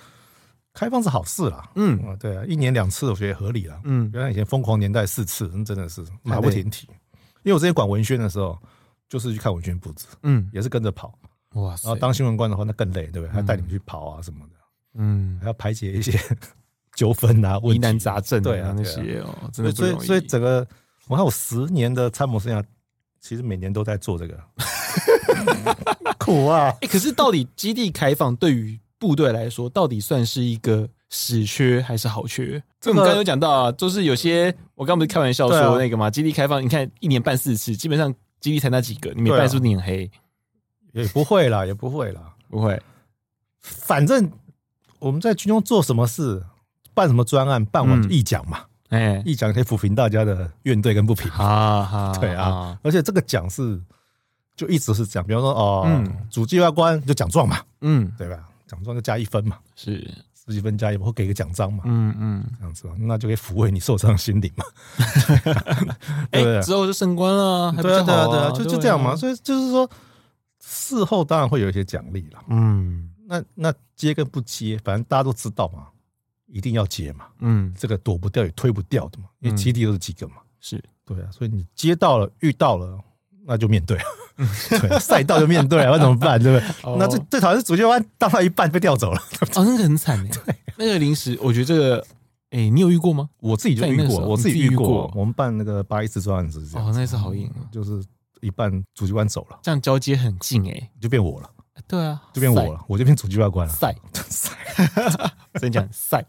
Speaker 3: 开放是好事啦，
Speaker 2: 嗯
Speaker 3: 嗯，对啊，一年两次我觉得也合理啦。
Speaker 2: 嗯
Speaker 3: 不像以前疯狂年代四次，嗯真的是马
Speaker 2: 太
Speaker 3: 不
Speaker 2: 累
Speaker 3: 停蹄。因为我之前管文宣的时候，就是去看文宣布置，
Speaker 2: 嗯，
Speaker 3: 也是跟着跑。
Speaker 2: 哇塞
Speaker 3: 然后，当新闻官的话，那更累，对不对？还带你们去跑啊什么的，
Speaker 2: 嗯，
Speaker 3: 还要排解一些 纠纷啊、问
Speaker 2: 疑
Speaker 3: 题
Speaker 2: 难杂症
Speaker 3: 对啊，
Speaker 2: 那
Speaker 3: 对啊
Speaker 2: 些哦，真
Speaker 3: 所
Speaker 2: 的
Speaker 3: 以
Speaker 2: 不容
Speaker 3: 所以
Speaker 2: 易。
Speaker 3: 所以整个，我看我十年的参谋生涯，其实每年都在 做这个，苦啊！
Speaker 2: 哎，可是到底基地开放对于部队来说，到底算是一个死缺还是好缺？这我们
Speaker 3: 这个
Speaker 2: 刚刚有讲到啊，就是有些我刚不是开玩笑
Speaker 3: 对啊
Speaker 2: 说那个嘛，基地开放，你看一年办四次，基本上基地才那几个，你没
Speaker 3: 对啊
Speaker 2: 办是不是你很黑？
Speaker 3: 也不会啦，也不会啦。
Speaker 2: 不会，
Speaker 3: 反正我们在军中做什么事，办什么专案，办完
Speaker 2: 嗯
Speaker 3: 就一奖嘛，
Speaker 2: 哎，
Speaker 3: 一奖可以抚平大家的怨怼跟不平。
Speaker 2: 哈哈，
Speaker 3: 对啊，，而且这个奖是就一直是这样，比方说哦，
Speaker 2: 嗯
Speaker 3: 主计外官就奖状嘛，
Speaker 2: 嗯，
Speaker 3: 对吧？奖状就加一分嘛，
Speaker 2: 是，
Speaker 3: 十几分加一分，或给个奖章嘛，
Speaker 2: 嗯嗯。
Speaker 3: 这样子嘛，那就可以抚慰你受伤的心灵嘛。
Speaker 2: 哎、
Speaker 3: 对不对
Speaker 2: 之后就升官了，还比
Speaker 3: 对
Speaker 2: 较
Speaker 3: 啊，
Speaker 2: 好
Speaker 3: 对啊，对啊，
Speaker 2: 啊，
Speaker 3: 就就这样嘛。
Speaker 2: 对啊
Speaker 3: 所以就是说，事后当然会有一些奖励啦。
Speaker 2: 嗯
Speaker 3: 那那接跟不接，反正大家都知道嘛，一定要接嘛。
Speaker 2: 嗯，
Speaker 3: 这个躲不掉也推不掉的嘛，因为基地都是几个嘛，
Speaker 2: 是
Speaker 3: 对啊，所以你接到了遇到了，那就面对啊，
Speaker 2: 嗯
Speaker 3: 对，赛道就面对啊，那怎么办？对不对？
Speaker 2: 哦
Speaker 3: 那最最讨厌是主教官当到一半被调走了，
Speaker 2: 哦，那个很惨哎、那个临时，我觉得这个，哎、你有遇过吗？
Speaker 3: 我自己就
Speaker 2: 在你那
Speaker 3: 遇
Speaker 2: 时
Speaker 3: 过，
Speaker 2: 候
Speaker 3: 我自己
Speaker 2: 你自己
Speaker 3: 遇
Speaker 2: 遇
Speaker 3: 过
Speaker 2: 过，
Speaker 3: 我们办那个八一四专案子是嗯这
Speaker 2: 哦
Speaker 3: 样，，
Speaker 2: 那次好硬啊，
Speaker 3: 就是一半主教官走了，
Speaker 2: 这样交接很近哎、
Speaker 3: 就变我了，
Speaker 2: 对啊，
Speaker 3: 就变我了，我就变主教官了，
Speaker 2: 赛。
Speaker 3: 塞
Speaker 2: 赛，真讲赛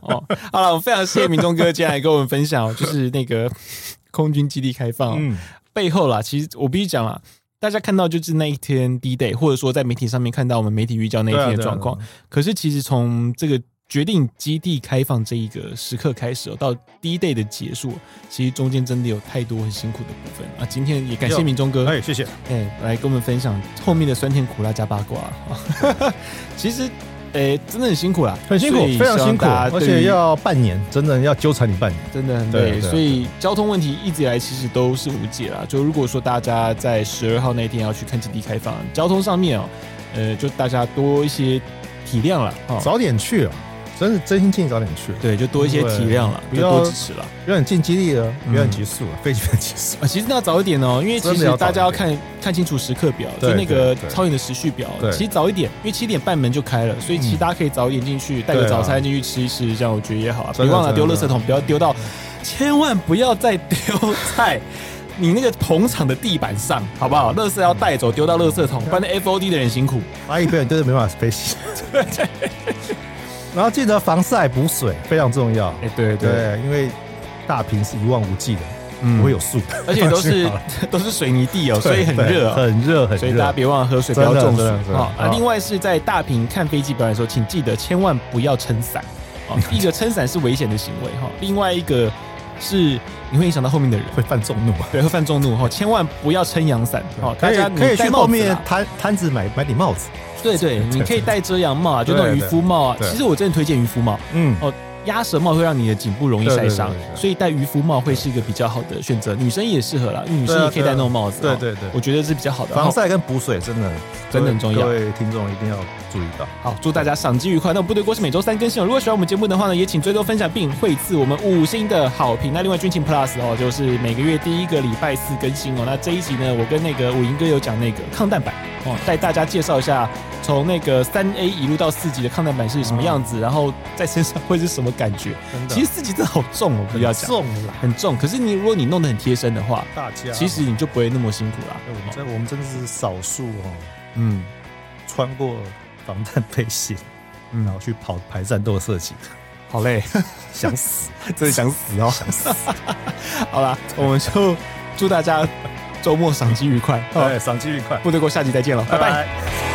Speaker 2: 哦。好了，我非常谢谢明忠哥今天来跟我们分享哦，就是那个空军基地开放、哦，
Speaker 3: 嗯，
Speaker 2: 背后啦，其实我必须讲啦，大家看到就是那一天 D day，或者说在媒体上面看到我们媒体预交那一
Speaker 3: 对啊
Speaker 2: 天的
Speaker 3: 对啊
Speaker 2: 状况。
Speaker 3: 对啊
Speaker 2: 可是其实从这个决定基地开放这一个时刻开始、哦，到 D day 的结束，其实中间真的有太多很辛苦的部分啊。今天也感谢
Speaker 3: 有
Speaker 2: 明忠哥，
Speaker 3: 哎，谢谢，
Speaker 2: 哎，来跟我们分享后面的酸甜苦辣加八卦。 其实，哎，真的很辛苦啦，
Speaker 3: 很辛苦
Speaker 2: 所以，
Speaker 3: 非常
Speaker 2: 希望
Speaker 3: 辛苦，
Speaker 2: 大家
Speaker 3: 而
Speaker 2: 对
Speaker 3: 且
Speaker 2: 于
Speaker 3: 要半年，真的要纠缠你半年，
Speaker 2: 真的很
Speaker 3: 对
Speaker 2: 累，
Speaker 3: 对
Speaker 2: 所以交通问题一直以来其实都是无解啦。就如果说大家在十二号那一天要去看基地开放，交通上面哦，呃，就大家多一些体谅了，哦，
Speaker 3: 早点去啊，真是真心建议早点去，啊
Speaker 2: 对，就多一些体谅了，
Speaker 3: 对
Speaker 2: 就
Speaker 3: 不要
Speaker 2: 多支持了。
Speaker 3: 不要很进基地了，
Speaker 2: 嗯
Speaker 3: 不要很急速了，飞机不要很急速。
Speaker 2: 啊，其实那要早一点哦，因为其
Speaker 3: 真的
Speaker 2: 实
Speaker 3: 要早
Speaker 2: 大
Speaker 3: 一点
Speaker 2: 家要看看清楚时刻表，
Speaker 3: 对
Speaker 2: 就那个
Speaker 3: 对对
Speaker 2: 超远的时序表，
Speaker 3: 对
Speaker 2: 其实早一点，因为七点半门就开了，所以其实
Speaker 3: 嗯
Speaker 2: 大家可以早一点进去，带个
Speaker 3: 对啊
Speaker 2: 早餐进去吃一吃，这样我觉得也好啊。别
Speaker 3: 真的
Speaker 2: 忘了
Speaker 3: 真
Speaker 2: 丢
Speaker 3: 的
Speaker 2: 垃圾桶，不要丢到，千万不要再丢在你那个捧场的地板上，好不好？垃圾要带走，丢到垃圾桶，不然那 FOD 的人辛苦。
Speaker 3: 蚂蚁表演真的没办法飞 行。然后记得防晒补水非常重要。
Speaker 2: 哎、对对，
Speaker 3: 对，因为大屏是一望无际的，
Speaker 2: 嗯
Speaker 3: 不会有树，
Speaker 2: 而且都是
Speaker 3: 幸好
Speaker 2: 都是水泥地哦，所以很
Speaker 3: 对
Speaker 2: 热哦。
Speaker 3: 很热，很
Speaker 2: 所以大家
Speaker 3: 热。
Speaker 2: 别忘了喝水，不要
Speaker 3: 真的
Speaker 2: 中暑
Speaker 3: 真的真的
Speaker 2: 哦啊！
Speaker 3: 好
Speaker 2: 另外是在大屏看飞机表演的时候，请记得千万不要撑伞 哦。第一个撑伞是危险的行为哈，另外一个是你会影响到后面的人，
Speaker 3: 会犯众怒啊！
Speaker 2: 对，会犯众怒哈，千万不要撑阳伞哦。大
Speaker 3: 可以
Speaker 2: 家
Speaker 3: 可以
Speaker 2: 你戴
Speaker 3: 去
Speaker 2: 帽
Speaker 3: 后
Speaker 2: 子
Speaker 3: 面
Speaker 2: 啦
Speaker 3: 摊摊子买买顶帽子，
Speaker 2: 对 对，你可以戴遮阳帽啊，就
Speaker 3: 对
Speaker 2: 那种渔夫帽啊。
Speaker 3: 对对
Speaker 2: 其实我真的推荐渔夫帽，
Speaker 3: 嗯
Speaker 2: 哦鸭舌帽会让你的颈部容易
Speaker 3: 对对
Speaker 2: 晒
Speaker 3: 对
Speaker 2: 伤
Speaker 3: 对对，对
Speaker 2: 所以戴渔夫帽会是一个比较好的选择。女生也适合啦，因为女
Speaker 3: 对啊
Speaker 2: 生也可以戴那种帽子。
Speaker 3: 对
Speaker 2: 哦
Speaker 3: 对对
Speaker 2: 我觉得是比较好的。
Speaker 3: 防
Speaker 2: 然后
Speaker 3: 晒跟补水真的
Speaker 2: 真的很重要
Speaker 3: 各位听众一定要注意到。
Speaker 2: 好，祝大家赏金愉快。那我们部队锅是每周三更新哦。如果喜欢我们节目的话呢，也请追多分享并惠赐我们五星的好评。那另外军情 Plus 哦，就是每个月第一个礼拜四更新哦。那这一集呢，我跟那个五营哥有讲那个抗蛋版哦，带大家介绍一下从那个三 A 一路到四级的抗蛋版是什么样子，然后在身上会是什么感觉。其实四级真的好重哦，不
Speaker 3: 很
Speaker 2: 要讲
Speaker 3: 重啦，
Speaker 2: 很重，可是你如果你弄得很贴身的话，
Speaker 3: 大家
Speaker 2: 其实你就不会那么辛苦啦
Speaker 3: 哎。啊我们真我们真的是少数哦，
Speaker 2: 嗯，
Speaker 3: 穿过防弹背心，
Speaker 2: 嗯
Speaker 3: 然后去跑排战斗射击，
Speaker 2: 好嘞，
Speaker 3: 想死，
Speaker 2: 真的想
Speaker 3: 死哦，想死！
Speaker 2: 好啦，我们就祝大家周末赏金愉快。好，
Speaker 3: 对，赏金愉快，
Speaker 2: 部队锅下集再见了，拜拜
Speaker 3: 拜。